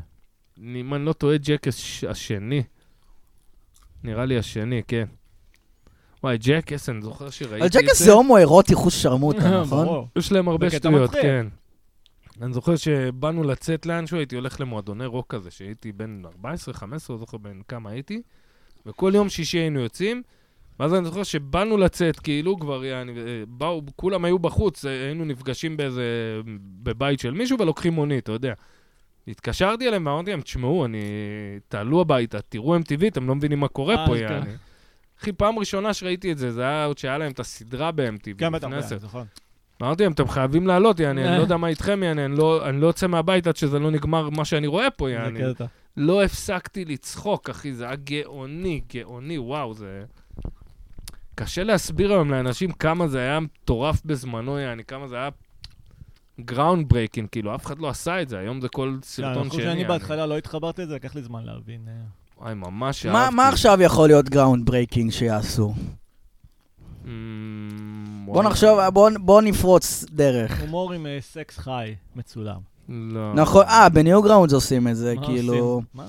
Speaker 2: אני- אם אני לא טועה, ג'ק הש- השני. נראה לי השני, כן. וואי, ג'ק אס, אני זוכר שראיתי
Speaker 3: אבל
Speaker 2: את זה.
Speaker 3: ג'קס זה הומו אירוטי חוש שרמוטה, נכון?
Speaker 1: ברור.
Speaker 2: יש להם הרבה
Speaker 1: לא. בקטע
Speaker 2: שטויות,
Speaker 1: מצחיק.
Speaker 2: כן. אני זוכר שבאנו לצאת לאנשהו, הייתי הולך למועדוני רוק כזה, שהייתי בן 14, 15, לא זוכר בין כמה הייתי, וכל יום שישי היינו יוצאים, ואז אני זוכר שבאנו לצאת, כאילו, כבר, יעני, אה, באו, כולם היו בחוץ, אה, היינו נפגשים באיזה, בבית של מישהו ולוקחים מונית, אתה יודע. התקשרתי אליהם ואמרתי להם, תשמעו, אני... תעלו הביתה, תראו MTV, אתם לא מבינים מה קורה
Speaker 1: אה,
Speaker 2: פה,
Speaker 1: אז
Speaker 2: יעני.
Speaker 1: כן.
Speaker 2: אחי, פעם ראשונה שראיתי את זה, זה היה עוד שהיה להם את הסדרה ב-MTV.
Speaker 1: גם בטח,
Speaker 2: לפני עשר.
Speaker 1: נכון.
Speaker 2: אמרתי להם, אתם חייבים לעלות, יעני, אני לא יודע מה איתכם, יעני, אני לא- אני לא יוצא מהבית עד שזה לא נגמר מה שאני רואה פה, יעני.
Speaker 1: כן, זה קטע.
Speaker 2: לא הפסקתי לצחוק, אחי, זה היה גאוני, גאוני, וואו, זה... קשה להסביר היום לאנשים כמה זה היה מטורף בזמנו, יעני, כמה זה היה גראונד ברייקינג, כאילו, אף אחד לא עשה את זה, היום זה כל
Speaker 1: כן, אני
Speaker 2: סרטון
Speaker 1: חושב
Speaker 2: שני.
Speaker 1: שאני
Speaker 2: יעני.
Speaker 1: בהתחלה לא התחברתי לזה, לקח לי זמן להבין. אה.
Speaker 2: וואי, ממש
Speaker 3: מה- מה עכשיו יכול להיות גראונד ברייקינג שיעשו?
Speaker 2: Mm,
Speaker 3: בוא נחשוב, בוא- בוא נפרוץ דרך.
Speaker 1: הומור עם אה, סקס חי מצולם.
Speaker 2: לא.
Speaker 3: נכון, אה, בניו גראונדס עושים את זה,
Speaker 1: מה
Speaker 3: כאילו...
Speaker 1: עושים? מה?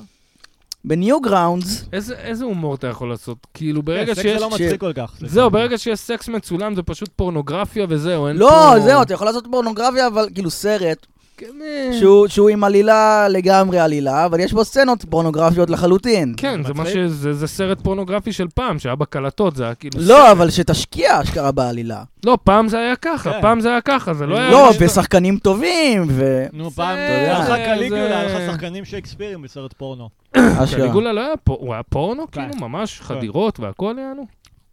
Speaker 3: בניו גראונדס,
Speaker 2: איזה איזה הומור אתה יכול לעשות? כאילו,
Speaker 1: כן,
Speaker 2: ברגע
Speaker 1: סקס זה
Speaker 2: שיש...
Speaker 1: לא מצחיק כל כך. זה
Speaker 2: זהו,
Speaker 1: כאילו-
Speaker 2: ברגע שיש סקס מצולם זה פשוט פורנוגרפיה וזהו, אין
Speaker 3: לא,
Speaker 2: פה...
Speaker 3: זהו, אתה יכול לעשות פורנוגרפיה, אבל כאילו סרט,
Speaker 2: כן, אה,
Speaker 3: שהוא- שהוא עם עלילה לגמרי עלילה, אבל יש בו סצנות פורנוגרפיות לחלוטין.
Speaker 2: כן, זה מה ש...
Speaker 1: מצחיק.
Speaker 2: זה זה סרט פורנוגרפי של פעם, שהיה בקלטות, זה היה כאילו...
Speaker 3: לא, אבל שתשקיע אשכרה בעלילה.
Speaker 2: לא, פעם זה היה ככה,
Speaker 1: כן.
Speaker 2: פעם זה היה ככה, זה לא היה...
Speaker 3: לא,
Speaker 2: משהו-
Speaker 3: ושחקנים טובים,
Speaker 1: נו,
Speaker 2: זה-
Speaker 1: פעם, היה לך
Speaker 2: זה-
Speaker 1: קליגולה,
Speaker 2: זה-
Speaker 1: היה לך שחקנים שייקספירים בסרט פורנו.
Speaker 3: ואשכרה.
Speaker 2: קליגולה לא היה פור... הוא היה פורנו,
Speaker 1: כן.
Speaker 2: כאילו, ממש חדירות והכל יענו?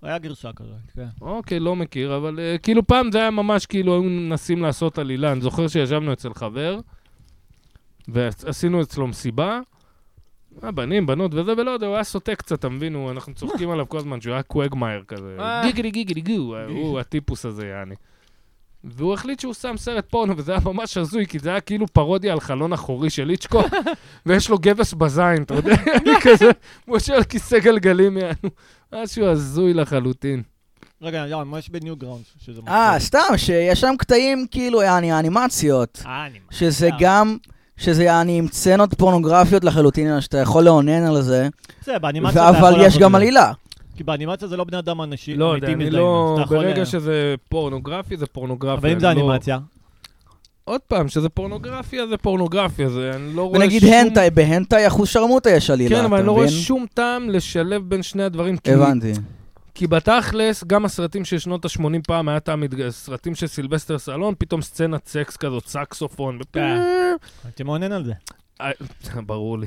Speaker 1: היה גרסה כזאת, כן.
Speaker 2: אוקיי, לא מכיר, אבל אה, כאילו פעם זה היה ממש כאילו היו מנסים לעשות עלילה. אני זוכר שישבנו אצל חבר, ועשינו אצלו מסיבה, אה, בנים, בנות וזה, ולא יודע, הוא היה סוטה קצת, אתה מבין? הוא- אנחנו צוחקים עליו כל הזמן, שהוא היה קווגמייר כזה.
Speaker 1: אה.
Speaker 2: גיגלי גיגלי גו, אה, הוא הטיפוס הזה, יעני. והוא החליט שהוא שם סרט פורנו, וזה היה ממש הזוי, כי זה היה כאילו פרודיה על חלון אחורי של איצ'קוק, ויש לו גבס בזין, אתה יודע? אני כזה, הוא יושב על כיסא גלגלים, יענו. משהו הזוי לחלוטין.
Speaker 1: רגע, לא, מה יש בניו גראונד שזה מצחיק?
Speaker 3: אה, סתם, שיש שם קטעים כאילו, יעני, האנימציות.
Speaker 1: אה, אני...
Speaker 3: שזה
Speaker 1: אה.
Speaker 3: גם, שזה יעני עם סצנות פורנוגרפיות לחלוטין, שאתה יכול לאונן על זה,
Speaker 1: בסדר, באנימציה אתה יכול
Speaker 3: אבל יש
Speaker 1: לעשות את
Speaker 3: גם
Speaker 1: זה.
Speaker 3: עלילה.
Speaker 1: כי באנימציה זה לא בני אדם אנשים,
Speaker 2: לא יודע,
Speaker 1: אמיתיים
Speaker 2: אני
Speaker 1: מזדיינים, אז
Speaker 2: לא...
Speaker 1: אתה יכול
Speaker 2: ברגע
Speaker 1: ל-
Speaker 2: שזה פורנוגרפי, זה פורנוגרפיה.
Speaker 1: אבל אם
Speaker 2: אני
Speaker 1: זה
Speaker 2: לא-
Speaker 1: אנימציה,
Speaker 2: עוד פעם, שזה פורנוגרפיה, זה פורנוגרפיה, זה... אני לא רואה שום...
Speaker 3: ונגיד הנטאי, בהנטאי אחוז שרמוטה יש עלילה,
Speaker 2: כן,
Speaker 3: אתה
Speaker 2: אבל אני לא רואה
Speaker 3: מבין?
Speaker 2: שום טעם לשלב בין שני הדברים. כי-
Speaker 3: הבנתי.
Speaker 2: כי בתכלס, גם הסרטים של שנות ה-80 פעם היה טעם, מתג- סרטים של סילבסטר סלון, פתאום סצנת סקס כזאת, סקסופון. ופ-
Speaker 1: כן. הייתי מעונן על זה.
Speaker 2: אה, ברור לי.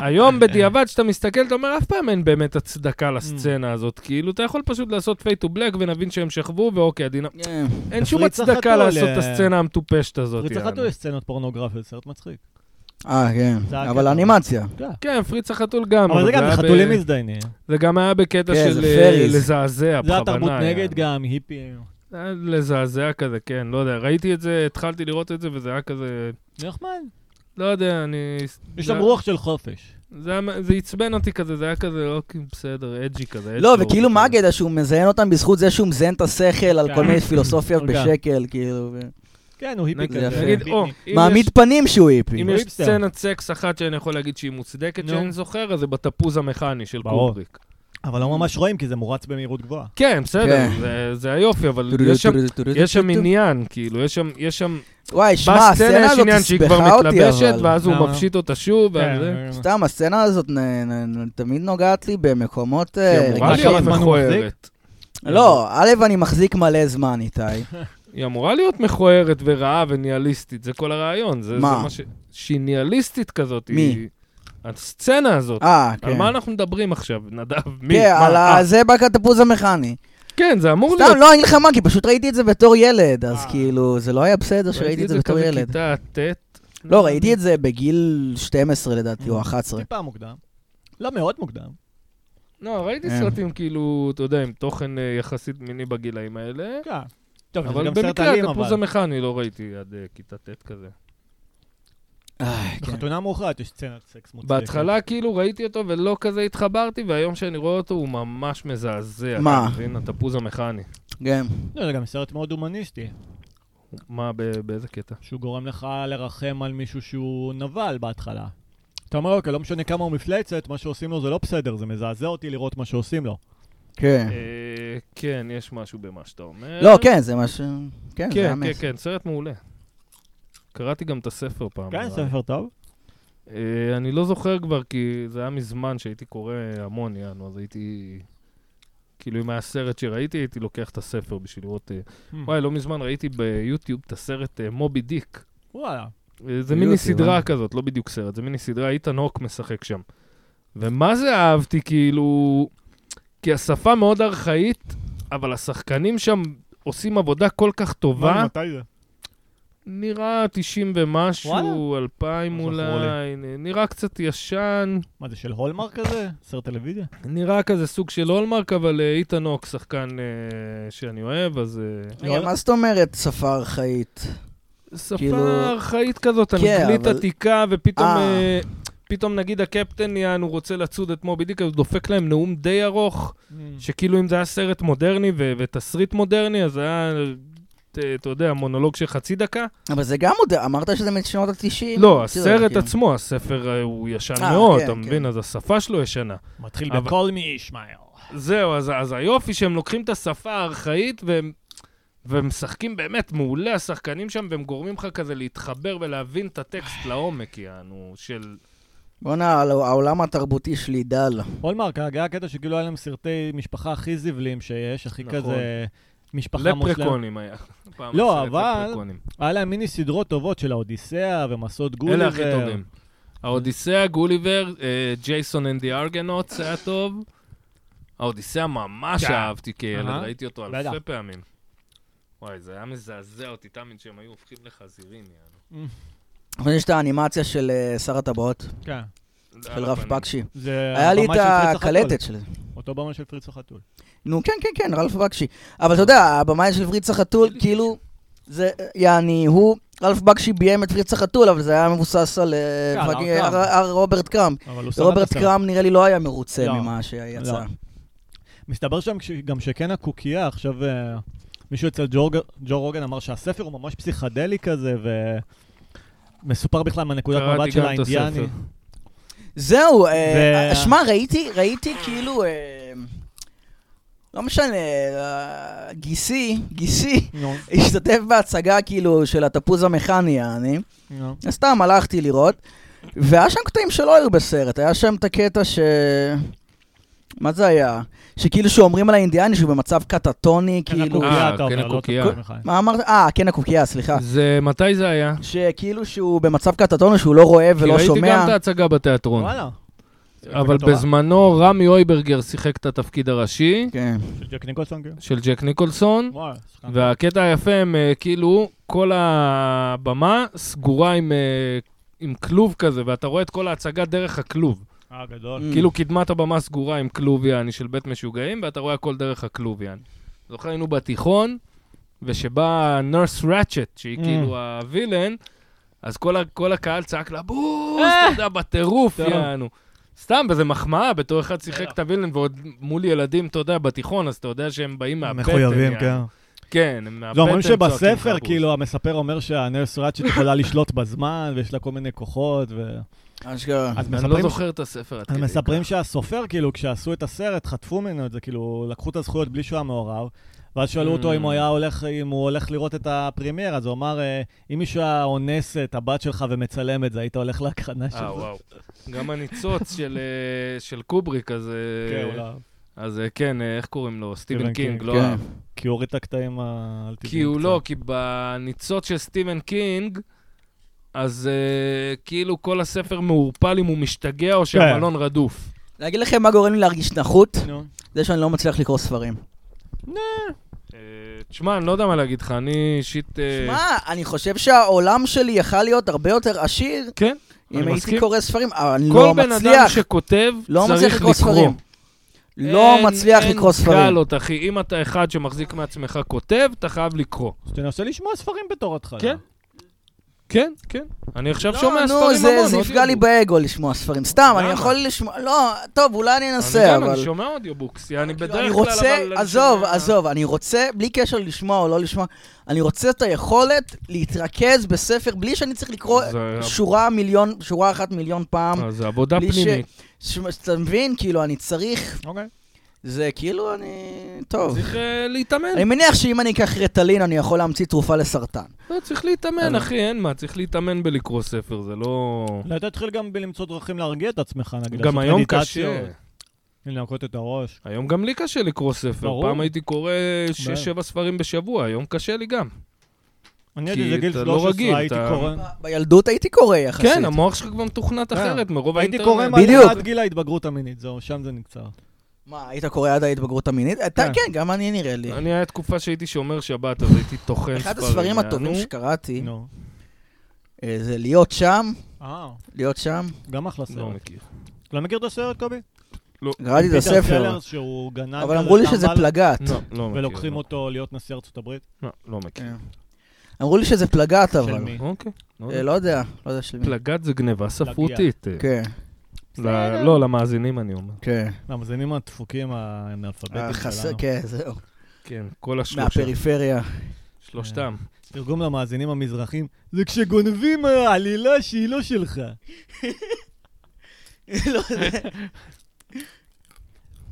Speaker 2: היום בדיעבד, כשאתה מסתכל, אתה אומר, אף פעם אין באמת הצדקה
Speaker 1: Mm.
Speaker 2: לסצנה הזאת. כאילו, אתה יכול פשוט לעשות פייט טו בלק ונבין שהם שכבו, ואוקיי, הדינ...
Speaker 3: כן.
Speaker 2: אין שום
Speaker 1: בפריץ
Speaker 2: הצדקה
Speaker 1: החתול,
Speaker 2: לעשות את
Speaker 1: אה,
Speaker 2: הסצנה המטופשת הזאת.
Speaker 1: פריצה
Speaker 2: יענו.
Speaker 1: חתול יש סצנות פורנוגרפיות, סרט מצחיק.
Speaker 3: אה, כן,
Speaker 1: זה היה
Speaker 3: אבל
Speaker 1: קטע.
Speaker 3: אנימציה.
Speaker 2: כן, פריץ החתול גם.
Speaker 1: אבל זה גם,
Speaker 2: היה
Speaker 1: זה
Speaker 2: ב-
Speaker 1: חתולים מזדיינים.
Speaker 2: זה גם היה בקטע
Speaker 3: כן,
Speaker 2: של
Speaker 3: זה
Speaker 2: אה,
Speaker 3: פריז.
Speaker 2: לזעזע,
Speaker 1: זה
Speaker 2: בכוונה. אה,
Speaker 1: התרבות
Speaker 2: היה.
Speaker 1: נגד גם, היפים.
Speaker 2: זה היה לזעזע כזה, כן, לא יודע. ראיתי את זה, התחלתי לראות את זה, וזה היה כזה...
Speaker 1: נחמד.
Speaker 2: לא יודע, אני...
Speaker 1: יש
Speaker 2: זה-
Speaker 1: שם רוח של חופש.
Speaker 2: זה היה- זה עצבן אותי כזה, זה היה כזה, אוקיי, בסדר, אג'י אוקיי. כזה.
Speaker 3: לא,
Speaker 2: edgelord
Speaker 3: וכאילו
Speaker 2: כזה.
Speaker 3: מה הקטע שהוא מזיין אותם בזכות זה שהוא מזיין את השכל
Speaker 2: כן.
Speaker 3: על כל מיני פילוסופיות
Speaker 2: אוקיי.
Speaker 1: רגע.
Speaker 3: בשקל, כאילו. ו-
Speaker 1: כן, הוא היפי
Speaker 2: נגיד,
Speaker 1: כזה.
Speaker 2: נגיד, או, אם
Speaker 3: מעמיד
Speaker 2: יש-
Speaker 3: פנים שהוא היפי.
Speaker 2: אם יש
Speaker 1: היפסטר.
Speaker 2: סצנת סקס אחת שאני יכול להגיד שהיא מוצדקת,
Speaker 1: נו.
Speaker 2: שאני זוכר, אז זה בתפוז המכני של
Speaker 1: ברור.
Speaker 2: קובריק.
Speaker 1: אבל לא ממש רואים, כי זה מורץ במהירות גבוהה.
Speaker 2: כן, בסדר,
Speaker 3: כן.
Speaker 2: זה- זה היופי, אבל
Speaker 1: כאילו
Speaker 2: יש שם- יש שם עניין, כאילו, יש שם- יש שם...
Speaker 3: וואי, שמע,
Speaker 2: בסצנה
Speaker 3: הסצנה
Speaker 2: יש
Speaker 3: הזאת
Speaker 2: עניין שהיא כבר
Speaker 3: תסבכה אותי,
Speaker 2: מתלבשת,
Speaker 3: אבל.
Speaker 2: ואז הוא
Speaker 1: למה?
Speaker 2: מפשיט אותה שוב,
Speaker 1: כן,
Speaker 2: ואז זה...
Speaker 1: אה,
Speaker 3: סתם, הסצנה הזאת נ- נ- נ- תמיד נוגעת לי במקומות... אה,
Speaker 2: היא אמורה
Speaker 1: כמה
Speaker 2: להיות
Speaker 1: זמן הוא
Speaker 2: מכוערת.
Speaker 3: לא, א', אני מחזיק מלא זמן איתי.
Speaker 2: היא אמורה להיות מכוערת ורעה וניהליסטית, זה כל הרעיון. זה,
Speaker 3: מה?
Speaker 2: זה מה ש... שהיא ניהליסטית כזאת.
Speaker 3: מי?
Speaker 2: היא... הסצנה הזאת.
Speaker 3: אה,
Speaker 2: על
Speaker 3: כן.
Speaker 2: מה אנחנו מדברים עכשיו, נדב? מי?
Speaker 3: כן,
Speaker 2: מה?
Speaker 3: על
Speaker 2: אה,
Speaker 3: ה- זה בקטפוז המכני.
Speaker 2: כן, זה אמור להיות.
Speaker 3: סתם, לא, אני לך מה, כי פשוט ראיתי את זה בתור ילד, אז
Speaker 2: אה.
Speaker 3: כאילו, זה לא היה בסדר שראיתי את זה בתור
Speaker 2: ראיתי את
Speaker 3: ילד.
Speaker 2: זה כזה כיתה ט'.
Speaker 3: לא, ראיתי את זה בגיל 12 לדעתי, או 11.
Speaker 1: טיפה מוקדם. לא מאוד מוקדם.
Speaker 2: לא, ראיתי
Speaker 3: כן.
Speaker 2: סרטים כאילו, אתה יודע, עם תוכן אה, יחסית מיני בגילאים האלה.
Speaker 1: כן. טוב, זה
Speaker 2: אבל
Speaker 1: גם סרט
Speaker 2: במקרה,
Speaker 1: אלים,
Speaker 2: הדפוז
Speaker 1: אבל.
Speaker 2: המכני לא ראיתי עד אה, כיתה ט' כזה.
Speaker 3: אה,
Speaker 2: נכון.
Speaker 3: כן.
Speaker 1: בחתונה מאוחרת יש סצנת סקס מוצדקת.
Speaker 2: בהתחלה כאילו ראיתי אותו ולא כזה התחברתי, והיום שאני רואה אותו הוא ממש מזעזע.
Speaker 3: מה?
Speaker 2: אתה מבין? התפוז המכני.
Speaker 3: כן.
Speaker 1: לא, זה גם סרט מאוד הומניסטי,
Speaker 2: מה, ב- באיזה קטע?
Speaker 1: שהוא גורם לך לרחם על מישהו שהוא נבל בהתחלה. אתה אומר, אוקיי, לא משנה כמה הוא מפלצת, מה שעושים לו זה לא בסדר, זה מזעזע אותי לראות מה שעושים לו.
Speaker 3: כן.
Speaker 2: אה, כן, יש משהו במה שאתה אומר.
Speaker 3: לא, כן, זה מה ש... כן, זה
Speaker 2: כן,
Speaker 3: היה
Speaker 2: כן,
Speaker 3: מס.
Speaker 2: כן, סרט מעולה. קראתי גם את הספר פעם.
Speaker 1: כן,
Speaker 2: נראה לי.
Speaker 1: ספר טוב.
Speaker 2: אה, אני לא זוכר כבר, כי זה היה מזמן שהייתי קורא המון, יענו, אז הייתי... כאילו, אם היה סרט שראיתי, הייתי לוקח את הספר בשביל לראות... אה,
Speaker 1: Hmm.
Speaker 2: וואי, לא מזמן ראיתי ביוטיוב את הסרט אה, מובי דיק.
Speaker 1: וואלה.
Speaker 2: אה, זה מיני
Speaker 3: ביוטיוב,
Speaker 2: סדרה
Speaker 3: אה?
Speaker 2: כזאת, לא בדיוק סרט, זה מיני סדרה, איתן הוק משחק שם. ומה זה אהבתי, כאילו... כי השפה מאוד ארכאית, אבל השחקנים שם עושים עבודה כל כך טובה.
Speaker 1: מתי זה?
Speaker 2: נראה 90 ומשהו,
Speaker 1: וואלה?
Speaker 2: 2,000
Speaker 1: לא זכור
Speaker 2: אולי, נ- נראה קצת ישן,
Speaker 1: מה זה, של הולמרק כזה? סרט טלוויזיה?
Speaker 2: נראה כזה סוג של הולמרק, אבל אה, איתן הוק, שחקן אה, שאני אוהב, אז... אה,
Speaker 3: רגע, מה זאת אומרת שפה ארכאית? כאילו- כן,
Speaker 2: שפה ארכאית כזאת, אנגלית
Speaker 3: אבל-
Speaker 2: עתיקה, ופתאום...
Speaker 3: אה.
Speaker 2: אה, פתאום נגיד הקפטן יען, הוא רוצה לצוד את מובי דיק, אז הוא דופק להם נאום די ארוך,
Speaker 1: Mm. Hmm.
Speaker 2: שכאילו אם זה היה סרט מודרני ו- ותסריט מודרני, אז זה היה, אה, אתה יודע, מונולוג של חצי דקה.
Speaker 3: אבל זה גם עוד... אמרת שזה משנות ה-90?
Speaker 2: לא, הסרט עצמו, הספר אה, הוא ישן
Speaker 3: כן, אה,
Speaker 2: מאוד,
Speaker 3: כן,
Speaker 2: אתה
Speaker 3: כן.
Speaker 2: מבין? אז השפה שלו ישנה.
Speaker 1: מתחיל
Speaker 2: אבל-
Speaker 1: בכל מי ישמעאל.
Speaker 2: זהו, אז, אז היופי שהם לוקחים את השפה הארכאית והם, ומשחקים באמת מעולה, השחקנים שם, והם גורמים לך כזה להתחבר ולהבין את הטקסט לעומק, יענו, של...
Speaker 3: בואנה, על- העולם התרבותי שלי דל.
Speaker 1: הולמרק, אה, היה הקטע שכאילו היה להם סרטי משפחה הכי זבלים שיש, הכי
Speaker 2: נכון.
Speaker 1: כזה... משפחה מושלמת.
Speaker 2: לפרקונים היה. פעם
Speaker 1: לא,
Speaker 2: הסרט
Speaker 1: אבל-
Speaker 2: לפרקונים.
Speaker 1: היה להם מיני סדרות טובות של האודיסאה ומסעות גוליבר.
Speaker 2: אלה הכי טובים. האודיסאה, גוליבר, אה, ג'ייסון אנד די ארגנוטס היה טוב. האודיסאה ממש
Speaker 1: כן.
Speaker 2: אהבתי כילד,
Speaker 1: אהה.
Speaker 2: ראיתי אותו אלפי
Speaker 1: בטח.
Speaker 2: פעמים. וואי, זה היה מזעזע אותי תמיד שהם היו הופכים לחזירים, יענו.
Speaker 3: אבל יש את האנימציה של אה, שר הטבעות,
Speaker 1: כן.
Speaker 3: של רף בקשי.
Speaker 1: זה
Speaker 3: היה לי
Speaker 1: הבמאי
Speaker 3: את
Speaker 1: של פריץ החתול.
Speaker 3: הקלטת של זה.
Speaker 1: אותו במה של פריץ החתול.
Speaker 3: נו, כן, כן, כן, רלף בקשי. אבל אתה יודע, הבמאי של פריץ החתול, כאילו, זה, יעני, הוא, רלף בקשי ביים את פריץ החתול, אבל זה היה מבוסס על אה,
Speaker 1: כן, על
Speaker 3: פאקינג-
Speaker 1: הר-
Speaker 3: הר- הר- רוברט קראם.
Speaker 1: אבל הוא שרד
Speaker 3: רוברט
Speaker 1: הסרט.
Speaker 3: קראם נראה לי לא היה מרוצה
Speaker 1: לא.
Speaker 3: ממה שיצא.
Speaker 1: לא. מסתבר שם כש- גם שכן הקוקייה, עכשיו אה, מישהו אצל ג'ו רוג- ג'ו רוגן אמר שהספר הוא ממש פסיכדלי כזה, ומסופר בכלל מהנקודת מבט של האינדיאני.
Speaker 3: זהו, אה,
Speaker 1: ו-
Speaker 3: שמע, ראיתי, ראיתי כאילו, אה, לא משנה, אה, גיסי, גיסי,
Speaker 1: נו,
Speaker 3: השתתף בהצגה כאילו של התפוז המכני, יעני.
Speaker 1: נו.
Speaker 3: אז סתם הלכתי לראות, והיה שם קטעים שלא היו בסרט, היה שם את הקטע ש... מה זה היה? שכאילו שאומרים על האינדיאני שהוא במצב קטטוני,
Speaker 1: כן,
Speaker 3: כאילו...
Speaker 1: הקוקייה,
Speaker 2: אה,
Speaker 1: אתה
Speaker 2: כן,
Speaker 1: אומר, לא
Speaker 2: הקוקייה.
Speaker 1: תוקע ממך.
Speaker 3: מה אמרת? אה, כן, הקוקייה, סליחה.
Speaker 2: זה, מתי זה היה?
Speaker 3: שכאילו שהוא במצב קטטוני שהוא לא רואה
Speaker 2: כי
Speaker 3: ולא
Speaker 2: ראיתי גם
Speaker 3: שומע.
Speaker 2: את ההצגה בתיאטרון.
Speaker 1: וואלה.
Speaker 2: אבל בזמנו רמי אויברגר שיחק את התפקיד הראשי
Speaker 3: כן.
Speaker 1: של ג'ק ניקולסון, כן.
Speaker 2: של ג'ק ניקולסון,
Speaker 1: וואלה, שחקן.
Speaker 2: והקטע היפה הם אה, כאילו, כל הבמה סגורה עם... אה, עם כלוב כזה, ואתה רואה את כל ההצגה דרך הכלוב.
Speaker 1: אה, גדול.
Speaker 3: Mm.
Speaker 2: כאילו קדמת הבמה סגורה עם כלוב יעני של בית משוגעים, ואתה רואה הכל דרך הכלוב יעני. זוכר היינו בתיכון, ושבא נרס רצ'ט, שהיא
Speaker 1: Mm.
Speaker 2: כאילו הווילן, אז כל ה- כל הקהל צעק לה, בוס,
Speaker 1: אה.
Speaker 2: אתה יודע, בטירוף,
Speaker 1: טוב.
Speaker 2: יענו. סתם, וזה מחמאה, בתור אחד שיחק את הווילן, ועוד מול ילדים, אתה יודע, בתיכון, אז אתה יודע שהם באים מהפטן.
Speaker 4: מחויבים,
Speaker 2: יענו.
Speaker 4: כן.
Speaker 2: כן, הם מהפטן
Speaker 1: לא, אומרים שבספר,
Speaker 2: צועקים לך,
Speaker 1: כאילו, המספר אומר שהנרס ראצ'ט יכולה לשלוט בזמן, ויש לה כל מיני כוחות, ו...
Speaker 3: אשכרה.
Speaker 1: אז
Speaker 2: בוס. אני לא
Speaker 1: מספרים
Speaker 2: זוכר את הספר עד
Speaker 1: אז
Speaker 2: כדי
Speaker 1: מספרים
Speaker 2: כך.
Speaker 1: שהסופר, כאילו, כשעשו את הסרט, חטפו ממנו את זה, כאילו, לקחו את הזכויות בלי שהוא היה מעורב, ואז שאלו אותו
Speaker 2: Mm.
Speaker 1: אם הוא היה הולך, אם הוא הולך לראות את הפרימייר, אז הוא אמר, אה, אם מישהו היה אונס את הבת שלך ומצלם את זה, היית הולך להקרנה של
Speaker 2: אה,
Speaker 1: זה.
Speaker 2: וואו. גם הניצוץ של, אה, של קובריק, אז... אה,
Speaker 1: כן, אולי.
Speaker 2: אז אה, כן, אה, איך קוראים לו? סטיבן
Speaker 1: סטיבן
Speaker 2: קינג,
Speaker 1: קינג,
Speaker 2: לא
Speaker 3: כן.
Speaker 2: אהב.
Speaker 1: כי הוא הוריד את הקטעים ה...
Speaker 2: כי הוא לא, כי בניצוץ של סטיבן קינג, אז אה, כאילו כל הספר מעורפל אם הוא משתגע
Speaker 1: כן.
Speaker 2: או שהמלון רדוף.
Speaker 3: להגיד לכם מה גורם לי להרגיש נחות?
Speaker 1: נו.
Speaker 3: זה שאני לא מצליח לקרוא ספרים.
Speaker 2: אה, תשמע, אני לא יודע מה להגיד לך, אני אישית... אה,
Speaker 3: שמע, אני חושב שהעולם שלי יכל להיות הרבה יותר עשיר
Speaker 2: כן, אני
Speaker 3: אם הייתי
Speaker 2: מסכים.
Speaker 3: קורא ספרים, אבל אני
Speaker 2: כל
Speaker 3: לא
Speaker 2: בן אדם
Speaker 3: מצליח.
Speaker 2: שכותב
Speaker 3: לא מצליח
Speaker 2: צריך
Speaker 3: לקרוא
Speaker 2: לקרוא.
Speaker 3: ספרים. לא
Speaker 2: אין-
Speaker 3: מצליח לקרוא
Speaker 2: אין
Speaker 3: ספרים.
Speaker 2: קלות, אחי. אם אתה אחד שמחזיק מעצמך כותב, אתה חייב לקרוא.
Speaker 1: אז תנסה לשמוע ספרים בתור התחלה.
Speaker 2: כן. כן, כן. אני עכשיו
Speaker 3: לא,
Speaker 2: שומע ספרים
Speaker 3: נו,
Speaker 2: המון.
Speaker 3: זה- זה
Speaker 2: אודיובוק.
Speaker 3: יפגע לי באגו לשמוע ספרים. סתם,
Speaker 2: למה?
Speaker 3: אני יכול לשמוע... לא, טוב, אולי אני
Speaker 2: אני
Speaker 3: אנסה,
Speaker 2: גם, אני
Speaker 3: אבל...
Speaker 2: שומע אודיובוקס, אני בדרך כלל...
Speaker 3: אני רוצה,
Speaker 2: אבל אני
Speaker 3: עזוב,
Speaker 2: שומע-
Speaker 3: עזוב, אני רוצה, בלי קשר לשמוע או לא לשמוע, אני רוצה את היכולת להתרכז בספר בלי שאני צריך לקרוא
Speaker 2: זה-
Speaker 3: שורה מיליון, שורה אחת מיליון פעם.
Speaker 2: אה, זה עבודה
Speaker 3: בלי ש-
Speaker 2: פנימית.
Speaker 3: ש- אתה מבין, כאילו, אני צריך,
Speaker 1: אוקיי.
Speaker 3: זה כאילו, אני... טוב.
Speaker 2: צריך אה, להתאמן.
Speaker 3: אני מניח שאם אני אקח רטלין, אני יכול להמציא תרופה לסרטן.
Speaker 2: לא, צריך להתאמן, אחי, אין מה, צריך להתאמן בלקרוא ספר, זה לא...
Speaker 1: לא, אתה תתחיל גם בלמצוא דרכים להרגיע את עצמך, נגיד.
Speaker 2: גם
Speaker 1: לעשות
Speaker 2: היום
Speaker 1: מדיטציות,
Speaker 2: קשה.
Speaker 1: לנקות את הראש.
Speaker 2: היום גם לי קשה לקרוא ספר.
Speaker 1: ברור.
Speaker 2: פעם הייתי קורא
Speaker 1: ברור.
Speaker 2: שש-שבע ספרים בשבוע, היום קשה לי גם.
Speaker 1: אני
Speaker 2: כי
Speaker 1: הייתי איזה גיל
Speaker 2: אתה לא
Speaker 1: 13,
Speaker 2: רגיל,
Speaker 1: הייתי
Speaker 2: אתה-
Speaker 1: קורא...
Speaker 3: ב- בילדות הייתי קורא יחסית.
Speaker 2: כן, המוח שלך כבר מתוכנת
Speaker 1: אה.
Speaker 2: אחרת מרוב
Speaker 1: הייתי
Speaker 2: האינטרנט.
Speaker 1: קורא
Speaker 3: בדיוק.
Speaker 1: מה- עד גיל ההתבגרות המינית, זהו, שם זה נקצר.
Speaker 2: אוקיי.
Speaker 3: מה, היית קורא עד ההתבגרות המינית? אתה,
Speaker 1: כן.
Speaker 3: כן, גם אני נראה לי.
Speaker 2: אני, היה תקופה שהייתי שומר שבת, אז הייתי טוחן ספרים.
Speaker 3: אחד הספרים הטובים
Speaker 2: יענו.
Speaker 3: שקראתי,
Speaker 1: נו.
Speaker 3: אה, זה להיות שם,
Speaker 1: אה,
Speaker 3: להיות שם.
Speaker 1: גם אחלה
Speaker 2: לא
Speaker 1: סרט.
Speaker 2: מכיר.
Speaker 1: לא מכיר את הסרט, קובי?
Speaker 3: קראתי את
Speaker 1: פיטר
Speaker 3: הספר,
Speaker 1: סלרס שהוא גנן
Speaker 3: אבל
Speaker 1: כזה
Speaker 3: אמרו לי שזה
Speaker 1: טמבל,
Speaker 3: פלגת.
Speaker 2: לא, לא מכיר.
Speaker 1: ולוקחים
Speaker 2: לא.
Speaker 1: אותו להיות נשיא ארצות הברית.
Speaker 2: לא, לא מכיר.
Speaker 3: כן. אמרו לי שזה פלגת,
Speaker 1: של
Speaker 3: אבל.
Speaker 1: מי?
Speaker 2: אוקיי. לא יודע.
Speaker 3: אה, לא יודע, לא יודע של מי.
Speaker 2: פלגת זה גניבה ספרותית. אה.
Speaker 3: כן,
Speaker 2: ל- לא, למאזינים אני אומר.
Speaker 3: כן.
Speaker 1: המאזינים הדפוקים
Speaker 2: אה,
Speaker 1: האנאלפביתיים
Speaker 3: החס-
Speaker 1: שלנו.
Speaker 3: כן, זהו.
Speaker 2: כן, כל השלושה.
Speaker 3: מהפריפריה.
Speaker 2: שלושתם.
Speaker 1: תרגום למאזינים המזרחים, זה כשגונבים אה, עלילה שהיא לא שלך.
Speaker 3: לא יודע.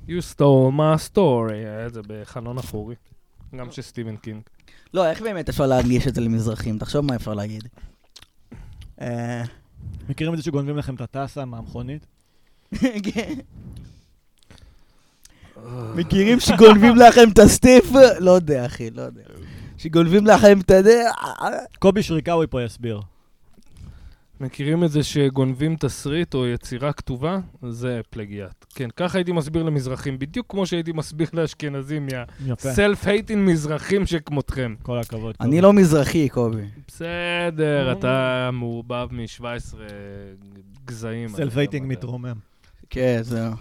Speaker 2: You stole my story, היה את זה בחלון אחורי. גם של סטיבן קינג.
Speaker 3: לא, איך באמת אפשר להנגיש את זה למזרחים? תחשוב מה אפשר להגיד. אה,
Speaker 1: מכירים את זה שגונבים לכם את הטסה מהמכונית?
Speaker 3: כן. מכירים שגונבים לכם את הסטיף? לא יודע, אחי, לא יודע. שגונבים לכם את הד...
Speaker 1: קובי שריקאווי פה יסביר.
Speaker 2: מכירים את זה שגונבים תסריט או יצירה כתובה? זה פלגיאט. כן, ככה הייתי מסביר למזרחים, בדיוק כמו שהייתי מסביר לאשכנזים, יא
Speaker 1: יפה.
Speaker 2: self-hating מזרחים שכמותכם.
Speaker 1: כל הכבוד.
Speaker 3: אני
Speaker 1: קובי.
Speaker 3: לא מזרחי, קובי.
Speaker 2: בסדר, אתה מעורבב מ-17 גזעים. אני
Speaker 1: סלף הייטינג
Speaker 2: גם יודע.
Speaker 1: מתרומם.
Speaker 3: כן, זהו.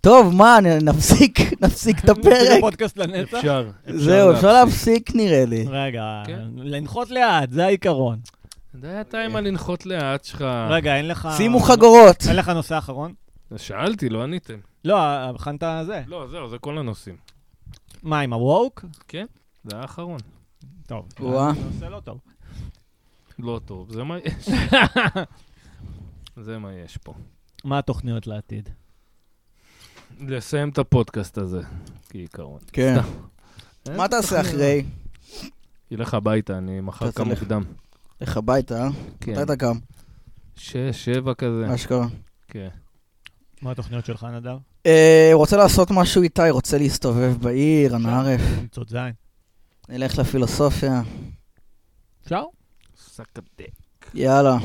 Speaker 3: טוב, מה, נ- נפסיק, נפסיק את הפרק.
Speaker 1: פודקאסט לנצח?
Speaker 2: אפשר.
Speaker 3: זהו, אפשר
Speaker 2: להפסיק.
Speaker 3: להפסיק נראה לי.
Speaker 1: רגע,
Speaker 2: כן.
Speaker 1: לנחות לאט, זה העיקרון.
Speaker 2: די אתה עם הלנחות לאט שלך.
Speaker 1: רגע, אין לך...
Speaker 3: שימו חגורות.
Speaker 1: אין לך נושא אחרון?
Speaker 2: שאלתי, לא עניתם.
Speaker 1: לא, הכנת זה.
Speaker 2: לא, זהו, זה כל הנושאים.
Speaker 1: מה, עם הווק?
Speaker 2: זה האחרון.
Speaker 1: טוב.
Speaker 3: וואה.
Speaker 1: זה נושא לא טוב.
Speaker 2: לא טוב, זה מה יש. זה מה יש פה.
Speaker 1: מה התוכניות לעתיד?
Speaker 2: לסיים את הפודקאסט הזה, כעיקרון.
Speaker 3: כן.
Speaker 2: סתם.
Speaker 3: מה תעשה אחרי?
Speaker 2: ילך הביתה, אני מחר
Speaker 3: אתה
Speaker 2: קם
Speaker 3: תלך.
Speaker 2: מוקדם.
Speaker 3: לך הביתה, אה?
Speaker 2: כן.
Speaker 3: מתי אתה קם?
Speaker 2: שש, שבע כזה.
Speaker 3: אשכרה.
Speaker 2: כן.
Speaker 1: מה התוכניות שלך, נדב?
Speaker 3: אה, רוצה לעשות משהו איתי, רוצה להסתובב בעיר, אנא ערף.
Speaker 1: למצוא זין.
Speaker 3: נלך לפילוסופיה.
Speaker 1: אפשר?
Speaker 2: סקדק.
Speaker 3: יאללה.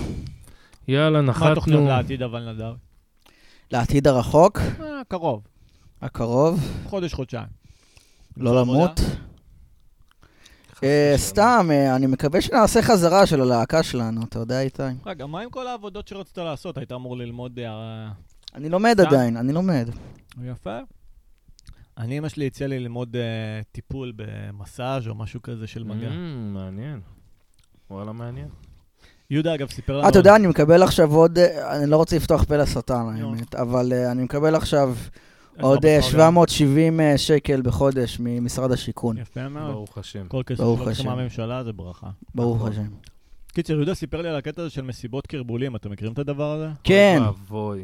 Speaker 2: יאללה,
Speaker 1: מה התוכניות
Speaker 2: נחתנו.
Speaker 1: לעתיד, אבל נדב?
Speaker 3: לעתיד הרחוק,
Speaker 1: אה, קרוב.
Speaker 3: הקרוב,
Speaker 1: חודש, חודשיים.
Speaker 3: לא
Speaker 1: עבודה?
Speaker 3: למות. אה, סתם, אה, אני מקווה שנעשה חזרה של הלהקה שלנו, אתה יודע, איתי?
Speaker 1: רגע, מה עם כל העבודות שרצית לעשות? היית אמור ללמוד... אה,
Speaker 3: אני לומד
Speaker 1: סתם?
Speaker 3: עדיין, אני לומד.
Speaker 1: יפה. אני, אמא שלי הציעה לי ללמוד אה, טיפול במסאז' או משהו כזה של מגע.
Speaker 2: Mm, מעניין. וואלה, מעניין.
Speaker 1: יהודה, אגב, סיפר לנו...
Speaker 3: אה, אתה יודע, אני מקבל עכשיו עוד, אה, אני לא רוצה לפתוח פה לשטן, האמת, אבל אה, אני מקבל עכשיו עוד אה, 770 אה, שקל בחודש ממשרד השיכון,
Speaker 1: יפה מאוד.
Speaker 2: ברוך השם.
Speaker 1: כל כסף
Speaker 3: ברוך
Speaker 1: שלוקחים
Speaker 3: השם.
Speaker 1: מהממשלה זה ברכה.
Speaker 3: ברוך השם.
Speaker 1: קיצר, יהודה סיפר לי על הקטע הזה של מסיבות קרבולים, אתם מכירים את הדבר הזה?
Speaker 3: כן,
Speaker 2: אוי ואבוי.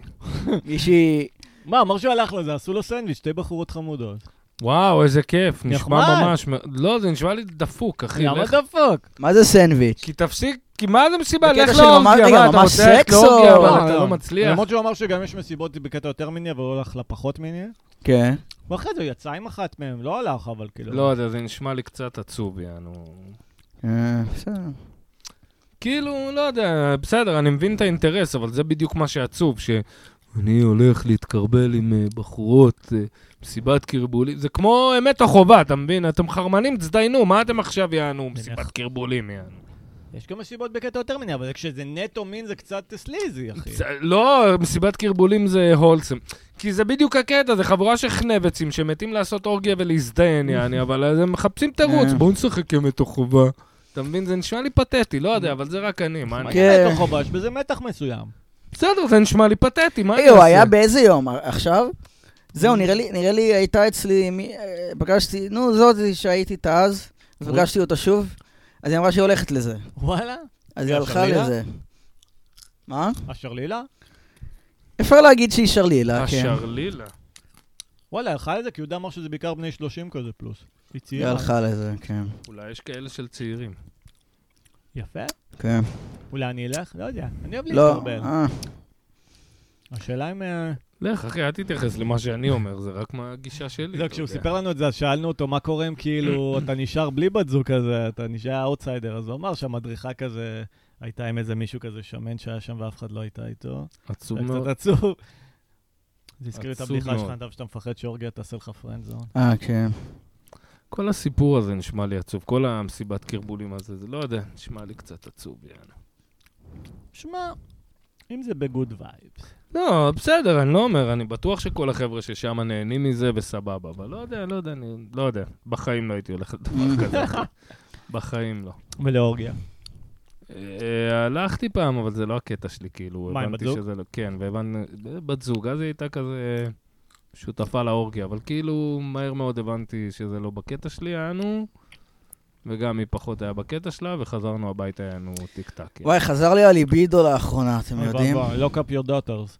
Speaker 3: מישהי,
Speaker 1: מה, אמר שהוא הלך לזה, עשו לו סנדוויץ', שתי בחורות חמודות.
Speaker 2: וואו, איזה כיף, נשמע
Speaker 1: נחמד.
Speaker 2: ממש... מ- לא, זה נשמע לי דפוק, אחי.
Speaker 1: למה
Speaker 2: לך-
Speaker 1: דפוק?
Speaker 3: מה זה סנדוויץ'?
Speaker 2: כי תפסיק, כי מה זה מסיבה?
Speaker 3: בקטע
Speaker 2: לך
Speaker 3: של ממש-
Speaker 2: לאורגיה,
Speaker 3: רגע,
Speaker 2: מה, אתה
Speaker 3: ממש
Speaker 2: רוצה ללכת
Speaker 3: סקס או-
Speaker 2: לאורגיה, אבל אתה
Speaker 1: לא,
Speaker 2: לא מצליח?
Speaker 1: למרות שהוא אמר שגם יש מסיבות בקטע יותר מיני, אבל הוא הלך לפחות מיני.
Speaker 3: כן.
Speaker 1: ואחרי זה הוא יצא עם אחת מהם, לא הלך, אבל כאילו...
Speaker 2: לא יודע, זה נשמע לי קצת עצוב, יענו.
Speaker 3: אה, בסדר.
Speaker 2: כאילו, לא יודע, בסדר, אני מבין את האינטרס, אבל זה בדיוק מה שעצוב, שאני הולך להתקרבל עם אה, בחורות, אה, מסיבת קרבולים, זה כמו אמת או חובה, אתה מבין? אתם חרמנים, תזדיינו, מה אתם עכשיו יענו? מסיבת קרבולים, יענו.
Speaker 1: יש גם מסיבות בקטע יותר מיני, אבל כשזה נטו מין זה קצת סליזי, אחי.
Speaker 2: זה- לא, מסיבת קרבולים זה הולסם. כי זה בדיוק הקטע, זה חבורה של חנבצים שמתים לעשות אורגיה ולהזדיין, יעני, אבל אז הם מחפשים תירוץ,
Speaker 3: אה.
Speaker 2: בואו נשחק אמת או חובה. אתה מבין? זה נשמע לי פתטי, לא יודע, אבל זה רק אני, מה אני...
Speaker 1: מה
Speaker 3: כן.
Speaker 1: זה מתח חובש? בזה מתח מסוים.
Speaker 2: בסדר, זה נשמע לי פתטי, מה אני
Speaker 3: היי, הוא
Speaker 2: אעשה?
Speaker 3: היה באיזה יום? עכשיו? זהו, נראה לי, נראה לי הייתה אצלי, מי- אה, פגשתי, נו, זאתי שהייתי איתה אז, ופגשתי אותה שוב, אז היא אמרה שהיא הולכת לזה.
Speaker 1: וואלה.
Speaker 3: אז
Speaker 1: היא
Speaker 2: אה,
Speaker 3: היא הלכה
Speaker 1: השרלילה?
Speaker 3: לזה. מה?
Speaker 1: השרלילה?
Speaker 3: אפשר להגיד שהיא
Speaker 2: אה,
Speaker 3: שרלילה, כן.
Speaker 2: השרלילה.
Speaker 1: וואלה, הלכה לזה, כי יהודה אמר שזה בעיקר בני 30 כזה פלוס. היא
Speaker 3: היא
Speaker 1: צעירה.
Speaker 3: הלכה לזה, כן.
Speaker 2: אולי יש כאלה של צעירים.
Speaker 1: יפה.
Speaker 3: כן.
Speaker 1: אולי אני אלך? לא יודע. אני אוהב
Speaker 3: לא,
Speaker 1: להתקרבל.
Speaker 3: אה,
Speaker 1: השאלה אם... אה,
Speaker 2: לך, אחי, אל תתייחס למה שאני אומר, זה רק מהגישה שלי.
Speaker 1: לא,
Speaker 2: אתה
Speaker 1: כשהוא
Speaker 2: יודע.
Speaker 1: סיפר לנו את זה, אז שאלנו אותו מה קורה אם כאילו אתה נשאר בלי בת זוג כזה, אתה נשאר אאוטסיידר. אז הוא אמר שהמדריכה כזה, הייתה עם איזה מישהו כזה שמן שהיה שם ואף אחד לא הייתה איתו.
Speaker 2: עצוב
Speaker 1: זה
Speaker 2: מאוד.
Speaker 1: קצת עצוב. זה הזכיר לי את
Speaker 2: עצוב
Speaker 1: הבדיחה
Speaker 2: מאוד.
Speaker 1: שלך, נדב, שאתה מפחד שאורגיה תעשה לך פרנד זון.
Speaker 3: אה, כן.
Speaker 2: כל הסיפור הזה נשמע לי עצוב, כל המסיבת קרבולים הזה, זה לא יודע, נשמע לי קצת עצוב, יאללה.
Speaker 1: שמע, אם זה בגוד וייבס.
Speaker 2: לא, בסדר, אני לא אומר, אני בטוח שכל החבר'ה ששם נהנים מזה וסבבה, אבל לא יודע, לא יודע, אני לא יודע. בחיים לא הייתי הולך לדבר כזה, אחי. בחיים לא.
Speaker 1: ולאורגיה.
Speaker 2: אה, הלכתי פעם, אבל זה לא הקטע שלי, כאילו,
Speaker 1: מה, עם
Speaker 2: הבנתי
Speaker 1: בת זוג?
Speaker 2: שזה לא... כן, והבנתי, בת זוג, אז היא הייתה כזה שותפה לאורגיה, אבל כאילו, מהר מאוד הבנתי שזה לא בקטע שלי, היינו, וגם היא פחות היה בקטע שלה, וחזרנו הביתה, היינו טיק טק.
Speaker 3: וואי, חזר לי הליבידו לאחרונה, אתם יודעים?
Speaker 1: לוק אפ יור דוטרס.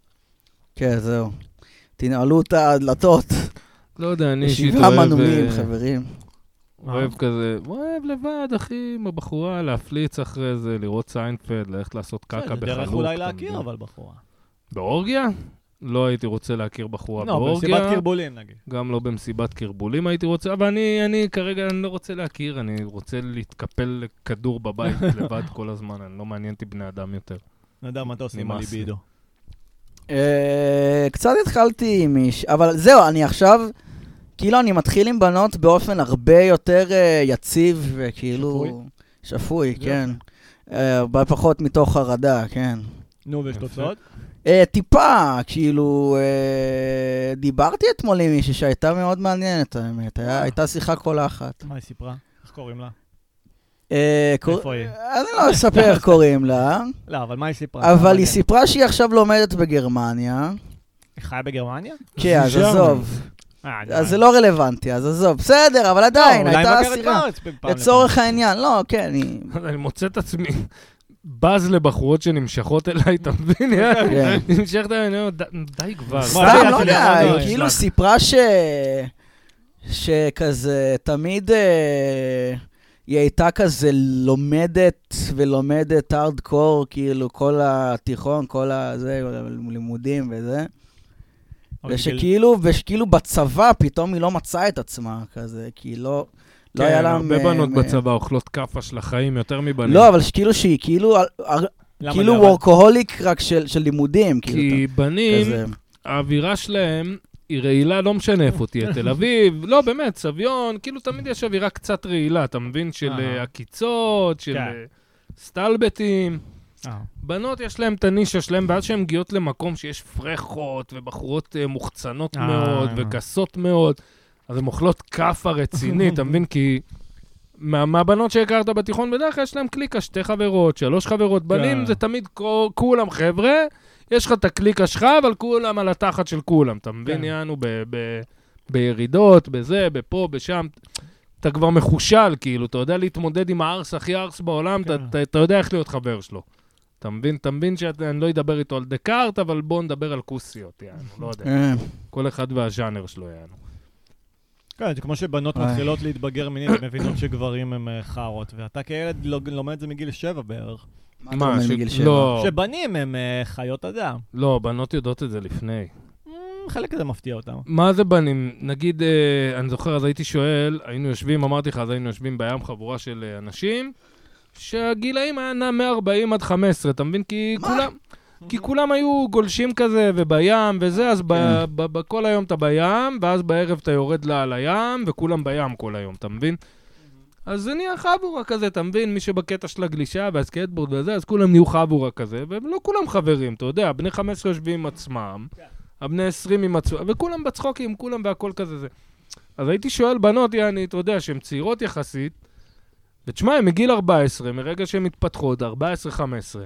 Speaker 3: כן, זהו. תנעלו את הדלתות.
Speaker 2: לא יודע, אני אישית
Speaker 3: שבעה
Speaker 2: אוהב...
Speaker 3: מנעולים,
Speaker 2: אה,
Speaker 3: חברים.
Speaker 2: אוהב כזה, אוהב לבד, אחי, עם הבחורה, להפליץ אחרי זה, לראות סיינפלד, ללכת לעשות קקה
Speaker 1: זה
Speaker 2: בחלוק.
Speaker 1: דרך אולי
Speaker 2: אתה
Speaker 1: להכיר,
Speaker 2: מבין?
Speaker 1: אבל בחורה.
Speaker 2: באורגיה? לא הייתי רוצה להכיר בחורה
Speaker 1: לא,
Speaker 2: באורגיה.
Speaker 1: במסיבת קרבולים נגיד.
Speaker 2: גם לא במסיבת קרבולים הייתי רוצה, אבל אני, אני כרגע אני לא רוצה להכיר, אני רוצה להתקפל לכדור בבית לבד כל הזמן, אני לא מעניין אותי בני אדם יותר.
Speaker 1: נדב, מה אתה עושה עם
Speaker 2: נמאס לי.
Speaker 1: הליבידו?
Speaker 3: אה, קצת התחלתי עם איש, אבל זהו, אני עכשיו, כאילו אני מתחיל עם בנות באופן הרבה יותר אה, יציב וכאילו...
Speaker 1: שפוי?
Speaker 3: שפוי,
Speaker 1: זה
Speaker 3: כן. אה, הרבה פחות מתוך חרדה, כן.
Speaker 1: נו, ויש
Speaker 2: יפה.
Speaker 1: תוצאות?
Speaker 3: אה, טיפה, כאילו, אה, דיברתי אתמול עם מישהי שהייתה מאוד מעניינת, האמת. היה- הייתה שיחה קולחת.
Speaker 1: מה היא סיפרה? איך קוראים לה?
Speaker 3: אה, קור-
Speaker 1: איפה היא?
Speaker 3: אני לא אספר קוראים לה,
Speaker 1: לא, אבל מה היא סיפרה?
Speaker 3: אבל היא
Speaker 1: מעניין.
Speaker 3: סיפרה שהיא עכשיו לומדת בגרמניה.
Speaker 1: היא חיה בגרמניה?
Speaker 3: כן, אז
Speaker 2: שם.
Speaker 3: עזוב.
Speaker 1: אה, אני-
Speaker 3: אז זה לא רלוונטי, אז עזוב. בסדר, אבל עדיין,
Speaker 1: לא, אולי
Speaker 3: הייתה
Speaker 1: מבקרת
Speaker 3: אסירה.
Speaker 1: בארץ פעם לפעם.
Speaker 3: לצורך העניין, לא, כן, היא...
Speaker 2: אני מוצא את עצמי בז לבחורות שנמשכות אליי, אתה מבין? יאללה, נמשכת אליי, אני אומר, "ד- די כבר. כן,
Speaker 1: זה
Speaker 3: סתם, לא
Speaker 1: אפילו
Speaker 3: יודע,
Speaker 1: לא
Speaker 3: היא
Speaker 1: נורא,
Speaker 3: כאילו
Speaker 2: יש
Speaker 3: סיפרה ש... שכזה, תמיד אה, היא הייתה כזה לומדת ולומדת הארדקור, כאילו, כל התיכון, כל הזה, לימודים וזה.
Speaker 1: אבל היא כאילו-
Speaker 3: ושכאילו, וכאילו בצבא פתאום היא לא מצאה את עצמה, כזה, כי לא... לא היה
Speaker 2: כן,
Speaker 3: לה...
Speaker 2: הרבה
Speaker 3: מ-
Speaker 2: בנות
Speaker 3: מ-
Speaker 2: בצבא אוכלות כאפה של החיים יותר מבנים.
Speaker 3: לא, אבל כאילו שהיא כאילו,
Speaker 1: למה
Speaker 3: כאילו
Speaker 1: זה, אבל-
Speaker 3: וורקוהוליק רק של של לימודים, כאילו,
Speaker 2: כי
Speaker 3: אתה-
Speaker 2: בנים,
Speaker 3: כזה.
Speaker 2: האווירה שלהם היא רעילה, לא משנה איפה תהיה, תל אביב, לא, באמת, סביון, כאילו תמיד יש אווירה קצת רעילה, אתה מבין? של
Speaker 1: אהה.
Speaker 2: אה, עקיצות, של
Speaker 1: כן.
Speaker 2: אה, סטלבטים.
Speaker 1: אה,
Speaker 2: בנות יש להן את הנישה שלהן, ואז כשהן מגיעות למקום שיש פרחות ובחורות אה, מוחצנות
Speaker 1: אה.
Speaker 2: מאוד וגסות מאוד, אז הן אוכלות כאפה רצינית, אתה מבין? כי מה- מהבנות שהכרת בתיכון, בדרך כלל יש להם קליקה, שתי חברות, שלוש חברות. בנים
Speaker 1: כן.
Speaker 2: זה תמיד כו- כולם חבר'ה, יש לך את הקליקה שלך, אבל כולם על התחת של כולם. אתה מבין,
Speaker 1: כן.
Speaker 2: יענו, ב- ב- בירידות, בזה, בפה, בשם. אתה כבר מחושל, כאילו, אתה יודע להתמודד עם הארס הכי ארס בעולם, אתה-
Speaker 1: כן.
Speaker 2: אתה- אתה יודע איך להיות חבר שלו. אתה מבין, אתה מבין שאני לא אדבר איתו על דקארט, אבל בואו נדבר על כוסיות, יענו, לא יודע.
Speaker 3: אה,
Speaker 2: כל אחד והז'אנר שלו, יענו.
Speaker 1: כן, זה כמו שבנות
Speaker 3: איי.
Speaker 1: מתחילות להתבגר מינית, מבינות שגברים הם אה, חארות, ואתה כילד לוג- לומד את זה מגיל שבע בערך.
Speaker 3: מה אתה אומר
Speaker 2: ש-
Speaker 3: מגיל שבע?
Speaker 2: לא,
Speaker 1: שבנים הם אה, חיות אדם.
Speaker 2: לא, בנות יודעות את זה לפני.
Speaker 1: Mm, חלק זה מפתיע אותם.
Speaker 2: מה זה בנים? נגיד, אה, אני זוכר, אז הייתי שואל, היינו יושבים, אמרתי לך, אז היינו יושבים בים חבורה של אה, אנשים, שהגילאים היה נע 140 עד 15, אתה מבין? כי
Speaker 3: מה?
Speaker 2: כולם... כי כולם היו גולשים כזה, ובים, וזה, אז ב-
Speaker 3: כן.
Speaker 2: ב- ב- כל היום אתה בים, ואז בערב אתה יורד לה על הים, וכולם בים כל היום, אתה מבין? אז זה נהיה חבורה כזה, אתה מבין? מי שבקטע של הגלישה והסקייטבורד וזה, אז כולם נהיו חבורה כזה, ולא כולם חברים, אתה יודע, בני 15 יושבים עם עצמם, הבני 20 עם עצמם, וכולם בצחוקים, כולם והכל כזה זה. אז הייתי שואל בנות, יעני, אתה יודע, שהן צעירות יחסית, ותשמע, הן מגיל 14, מרגע שהן מתפתחות, 14-15,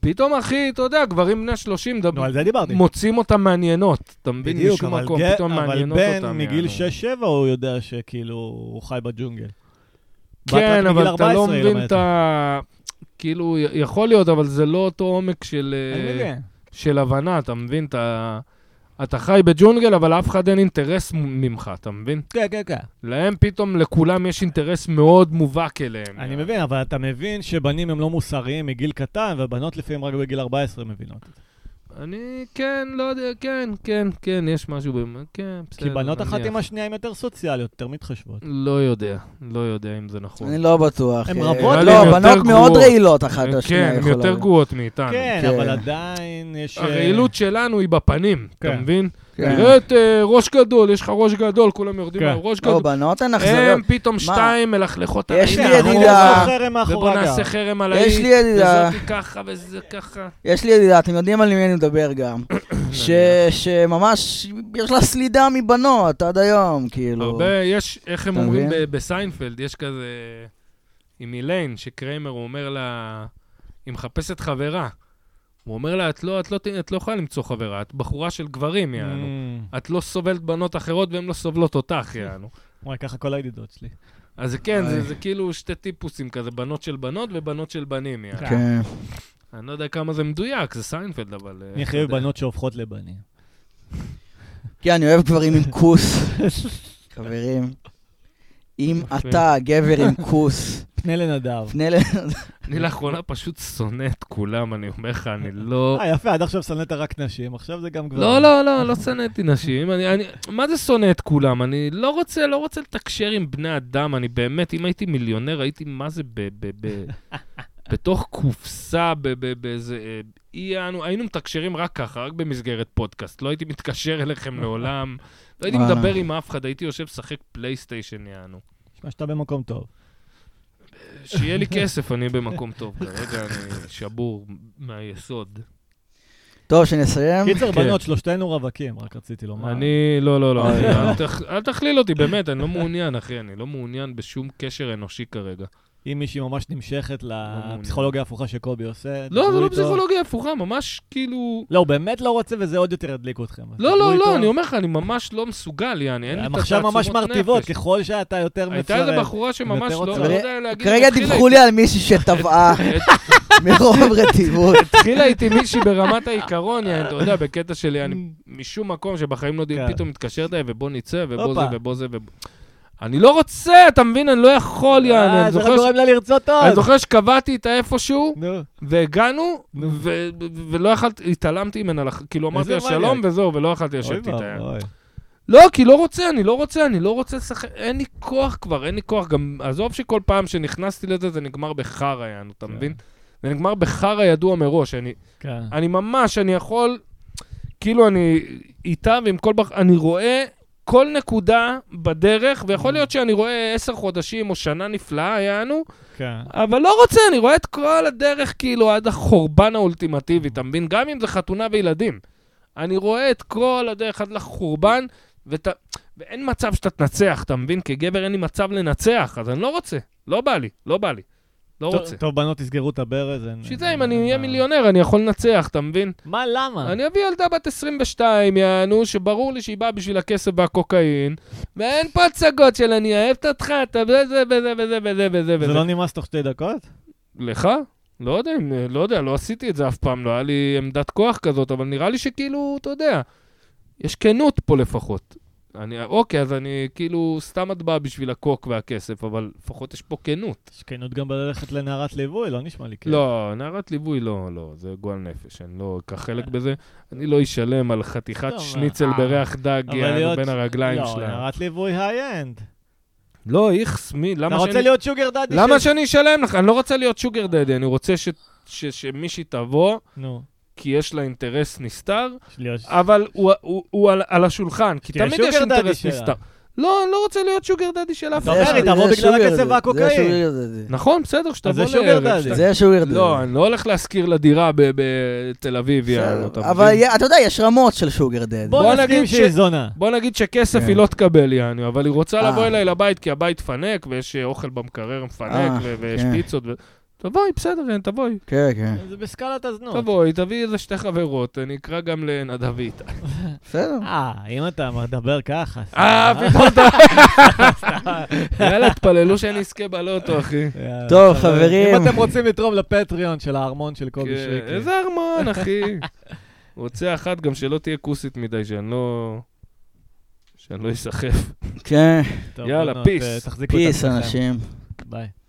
Speaker 2: פתאום, אחי, אתה יודע, גברים בני 30 דב-
Speaker 1: נו, על זה דיברתי.
Speaker 2: מוצאים אותן מעניינות, אתה מבין?
Speaker 1: בדיוק,
Speaker 2: משום
Speaker 1: אבל
Speaker 2: מקום,
Speaker 1: ג-
Speaker 2: פתאום מעניינות
Speaker 1: אבל
Speaker 2: אותן.
Speaker 1: בן מגיל
Speaker 2: יענו.
Speaker 1: 6-7 הוא יודע שכאילו הוא חי בג'ונגל. בת רק
Speaker 2: כן,
Speaker 1: מגיל
Speaker 2: אבל אתה לא
Speaker 1: 14 היא
Speaker 2: מבין
Speaker 1: לומדת.
Speaker 2: את ה... כאילו, י- יכול להיות, אבל זה לא אותו עומק של,
Speaker 1: אני
Speaker 2: אה,
Speaker 1: מבין.
Speaker 2: של הבנה, אתה מבין? אתה, אתה חי בג'ונגל, אבל לאף אחד אין אינטרס מ- ממך, אתה מבין?
Speaker 1: כן, כן, כן.
Speaker 2: להם פתאום, לכולם יש אינטרס מאוד מובהק אליהם.
Speaker 1: אני מבין, אבל אתה מבין שבנים הם לא מוסריים מגיל קטן, ובנות לפעמים רק בגיל 14 מבינות.
Speaker 2: אני, כן, לא יודע, כן, כן, כן, יש משהו, ב- כן, בסדר.
Speaker 1: כי בנות אחת
Speaker 2: נניח.
Speaker 1: עם השנייה הן יותר סוציאליות, יותר מתחשבות.
Speaker 2: לא יודע, לא יודע אם זה נכון.
Speaker 3: אני לא בטוח.
Speaker 1: הן
Speaker 3: אה,
Speaker 1: רבות,
Speaker 3: לא,
Speaker 2: הן יותר
Speaker 3: בנות מאוד
Speaker 2: גרועות.
Speaker 3: רעילות אחת לשנייה.
Speaker 2: כן, הם
Speaker 3: יכולה
Speaker 2: יותר
Speaker 3: להיות.
Speaker 2: גרועות מאיתנו.
Speaker 1: כן,
Speaker 3: כן.
Speaker 1: אבל עדיין יש... אה,
Speaker 2: אה, הרעילות שלנו היא בפנים, אתה
Speaker 1: כן.
Speaker 2: מבין?
Speaker 3: כן.
Speaker 2: תראה את אה, ראש גדול, יש לך ראש גדול, כולם יורדים
Speaker 1: כן.
Speaker 2: על ראש
Speaker 3: לא,
Speaker 2: גדול.
Speaker 3: בנות
Speaker 2: אה,
Speaker 3: הן אכזריות.
Speaker 2: הם פתאום שתיים מלכלכות על
Speaker 3: יש לי
Speaker 2: העניין,
Speaker 1: אנחנו
Speaker 3: ידידה.
Speaker 1: עושים חרם לא מאחורי
Speaker 2: ובוא
Speaker 1: הגב.
Speaker 2: נעשה חרם על ההיא.
Speaker 3: יש לי ידידה.
Speaker 2: וזאתי ככה וזה ככה.
Speaker 3: יש לי ידידה, אתם יודעים על מי אני מדבר גם. ש- שממש, יש לה סלידה מבנות עד היום, כאילו.
Speaker 2: הרבה, יש, איך הם
Speaker 3: אתה
Speaker 2: אומרים
Speaker 3: מבין?
Speaker 2: ב- בסיינפלד, יש כזה... עם איליין, שקריימר, הוא אומר לה... היא מחפשת חברה. הוא אומר לה, את לא, את לא, ת- את לא יכולה למצוא חברה, את בחורה של גברים, יענו.
Speaker 1: Mm,
Speaker 2: את לא סובלת בנות אחרות והן לא סובלות אותך, יענו.
Speaker 1: וואי, ככה כל הידידות שלי.
Speaker 2: אז זה כן, זה,
Speaker 3: איי.
Speaker 2: זה כאילו שתי טיפוסים כזה, בנות של בנות ובנות של בנים, יענו.
Speaker 3: כן.
Speaker 2: אני לא יודע כמה זה מדויק, זה סיינפלד, אבל... אה,
Speaker 1: אני
Speaker 2: לא
Speaker 1: חייב
Speaker 2: יודע.
Speaker 1: בנות שהופכות לבנים.
Speaker 3: כן, אני אוהב גברים עם כוס. חברים, אם
Speaker 2: יפה.
Speaker 3: אתה גבר עם כוס,
Speaker 1: פנה לנדב.
Speaker 3: פנה ל...
Speaker 2: אני לאחרונה פשוט שונא את כולם, אני אומר לך, אני לא...
Speaker 1: אה, יפה, עד עכשיו שנאת רק נשים, עכשיו זה גם גברים.
Speaker 2: לא, לא, לא, לא שנאתי נשים. אני, אני, מה זה שונא את כולם? אני לא רוצה, לא רוצה לתקשר עם בני אדם. אני באמת, אם הייתי מיליונר, הייתי, מה זה, ב, ב, ב, בתוך קופסה, ב- ב- באיזה... אה, אי, אנו, היינו מתקשרים רק ככה, רק במסגרת פודקאסט. לא הייתי מתקשר אליכם לעולם. לא הייתי
Speaker 3: וואלה.
Speaker 2: מדבר עם אף אחד, הייתי יושב לשחק פלייסטיישן, יענו.
Speaker 1: נשמע שאתה במקום טוב.
Speaker 2: שיהיה לי כסף, אני במקום טוב. כרגע אני שבור מהיסוד.
Speaker 3: טוב, שנסיים?
Speaker 1: קיצר,
Speaker 2: כן.
Speaker 1: בנות, שלושתנו רווקים, רק רציתי לומר.
Speaker 2: אני, לא, לא, לא,
Speaker 1: אה,
Speaker 3: אוי,
Speaker 2: אני-
Speaker 3: לא.
Speaker 2: אל תכ- אל תכליל אותי, באמת, אני לא מעוניין, אחי, אני לא מעוניין בשום קשר אנושי כרגע.
Speaker 1: אם מישהי ממש נמשכת
Speaker 2: לא מעוניין.
Speaker 1: לפסיכולוגיה ההפוכה שקובי עושה,
Speaker 2: לא,
Speaker 1: דברו
Speaker 2: זה לא
Speaker 1: איתו.
Speaker 2: פסיכולוגיה הפוכה, ממש כאילו...
Speaker 1: לא, הוא באמת לא רוצה וזה עוד יותר ידליק אתכם. אז
Speaker 2: לא,
Speaker 1: דברו
Speaker 2: לא,
Speaker 1: איתו.
Speaker 2: לא, אני אומר לך, אני ממש לא מסוגל, יעני, אין לי את
Speaker 1: המחשב ממש
Speaker 2: התעצומות
Speaker 1: מרטיבות,
Speaker 2: נפש.
Speaker 1: ככל שאתה יותר מפרק.
Speaker 2: הייתה איזו בחורה
Speaker 1: יותר
Speaker 2: שממש לא,
Speaker 1: רוצה.
Speaker 2: לא יודע להגיד...
Speaker 3: כרגע
Speaker 2: התחילה
Speaker 3: דיווחו לי על מישהי שטבעה מרוב רטיבות.
Speaker 2: התחילה איתי מישהי ברמת העיקרון, יעני, אתה יודע, בקטע שלי, אני משום מקום שבחיים לא יודעים,
Speaker 1: כן.
Speaker 2: פתאום מתקשרת אליי, ובוא נצא, ובוא זה,
Speaker 1: הופה.
Speaker 2: ובוא זה, ובוא... אני לא רוצה, אתה מבין? אני לא יכול, יעני,
Speaker 1: אה,
Speaker 2: אני
Speaker 1: זה רק
Speaker 2: זוכר... ש-
Speaker 1: גורם לה לרצות
Speaker 2: אני
Speaker 1: עוד.
Speaker 2: זוכר שקבעתי את האיפשהו,
Speaker 1: נו,
Speaker 2: והגענו,
Speaker 1: נו.
Speaker 2: ו- ו- ולא יכלתי, התעלמתי ממנה, לח- כאילו אמרתי לה
Speaker 1: איזה
Speaker 2: שלום
Speaker 1: מניאק.
Speaker 2: וזהו, ולא יכלתי
Speaker 1: אוי
Speaker 2: לשבת איתה.
Speaker 1: ואבוי.
Speaker 2: לא, כי לא רוצה, אני לא רוצה, אני לא רוצה לשחק, אין לי כוח כבר, אין לי כוח. גם, עזוב שכל פעם שנכנסתי לזה, זה נגמר בחרא, יענו, אתה
Speaker 1: כן.
Speaker 2: מבין? זה נגמר בחרא ידוע מראש. אני-
Speaker 1: כן.
Speaker 2: אני ממש, אני יכול, כאילו אני איתה ועם כל... בח- אני רואה כל נקודה בדרך,
Speaker 1: Mm.
Speaker 2: ויכול להיות שאני רואה עשר חודשים או שנה נפלאה, יענו,
Speaker 1: כן.
Speaker 2: אבל לא רוצה, אני רואה את כל הדרך כאילו עד החורבן האולטימטיבי, אתה מבין? גם אם זה חתונה וילדים. אני רואה את כל הדרך עד לחורבן, ואתה, ואין מצב שאתה תנצח, אתה מבין? כגבר אין לי מצב לנצח, אז אני לא רוצה. לא בא לי, לא בא לי. לא
Speaker 1: טוב-
Speaker 2: רוצה.
Speaker 1: טוב, בנות, תסגרו את הברז. אין-
Speaker 2: שזה
Speaker 1: אין-
Speaker 2: אם אני
Speaker 1: אין
Speaker 2: אהיה
Speaker 1: מה.
Speaker 2: מיליונר, אני יכול לנצח, אתה מבין?
Speaker 1: מה, למה?
Speaker 2: אני אביא ילדה בת 22, יענו, שברור לי שהיא באה בשביל הכסף והקוקאין, ואין פה הצגות של אני אוהבת אותך, אתה וזה וזה וזה וזה וזה וזה.
Speaker 1: זה לא נמאס תוך שתי דקות?
Speaker 2: לך? לא יודע, אם- לא יודע, לא עשיתי את זה אף פעם, לא היה לי עמדת כוח כזאת, אבל נראה לי שכאילו, אתה יודע, יש כנות פה לפחות. אני, אוקיי, אז אני כאילו סתם את באה בשביל הקוק והכסף, אבל לפחות יש פה כנות.
Speaker 1: יש כנות גם בללכת לנערת ליווי, לא נשמע לי כאילו.
Speaker 2: לא, נערת ליווי, לא, לא, זה גועל נפש, אני לא אקח חלק בזה. אני לא אשלם על חתיכת
Speaker 1: אה. טוב,
Speaker 2: שניצל
Speaker 1: אה,
Speaker 2: בריח דג
Speaker 1: אבל
Speaker 2: יענו,
Speaker 1: להיות-
Speaker 2: בין הרגליים
Speaker 1: לא,
Speaker 2: שלה.
Speaker 1: נערת ליווי היי-אנד.
Speaker 2: לא, איכס, מי,
Speaker 1: אתה
Speaker 2: למה שאני...
Speaker 1: רוצה להיות שוגר דאדי?
Speaker 2: למה
Speaker 1: של-
Speaker 2: שאני אשלם לך? אני לא רוצה להיות שוגר דדי, אני רוצה ש- ש- שמישהי תבוא.
Speaker 1: נו,
Speaker 2: כי יש לה אינטרס נסתר,
Speaker 1: להיות...
Speaker 2: אבל הוא, הוא, הוא על, על השולחן, כי
Speaker 1: שתהיה
Speaker 2: תמיד יש
Speaker 1: שוגר דדי
Speaker 2: אינטרס
Speaker 1: שלה. לא,
Speaker 2: נסתר. לא, אני לא רוצה להיות שוגר דדי של אף
Speaker 1: אתה
Speaker 3: זה
Speaker 2: אחד.
Speaker 1: אומר, היא
Speaker 3: ש-
Speaker 1: תבוא
Speaker 3: זה
Speaker 1: בגלל
Speaker 3: שוגר
Speaker 1: הכסף
Speaker 3: דדי,
Speaker 1: והקוקאין.
Speaker 3: זה שוגר דדי.
Speaker 2: נכון, בסדר,
Speaker 1: לא. אז
Speaker 2: שתבוא
Speaker 1: זה שוגר
Speaker 2: לערב.
Speaker 1: דדי.
Speaker 2: שת-
Speaker 3: זה שוגר דדי.
Speaker 2: לא, אני לא הולך להשכיר לה דירה ב- בתל אביב, יאללה. אתה
Speaker 3: בסדר, אבל
Speaker 2: מבין?
Speaker 3: יה- אתה יודע, יש רמות של שוגר דדי.
Speaker 1: בוא
Speaker 2: בוא
Speaker 1: נסכים
Speaker 2: נגיד ש-
Speaker 1: שהיא זונה.
Speaker 2: בוא נגיד שכסף
Speaker 3: כן.
Speaker 2: היא לא תקבל, יענו, אבל היא רוצה
Speaker 3: אה.
Speaker 2: לבוא אליי לבית, כי הבית פנק, ויש אה, אוכל במקרר מפנק,
Speaker 3: אה,
Speaker 2: ו- ויש
Speaker 3: כן.
Speaker 2: פיצות. ו- תבואי, בסדר, אה, תבואי.
Speaker 3: כן, כן.
Speaker 1: זה בסקלת הזנות.
Speaker 2: תבואי, תביאי איזה שתי חברות, אני אקרא גם לנדב ואיתי.
Speaker 3: בסדר.
Speaker 1: אה, אם אתה מדבר ככה.
Speaker 2: אה,
Speaker 1: סתם.
Speaker 2: פתאום אתה... יאללה, תפללו שאני אזכה בלוטו, אחי.
Speaker 1: יאללה,
Speaker 3: טוב,
Speaker 1: בסדר.
Speaker 3: חברים.
Speaker 1: אם אתם רוצים לתרום לפטריון של הארמון של קובי
Speaker 2: לא- כן,
Speaker 1: שריקי.
Speaker 2: איזה ארמון, אחי. רוצה אחת גם שלא תהיה כוסית מדי, שאני לא... שאני לא אסחף.
Speaker 3: כן,
Speaker 1: טוב,
Speaker 2: יאללה,
Speaker 1: בנות,
Speaker 2: peace.
Speaker 1: אה, תחזיקו את
Speaker 3: פיס
Speaker 1: עצמכם.
Speaker 3: כן, אנשים.
Speaker 1: ביי.